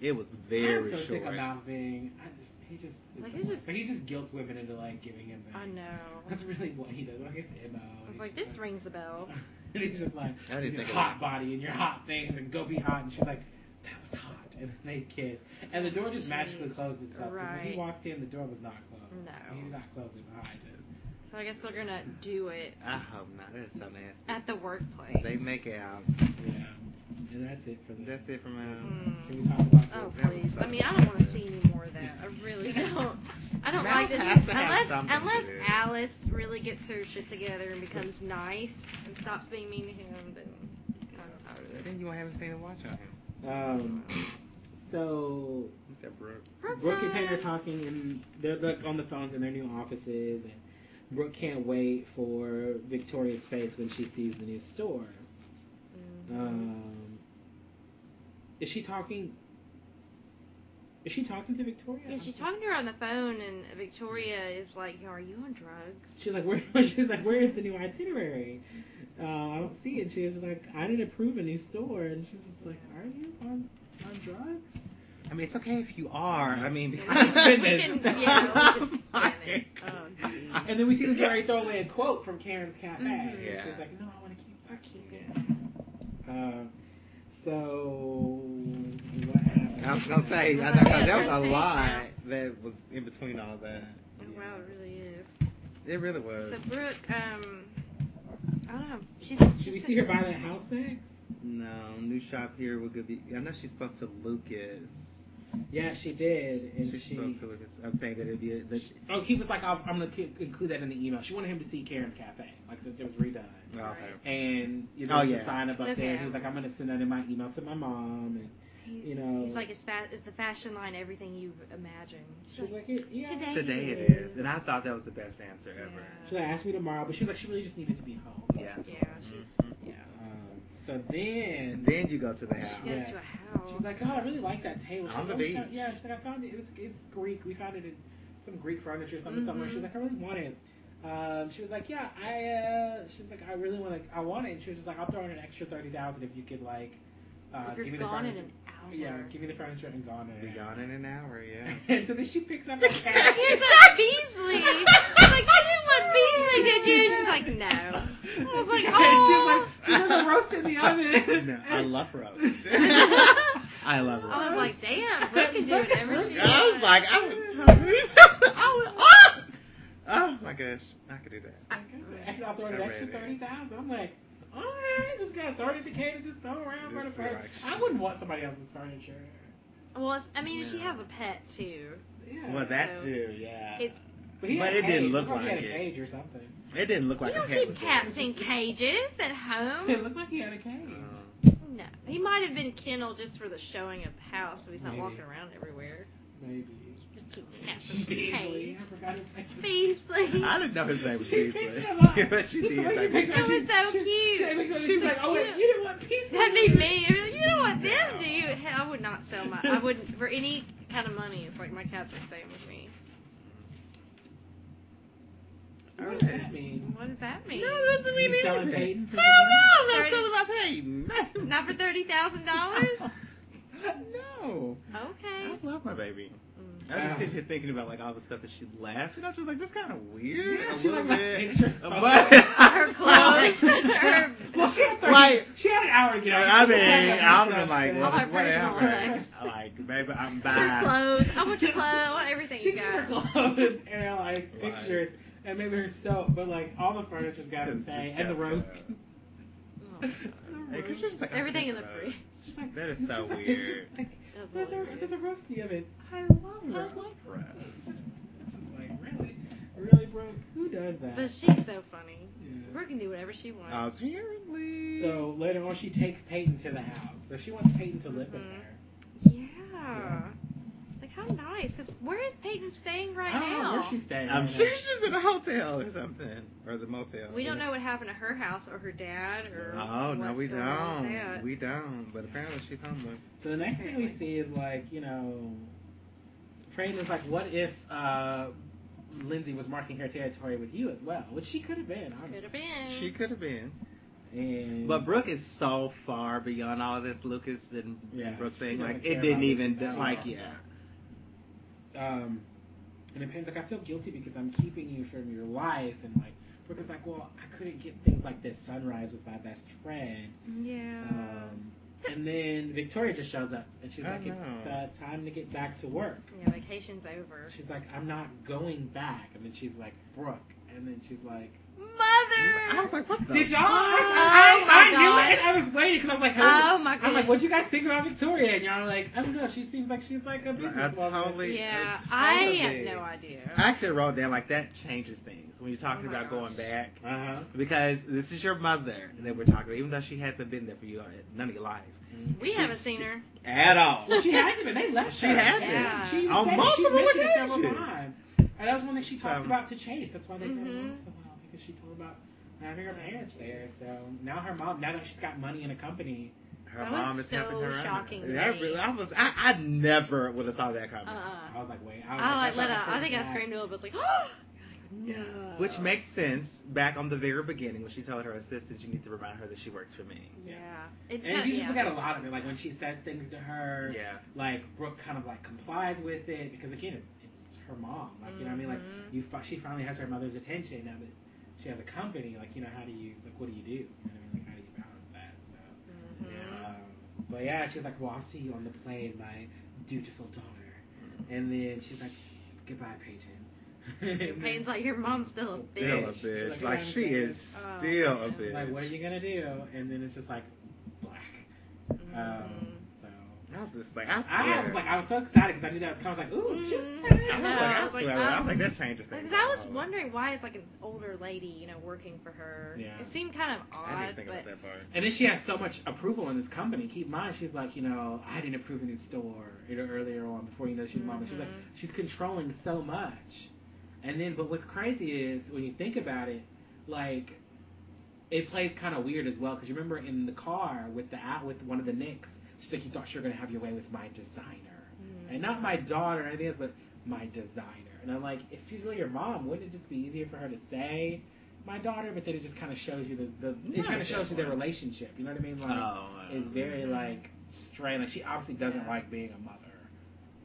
C: It was
A: I'm
C: very
A: so sick
C: short.
A: of mouth being. I just he just
B: Like,
A: the
B: he's
A: worst.
B: just-
A: but he just guilts women into like giving him that.
B: I know.
A: That's really what he does. Like it's Imo.
B: I was like, this rings a bell.
A: And he's just like,
C: I didn't
A: your
C: think of
A: hot body and your hot things and go be hot. And she's like, that was hot. And then they kiss. And the door just magically
B: Jeez.
A: closes itself. Because when he
B: Right.
A: walked in, the door was not closed.
B: No.
A: He did not close it behind him.
B: So I guess they're gonna do it
C: I hope not. That's so nasty.
B: at the workplace.
C: They make out.
A: Yeah. And that's it for that.
C: That's it from him.
B: Mm.
A: Can we talk about
B: Oh
C: That was
B: please!
C: so
B: I mean, I
C: bad.
B: don't want to see any more of that. I really don't. I don't
C: Mal
B: like this
C: has to have
B: unless
C: something
B: unless
C: to do.
B: Alice really gets her shit together and becomes nice and stops being mean to him. Then I'm tired of
C: Then
B: it.
C: you won't have anything to watch on him.
A: Um, so
C: Except Brooke.
A: Brooke and Peyton are talking, and they're like on the phones in their new offices, and Brooke can't wait for Victoria's face when she sees the new store. Um, is she talking? Is she talking to Victoria?
B: Yeah, she's talking to her on the phone, and Victoria is like, "Yo, "Are you on drugs?"
A: She's like, where? She's like, where is the new itinerary? Uh, I don't see it. She was just like, I didn't approve a new store, and she's just like, Are you on on drugs?
C: I mean, it's okay if you are. I mean,
B: We can- we
C: goodness.
B: can- yeah, we can scan it. Oh,
C: Like-
A: And then we see them trying to throw away a quote from Karen's cafe.
B: Mhm.
A: And
C: Yeah.
A: she's like, No, I want to keep.
B: I keep it.
A: Uh, so what happened?
C: I was gonna say, I know, 'cause that was a lot that was in between all that.
B: Oh, wow, it really is.
C: It really was.
B: So Brooke, um, I don't know. She's.
A: Should we
B: she's-
A: see her buy that house next?
C: No, new shop here would could be. I know she spoke to Lucas.
A: Yeah, she did, and
C: She,
A: she.
C: spoke to Lucas. I'm saying that it'd be. That she,
A: Oh, he was like, I'll, I'm gonna c- include that in the email. She wanted him to see Karen's Cafe, like since it was redone.
C: oh, okay.
A: And you
C: Oh,
A: know,
C: yeah.
A: the sign up up there. And
B: Okay.
A: he was like, I'm gonna send that in my email to my mom, and you know.
B: He's like, is, fa- is the fashion line everything you've imagined?
A: she was like, "It- yeah.
B: Today.
C: Today it is, and I thought that was the best answer ever.
A: She like, asked me tomorrow, but she was like, she really just needed to be home.
C: Yeah.
B: Yeah, she's,
C: Mhm.
B: yeah.
A: Um, so then,
C: And then you go to the
B: She goes
C: house.
A: Yeah. Yes.
B: to a house.
A: She's like, oh, I really like that table. She's
C: On the
A: like, "Oh, we
C: beach."
A: found- yeah, she's like, I found it. It's, it's Greek. We found it in some Greek furniture something somewhere.
B: Mhm.
A: She's like, I really want it. Um, she was like, yeah, I. Uh, she's like, I really want to. I want it. And she was just like, I'll throw in an extra thirty thousand if you could like. Uh,
B: if
A: give
B: you're
A: me the
B: gone in
A: furniture.
B: an hour.
A: yeah, give me the furniture and gone in.
C: Be
A: an hour."
C: gone in an hour, yeah.
A: and so then she picks up a
B: Here's
A: package.
B: what Beasley. I'm like, give me what Beasley did you. She's like, no. I was like, oh.
A: and she's like, she doesn't roast in the oven.
C: no, I love roast. I love roast.
B: I was like, damn, Brooke can do
A: Brooke can
B: whatever she
A: do it.
C: I was
B: wants.
C: like, I was hungry. I was, oh! oh my gosh, I could do that.
A: I'll throw an
C: I
A: extra
C: read it.
A: thirty thousand. I'm like, all right, just got thirty the cave and just throw around for
C: This
A: the
C: is
A: furniture.
C: like-
A: I wouldn't want somebody else's furniture.
B: Well, it's- I mean, she
C: No.
B: has a pet too.
A: Yeah.
C: Well, that
B: So,
C: too, yeah.
B: it's-
A: he
C: but
A: had a
C: it didn't
A: cage.
C: look
A: He probably
C: like
A: had
C: it.
A: a cage or something.
C: It didn't look like
B: you
C: a
B: don't
C: pet
B: keep
C: was
B: cats in cages at home.
A: It looked like he had a cage.
C: there. Um,
B: No, he might have been kennel just for the showing of the house, so he's not
A: Maybe.
B: walking around everywhere.
A: Maybe.
B: Just keep cats in the
A: Beasley.
B: cage.
A: I forgot his name.
B: Beasley.
C: I didn't know his name was
A: She
C: Beasley.
A: picked him up.
C: but she
A: Just the way
C: did.
A: she picked him
B: That
A: up.
B: was so
A: she, She, she,
B: cute.
A: picked him up.
B: She
A: she's
B: was
A: like, oh wait,
B: cute.
A: you didn't want pieces.
B: That'd be me. You're like, You don't want them, do you? Hell, I would not sell my. I wouldn't for any kind of money. It's like my cats are staying with me.
A: What does that mean?
B: What does that mean?
C: No, that doesn't mean
A: You selling
C: anything.
A: Peyton for
C: Hell no, I'm
B: Thirty-
C: not selling my Peyton.
B: Not for thirty thousand dollars.
C: no.
B: Okay.
C: I love my baby.
B: Mm.
C: I
A: Wow.
C: just sit here thinking about like all the stuff that she left, and I'm just like, that's kind of weird.
A: Yeah,
C: a
A: she
C: little
A: like my
C: bit.
A: pictures.
B: Her clothes. her,
A: well, she had 30,
C: Like-
A: she had an hour to get out.
C: I mean, I would have like,
A: All
B: All her
C: well,
B: personal
C: whatever.
B: effects.
C: Like, baby, I'm
B: her
C: back.
B: clothes. I want your clothes. I want everything
A: She
B: you
A: took her
B: got.
A: clothes and her like
C: Right.
A: pictures and maybe her soap, but like all the furniture's got to
C: It's
A: stay
C: just
A: and the
C: got
A: roast.
C: to-
B: Oh,
C: Hey, 'cause she's like, I'm
B: everything in the
C: thinking about
B: fridge.
C: it.
A: She's like-
C: That is
A: she's
C: so
A: like-
C: weird.
A: like,
B: That was
A: there's a
B: hilarious.
A: there's a roast in the oven.
C: I love her. I love her.
A: It's just like really, really broke. Who does that?
B: But she's so funny.
A: Yeah.
B: Brooke can do whatever she wants.
C: Oh, Apparently.
A: So later on, she takes Peyton to the house. So she wants Peyton to live with
B: Mhm.
A: her.
B: yeah. Like how nice. Cause where is Peyton staying right
A: I don't
B: now?
A: know where she's staying.
C: I'm
A: right
C: sure
A: now.
C: she's in a hotel or something, or the motel.
B: we don't know what happened to her house or her dad or.
C: Oh no,
B: what's
C: we
B: going on with that.
C: don't. We don't. But apparently she's homeless.
A: So the next thing we see is like, you know, Frayne is like, what if uh, Lindsay was marking her territory with you as well? Which she could have been,
B: Could
A: honestly.
B: have been.
C: She could have been.
A: And
C: But Brooke is so far beyond all this Lucas and
A: Yeah,
C: Brooke
A: she
C: thing.
A: doesn't
C: Like
A: care
C: it didn't
A: about
C: even
A: Lucas at
C: like
A: all.
C: yeah.
A: um, and then Peyton's like, I feel guilty because I'm keeping you from your life. And like, Brooke is like, well, I couldn't get things like this sunrise with my best friend.
B: Yeah.
C: Uh,
A: Um, and then Victoria just shows up and she's
C: I
A: like, it's
C: know.
A: uh, time to get back to work.
B: yeah. Vacation's over.
A: She's like, I'm not going back. And then she's like, Brooke. And then she's like,
C: I
B: Mother.
C: was like, what the?
A: Did y'all?
C: fuck?
A: I,
B: Oh
A: I,
B: my
A: I knew
B: gosh.
A: it. and I was waiting because I was like,
B: Oh my
A: I'm
B: goodness.
A: like, what you guys think about Victoria? And y'all are like, I don't know. She seems like she's like a
C: That's
A: business
C: totally-
B: Yeah.
C: It's
B: I
C: holiday.
B: have no idea.
C: I actually wrote down like that changes things when you're talking
B: Oh my
C: about going
B: gosh.
C: back
A: Uh huh.
C: because this is your mother that we're talking about, even though she hasn't been there for you or none of your life
B: we haven't
C: she's-
B: seen her.
C: at all.
A: Well, she had to, but they left
C: She
A: her.
C: had
B: to. Yeah.
A: She even
C: On
A: said it.
C: multiple
A: She's mentioned it several
C: occasions.
A: times. And that was one that she talked
C: So-
A: about to Chase. That's why they got
B: Mhm.
A: along so well because she told about having her parents there. So now her mom, now that she's got money in a company,
C: Her
B: That was
C: mom is
B: so
C: helping her
B: shocking
C: out.
B: to
C: That
B: me.
C: really- I was, I, I never would have saw that coming.
B: Uh.
A: I was like, wait. I, was
B: I like
A: that's
B: let
A: not
B: out.
A: the
B: I think I
A: first
B: screamed a little bit like. Oh!
A: Yeah.
C: Which makes sense back on the very beginning when she told her assistant, you need to remind her that she works for me.
B: Yeah. It
A: Yeah. act. And you just
B: yeah.
A: look at a lot of it, like when she says things to her,
B: Mm-hmm.
C: Yeah.
A: like Brooke kind of like complies with it because again, it, it's her mom. Like you know, what I mean, like
B: Mhm.
A: you, fi- she finally has her mother's attention now that she has a company. Like you know, how do you like what do you do? You know, what I mean? like how do you balance that?
B: Mhm.
A: So,
C: Mm-hmm.
A: um, but yeah, she's like, well, I'll see you on the plane, my dutiful daughter. And then she's like, goodbye, Peyton. And
B: Peyton's like, your mom's still a
C: Still a
B: bitch.
C: bitch.
A: Like,
C: Like,
A: I'm
C: she is
B: Oh,
C: still a
B: man.
C: bitch.
A: like, what are you gonna do? And then it's just like black.
B: Mhm.
A: Um, so.
C: I was just like, I swear.
A: I was like, I was so excited because I knew that was kind of like, ooh, she's
C: I was
B: No,
C: like, I,
B: I was like,
C: swear. I
B: um,
C: was like, that changes things.
B: Because I was
C: Oh,
B: wondering why it's like an older lady, you know, working for her.
A: Yeah.
B: It seemed kind
C: I
B: of odd,
C: didn't think about
B: but
C: that part.
A: And then she has so much approval in this company. Keep in mind, she's like, you know, I didn't approve a new store you know, earlier on before you know she's mom. And she's like,
B: Mhm.
A: she's controlling so much. And then, but what's crazy is when you think about it, like, it plays kind of weird as well. Because you remember in the car with the out with one of the Knicks, She's like, you thought you were gonna have your way with my designer, and not my daughter or anything else, but my designer. And I'm like, if she's really your mom, wouldn't it just be easier for her to say my daughter? But then it just kind of shows you the, the it
C: Not
A: kind
C: a
A: of shows you
C: good
A: their
C: one.
A: relationship. You know what I
C: Oh,
A: mean? Like,
C: I
A: it's
C: don't know.
A: very like strained. Like she obviously doesn't
B: Yeah. Oh,
A: like being a mother.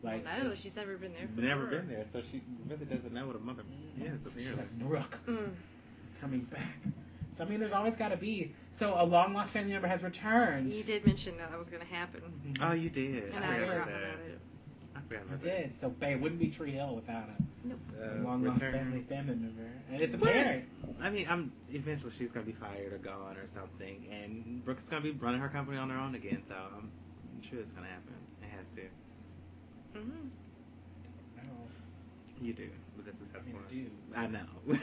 A: Like
B: no, she's never been there. for
C: never
B: her.
C: been there, so she really doesn't know what a mother is.
A: she's
C: apparently.
A: like Brooke
B: Mm.
A: coming back. So I mean, there's always got to be. So a long lost family member has returned.
B: Mm.
A: Mm-hmm.
B: You did mention that that was going to happen,
C: Oh, you did.
B: and
C: I forgot
B: I forgot
C: about
B: about
C: that.
B: it.
C: I forgot
A: I
C: about that.
A: did. So babe, wouldn't be Tree Hill without a
G: Uh,
A: long lost
C: return.
A: family family member, and it's a
C: What?
A: parent.
C: I mean, I'm eventually she's gonna be fired or gone or something, and Brooke's gonna be running her company on her own again. So I'm sure it's gonna happen. It has to.
B: Mhm.
A: I don't know.
C: You do, but this is how
A: I
C: it's
A: mean,
C: going.
A: dude.
C: I know.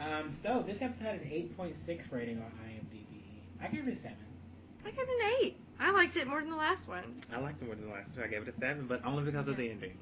A: Um, so this episode had an 8.6 rating on IMDb. I gave it a seven.
B: I gave it an eight. I liked it more than the last one.
C: I liked it more than the last two. I gave it a seven, but only because of the ending.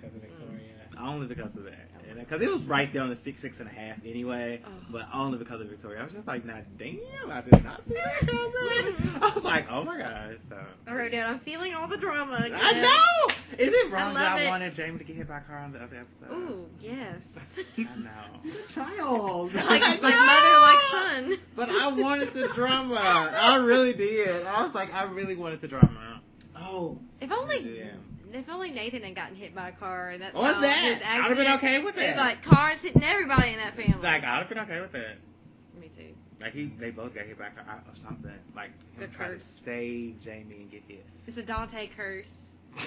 A: Because of Victoria.
C: Only because of that. Because it was right there on the six, six and a half anyway,
B: Oh.
C: but only because of Victoria. I was just like, nah, damn, I did not see that coming. I was like, oh my gosh. So.
B: I wrote down, I'm feeling all the drama. Again.
C: I know! Is it
B: I
C: wrong
B: love
C: that I
B: it.
C: wanted Jamie to get hit by a car on the other episode?
B: Ooh, yes.
C: I
B: Mm.
C: know.
A: Child.
B: like, like mother,
C: know!
B: like son.
C: But I wanted the drama. I really did. I was like, I really wanted the drama.
A: Oh,
B: If only,
C: Yeah.
B: if only Nathan had gotten hit by a car, and that's
C: Or
B: how
C: that.
B: his
C: I'd have been
B: accident-
C: okay with
B: It was
C: that.
B: like cars hitting everybody in that family.
C: Like, I'd have been okay with it.
B: Me too.
C: Like, he, they both got hit by a car or something. Like,
B: The
C: him trying to
B: curse.
C: save Jamie and get hit.
B: It's a Dante curse. but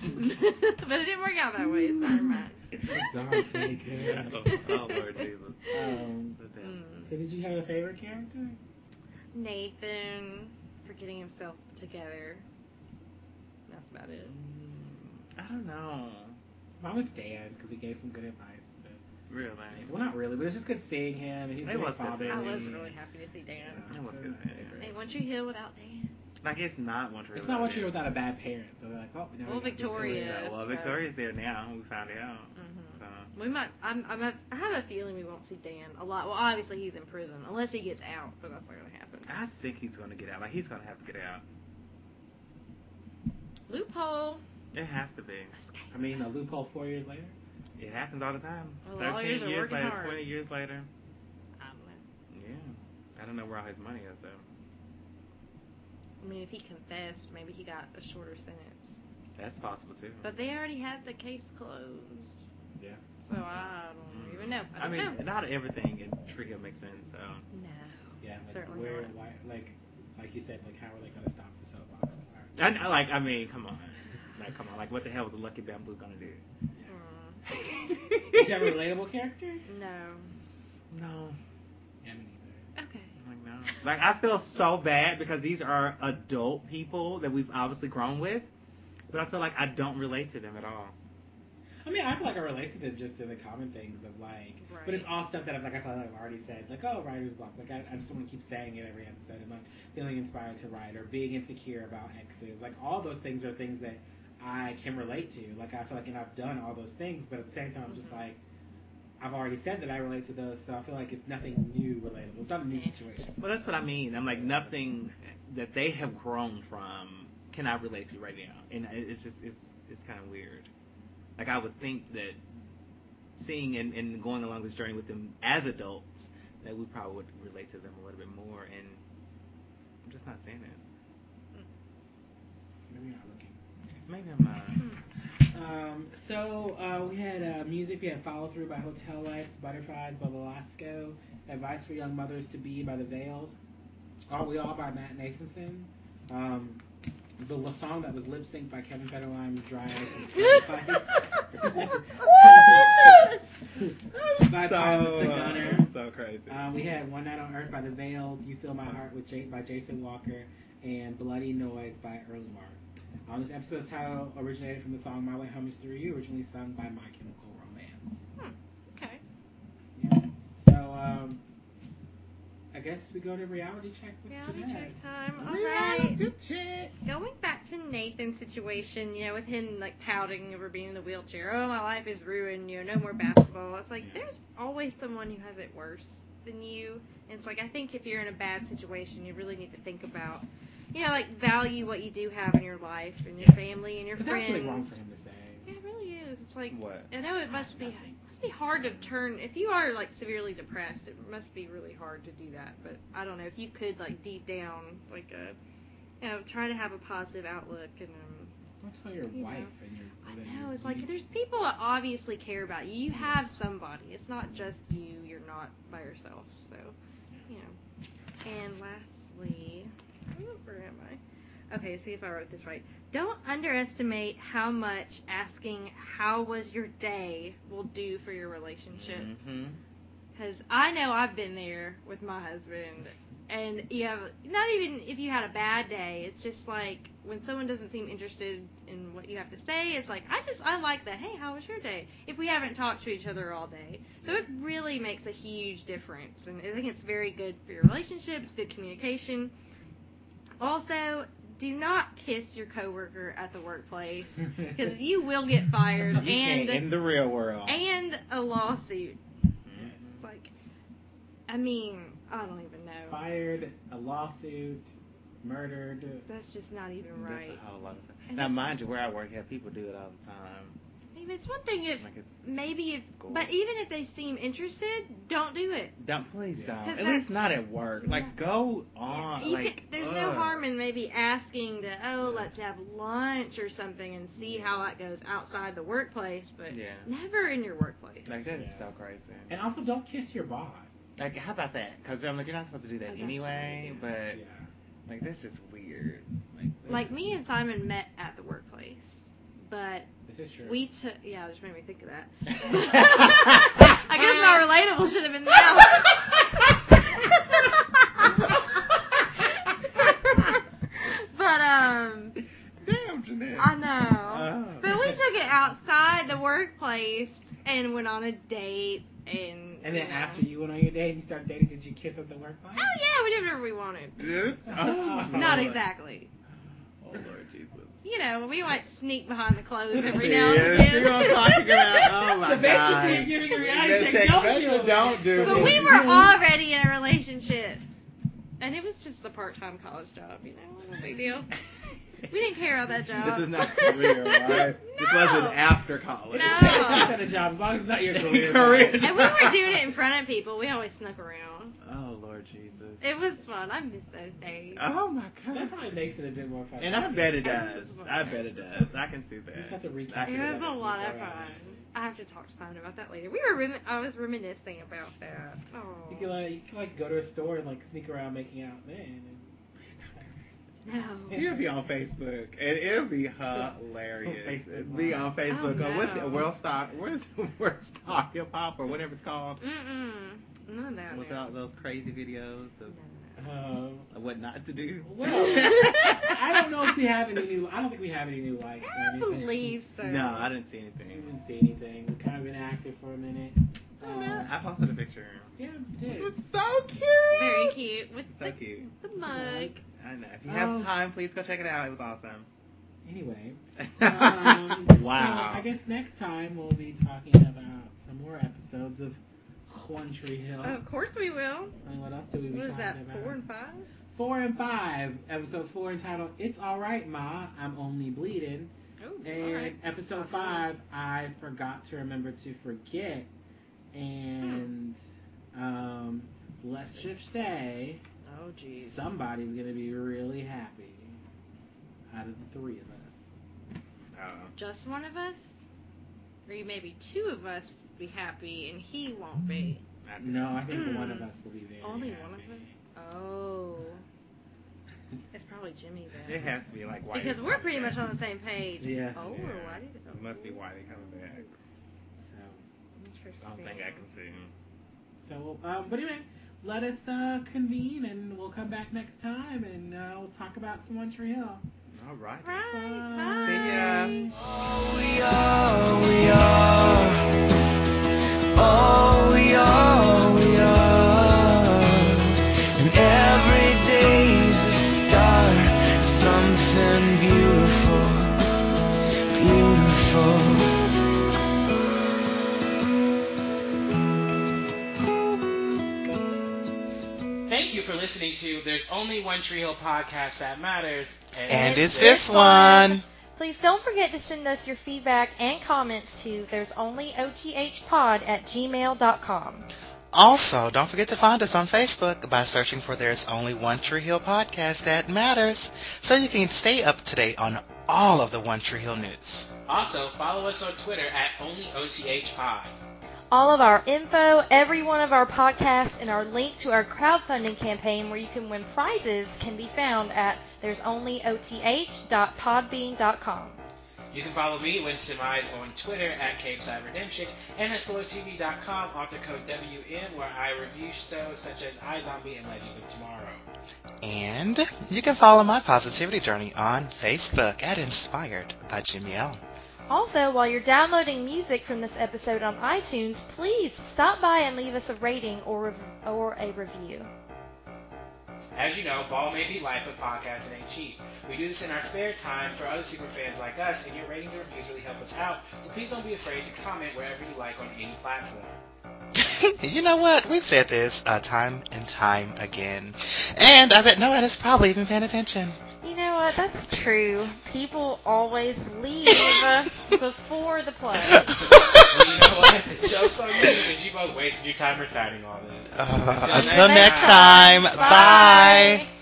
B: it didn't work out that way, so never mind.
A: it's a Dante curse.
C: oh, oh, Lord Jesus.
A: Um,
C: But then-
B: Mm.
A: so did you have a favorite character?
B: Nathan for getting himself together. That's about it.
C: I don't know.
A: Mine was Dan because he gave some good advice. to
C: Really.
A: Nathan. Well, not really, but it's just good seeing him. and He's
C: It
A: a good
C: was good
A: father.
B: I
C: seeing
B: was
C: Mm.
B: really happy to see Dan.
C: It was good seeing him.
B: Hey, once you heal without Dan,
C: Like, it's not one tree.
A: It's not what you're without a bad parent. So they're like, oh, now we
B: Well,
A: got
B: Victoria.
C: Well,
B: so-
C: Victoria's there now. We found out.
B: Mhm.
C: So.
B: we might. I'm, I'm a, I have a feeling we won't see Dan a lot. Well, obviously he's in prison unless he gets out, but that's not gonna happen.
C: I think he's gonna get out. Like he's gonna have to get out.
B: Loophole. Um,
C: It has to be.
A: I mean, a loophole four years later.
C: It happens all the time.
B: Well,
C: Thirteen
B: lawyers are
C: years
B: working
C: later,
B: hard.
C: twenty years later.
B: I don't know.
C: Yeah. I don't know where all his money is though.
B: I mean, if he confessed, maybe he got a shorter sentence.
C: That's possible too.
B: But they already had the case closed.
A: Yeah.
B: So I don't even know. I
C: I
B: don't
C: mean,
B: know.
C: not everything in Tree Hill makes sense. So
B: No.
A: Yeah. Like,
B: Certainly
A: where,
B: not.
A: why, like, like you said, like, how are they going to stop the soapbox? Or-
C: I know, like I mean, come on, like come on, like what the hell was a lucky bamboo gonna do?
B: Mm,
A: Did you have a relatable character?
B: no.
C: no,
A: Yeah, me neither.
B: Okay.
C: like no. Oh Like I feel so bad because these are adult people that we've obviously grown with, but I feel like I don't relate to them at all.
A: I mean, I feel like I relate to them just in the common things of like, but it's all stuff that I've like I feel like I've already said, like oh writer's block. Like I, I just want to keep saying it every episode and like feeling inspired to write or being insecure about exes. Like all those things are things that I can relate to. Like I feel like and I've done all those things, but at the same time I'm just
B: Mhm.
A: like I've already said that I relate to those, so I feel like it's nothing new relatable. It's not a new situation.
C: Well, that's what I mean. I'm like nothing that they have grown from can I relate to right now, and it- it's just it's it's kind of weird. Like I would think that seeing and, and going along this journey with them as adults, that we probably would relate to them a little bit more, and I'm just not seeing it.
A: Maybe you're not looking.
C: Maybe I'm not.
B: Hmm.
A: Um, so uh, we had uh, music. We had Follow Through by Hotel Lights, Butterflies by Velasco, Advice for Young Mothers to Be by The Veils, Are We All by Matt Nathanson, um, the l- song that was lip synced by Kevin Federline was Dry Eyes and Sky Bites. by Pilot to Gunner.
C: uh, so crazy.
A: Um, we had One Night on Earth by The Veils, You Fill My Heart with Jake by Jason Walker, and Bloody Noise by Early Mark. Um, this episode's title originated from the song My Way Home is Through You, originally sung by My Chemical
B: Hmm,
A: Romance.
B: Okay.
A: Yeah. So, um, I guess we go to reality check with
B: Reality
A: Jeanette.
B: check time. All right.
C: Good chick.
B: Going back to Nathan's situation, you know, with him like pouting over being in the wheelchair. Oh, my life is ruined. You know, no more basketball. It's like
A: Yeah.
B: there's always someone who has it worse than you. And it's like I think if you're in a bad situation, you really need to think about, you know, like value what you do have in your life and your
A: Yes.
B: family and your
A: But that's
B: friends.
A: really wrong for him to say.
B: Yeah, it really is. It's like
C: What?
B: I know it must be
A: Nothing.
B: must be hard to turn if you are like severely depressed. It must be really hard to do that. But I don't know if you could like deep down like a you know try to have a positive outlook and um,
A: Don't tell your
B: You
A: wife
B: know.
A: and your.
B: I
A: that
B: know
A: you-
B: it's like there's people that obviously care about you. You have somebody. It's not just you. You're not by yourself. So you know. And lastly, where am I? Okay, see if I wrote this right. Don't underestimate how much asking how was your day will do for your relationship.
C: Mhm.
B: Because I know I've been there with my husband. And you have, not even if you had a bad day, it's just like when someone doesn't seem interested in what you have to say, it's like, I just, I like that. Hey, how was your day? If we haven't talked to each other all day. So it really makes a huge difference. And I think it's very good for your relationships, good communication. Also, do not kiss your coworker at the workplace because you will get fired
C: You can't
B: and
C: in the real world.
B: and a lawsuit.
C: Mhm.
B: It's like, I mean, I don't even know.
A: fired, a lawsuit, murdered.
B: That's just not even
C: That's
B: right.
C: a whole lot of stuff.
B: And
C: Now,
B: that-
C: mind you, where I work, have people do it all the time.
B: I mean, it's one thing if
C: Like it's
B: maybe if,
C: School.
B: but even if they seem interested, don't do it.
C: don't please
A: Yeah.
C: don't.
B: 'Cause
C: At least
B: that's-
C: not at work.
B: Yeah.
C: Like go on.
B: You
C: like
B: can, there's no
C: ugh.
B: harm in maybe asking to, oh, let's have lunch or something and see how that goes outside the workplace, but
C: Yeah.
B: never in your workplace.
C: Like that is
A: Yeah.
C: so crazy.
A: And also, don't kiss your boss.
C: Like how about that? Because I'm like you're not supposed to do
B: Oh,
C: that
B: that's
C: anyway.
B: right.
A: Yeah.
C: But like that's just weird. Like, that's
B: Like me and Simon met at the workplace, but
A: This is true.
B: we took, yeah, it just made me think of that.
C: I
B: I guess our relatable should have been now. but um,
C: Damn, Jeanette.
B: I know.
C: Oh.
B: But we took it outside the workplace and went on a date and.
A: and then
B: you know.
A: after you went on your date and you started dating, did you kiss at the
B: Oh
A: workplace?
B: yeah, we did whatever we wanted.
C: Dude, oh,
B: Not
C: Lord.
B: exactly.
C: Oh Lord Jesus.
B: You know, we might sneak behind the clothes every now and
C: Yeah, see what I'm talking about? Oh
B: again.
C: my
A: So basically, you're
C: God.
A: giving a
C: Better
A: reality check.
C: check-
A: Don't do
C: better
A: it.
C: Don't do
B: But
C: this.
B: we were already in a relationship. And it was just a part time college job, you know, it was no big deal. We didn't care about that job.
C: This is not career, right? This
B: No.
C: wasn't after college.
A: It's
B: No.
A: a check at a job as long as it's not your career.
C: Career.
A: job.
B: And when we were doing it in front of people, we always snuck around.
C: Oh Lord Jesus.
B: It was fun. I miss those days.
C: Oh my
A: That
C: God.
A: probably makes it a bit more fun.
C: And I bet it does. I bet it does. I can see
A: You just have
C: that.
A: to recap.
B: It was a lot of
A: before, uh,
B: fun. I have to talk to Simon about that later. We were remi- I was reminiscing about that. Oh
A: You can like, you can like go to a store and like sneak around making out then.
B: no.
C: You'll be on Facebook, and it'll be hilarious.
A: Facebook
C: be
A: Live.
C: on Facebook.
B: Oh,
C: or what's
B: no.
C: it? World Star? Where's World Star Hip Hop or whatever it's called?
B: Mm-mm. None of that.
C: Without those crazy videos
B: no.
C: of
A: Um,
C: what not to do.
A: well, I don't know if we have any new. I don't think we have any new likes. or
B: I don't
A: anything.
B: believe so.
C: no, I didn't see
A: We
C: anything.
A: didn't see anything. We've kind of been active for a minute. Um,
C: I posted a picture.
A: yeah, we
C: It
A: did.
C: was so cute.
B: Very cute with
C: So
B: the,
C: cute.
B: the mug.
C: I know. If you have
B: Oh.
A: Um,
C: time, please go check it out. It was awesome.
A: Anyway, um,
C: wow. Oh,
A: So I guess next time we'll be talking about some more episodes of One Tree Hill.
B: Of course we will.
A: And what else do we be
B: Oh. What is
A: talking
B: that?
A: about?
B: Four and five.
A: Four and five, episode four entitled "It's All Right, Ma, I'm Only Bleeding,"
B: Oh,
A: and
B: all right.
A: episode five, I forgot to remember to forget, and um, let's just say
B: Oh, jeez.
A: somebody's gonna be really happy out of the three of us.
C: Oh.
B: Just one of us, or maybe two of us, would be happy, and he won't be.
C: I did.
A: No, I think
B: Mm.
A: one of us will be very
B: Only
A: happy.
B: one of us. Oh, it's probably Jimmy
C: It
B: then.
C: has to be like white.
B: Because we're pretty much on the same page.
A: Yeah.
B: Oh,
C: Yeah.
B: why did it?
C: It must be whitey coming back.
A: So.
B: Interesting.
C: I don't think I can see him.
A: So, um, but anyway, let us uh, convene and we'll come back next time and uh, we'll talk about some Montreal.
C: All right.
B: Right.
C: See
A: uh,
C: ya.
B: bye.
E: We are, we are. Oh, we are, we are.
H: beautiful.
E: Thank you for listening to There's Only One Tree Hill podcast that matters.
C: And it's
D: it's
C: this
D: this
C: one.
D: Please don't forget to send us your feedback and comments to there's only othpod at gmail.com.
C: Also, don't forget to find us on Facebook by searching for There's Only One Tree Hill podcast that matters, so you can stay up to date on all of the One Tree Hill news.
E: Also, follow us on Twitter at OnlyOTHPod.
D: All of our info, every one of our podcasts, and our link to our crowdfunding campaign where you can win prizes can be found at there's only oth.podbean.com.
E: You can follow me, Winston Mize, on Twitter at Capeside Redemption and at SlowTV.com, author code WN, where I review shows such as iZombie and Legends of Tomorrow.
C: And you can follow my positivity journey on Facebook at Inspired by Jimmy L.
D: Also, while you're downloading music from this episode on iTunes, please stop by and leave us a rating or, rev- or a review.
E: As you know, ball may be life, but podcasting ain't cheap. We do this in our spare time for other super fans like us, and your ratings and reviews really help us out, so please don't be afraid to comment wherever you like on any platform.
C: you know what? We've said this uh, time and time again. And I bet nobody's probably even paying attention.
D: You know what? That's true. People always leave before the play.
E: Well, you know what? The joke's on you because you both wasted your time reciting all this.
C: Uh,
E: Until
C: until
E: next
C: next
E: time.
C: time, bye.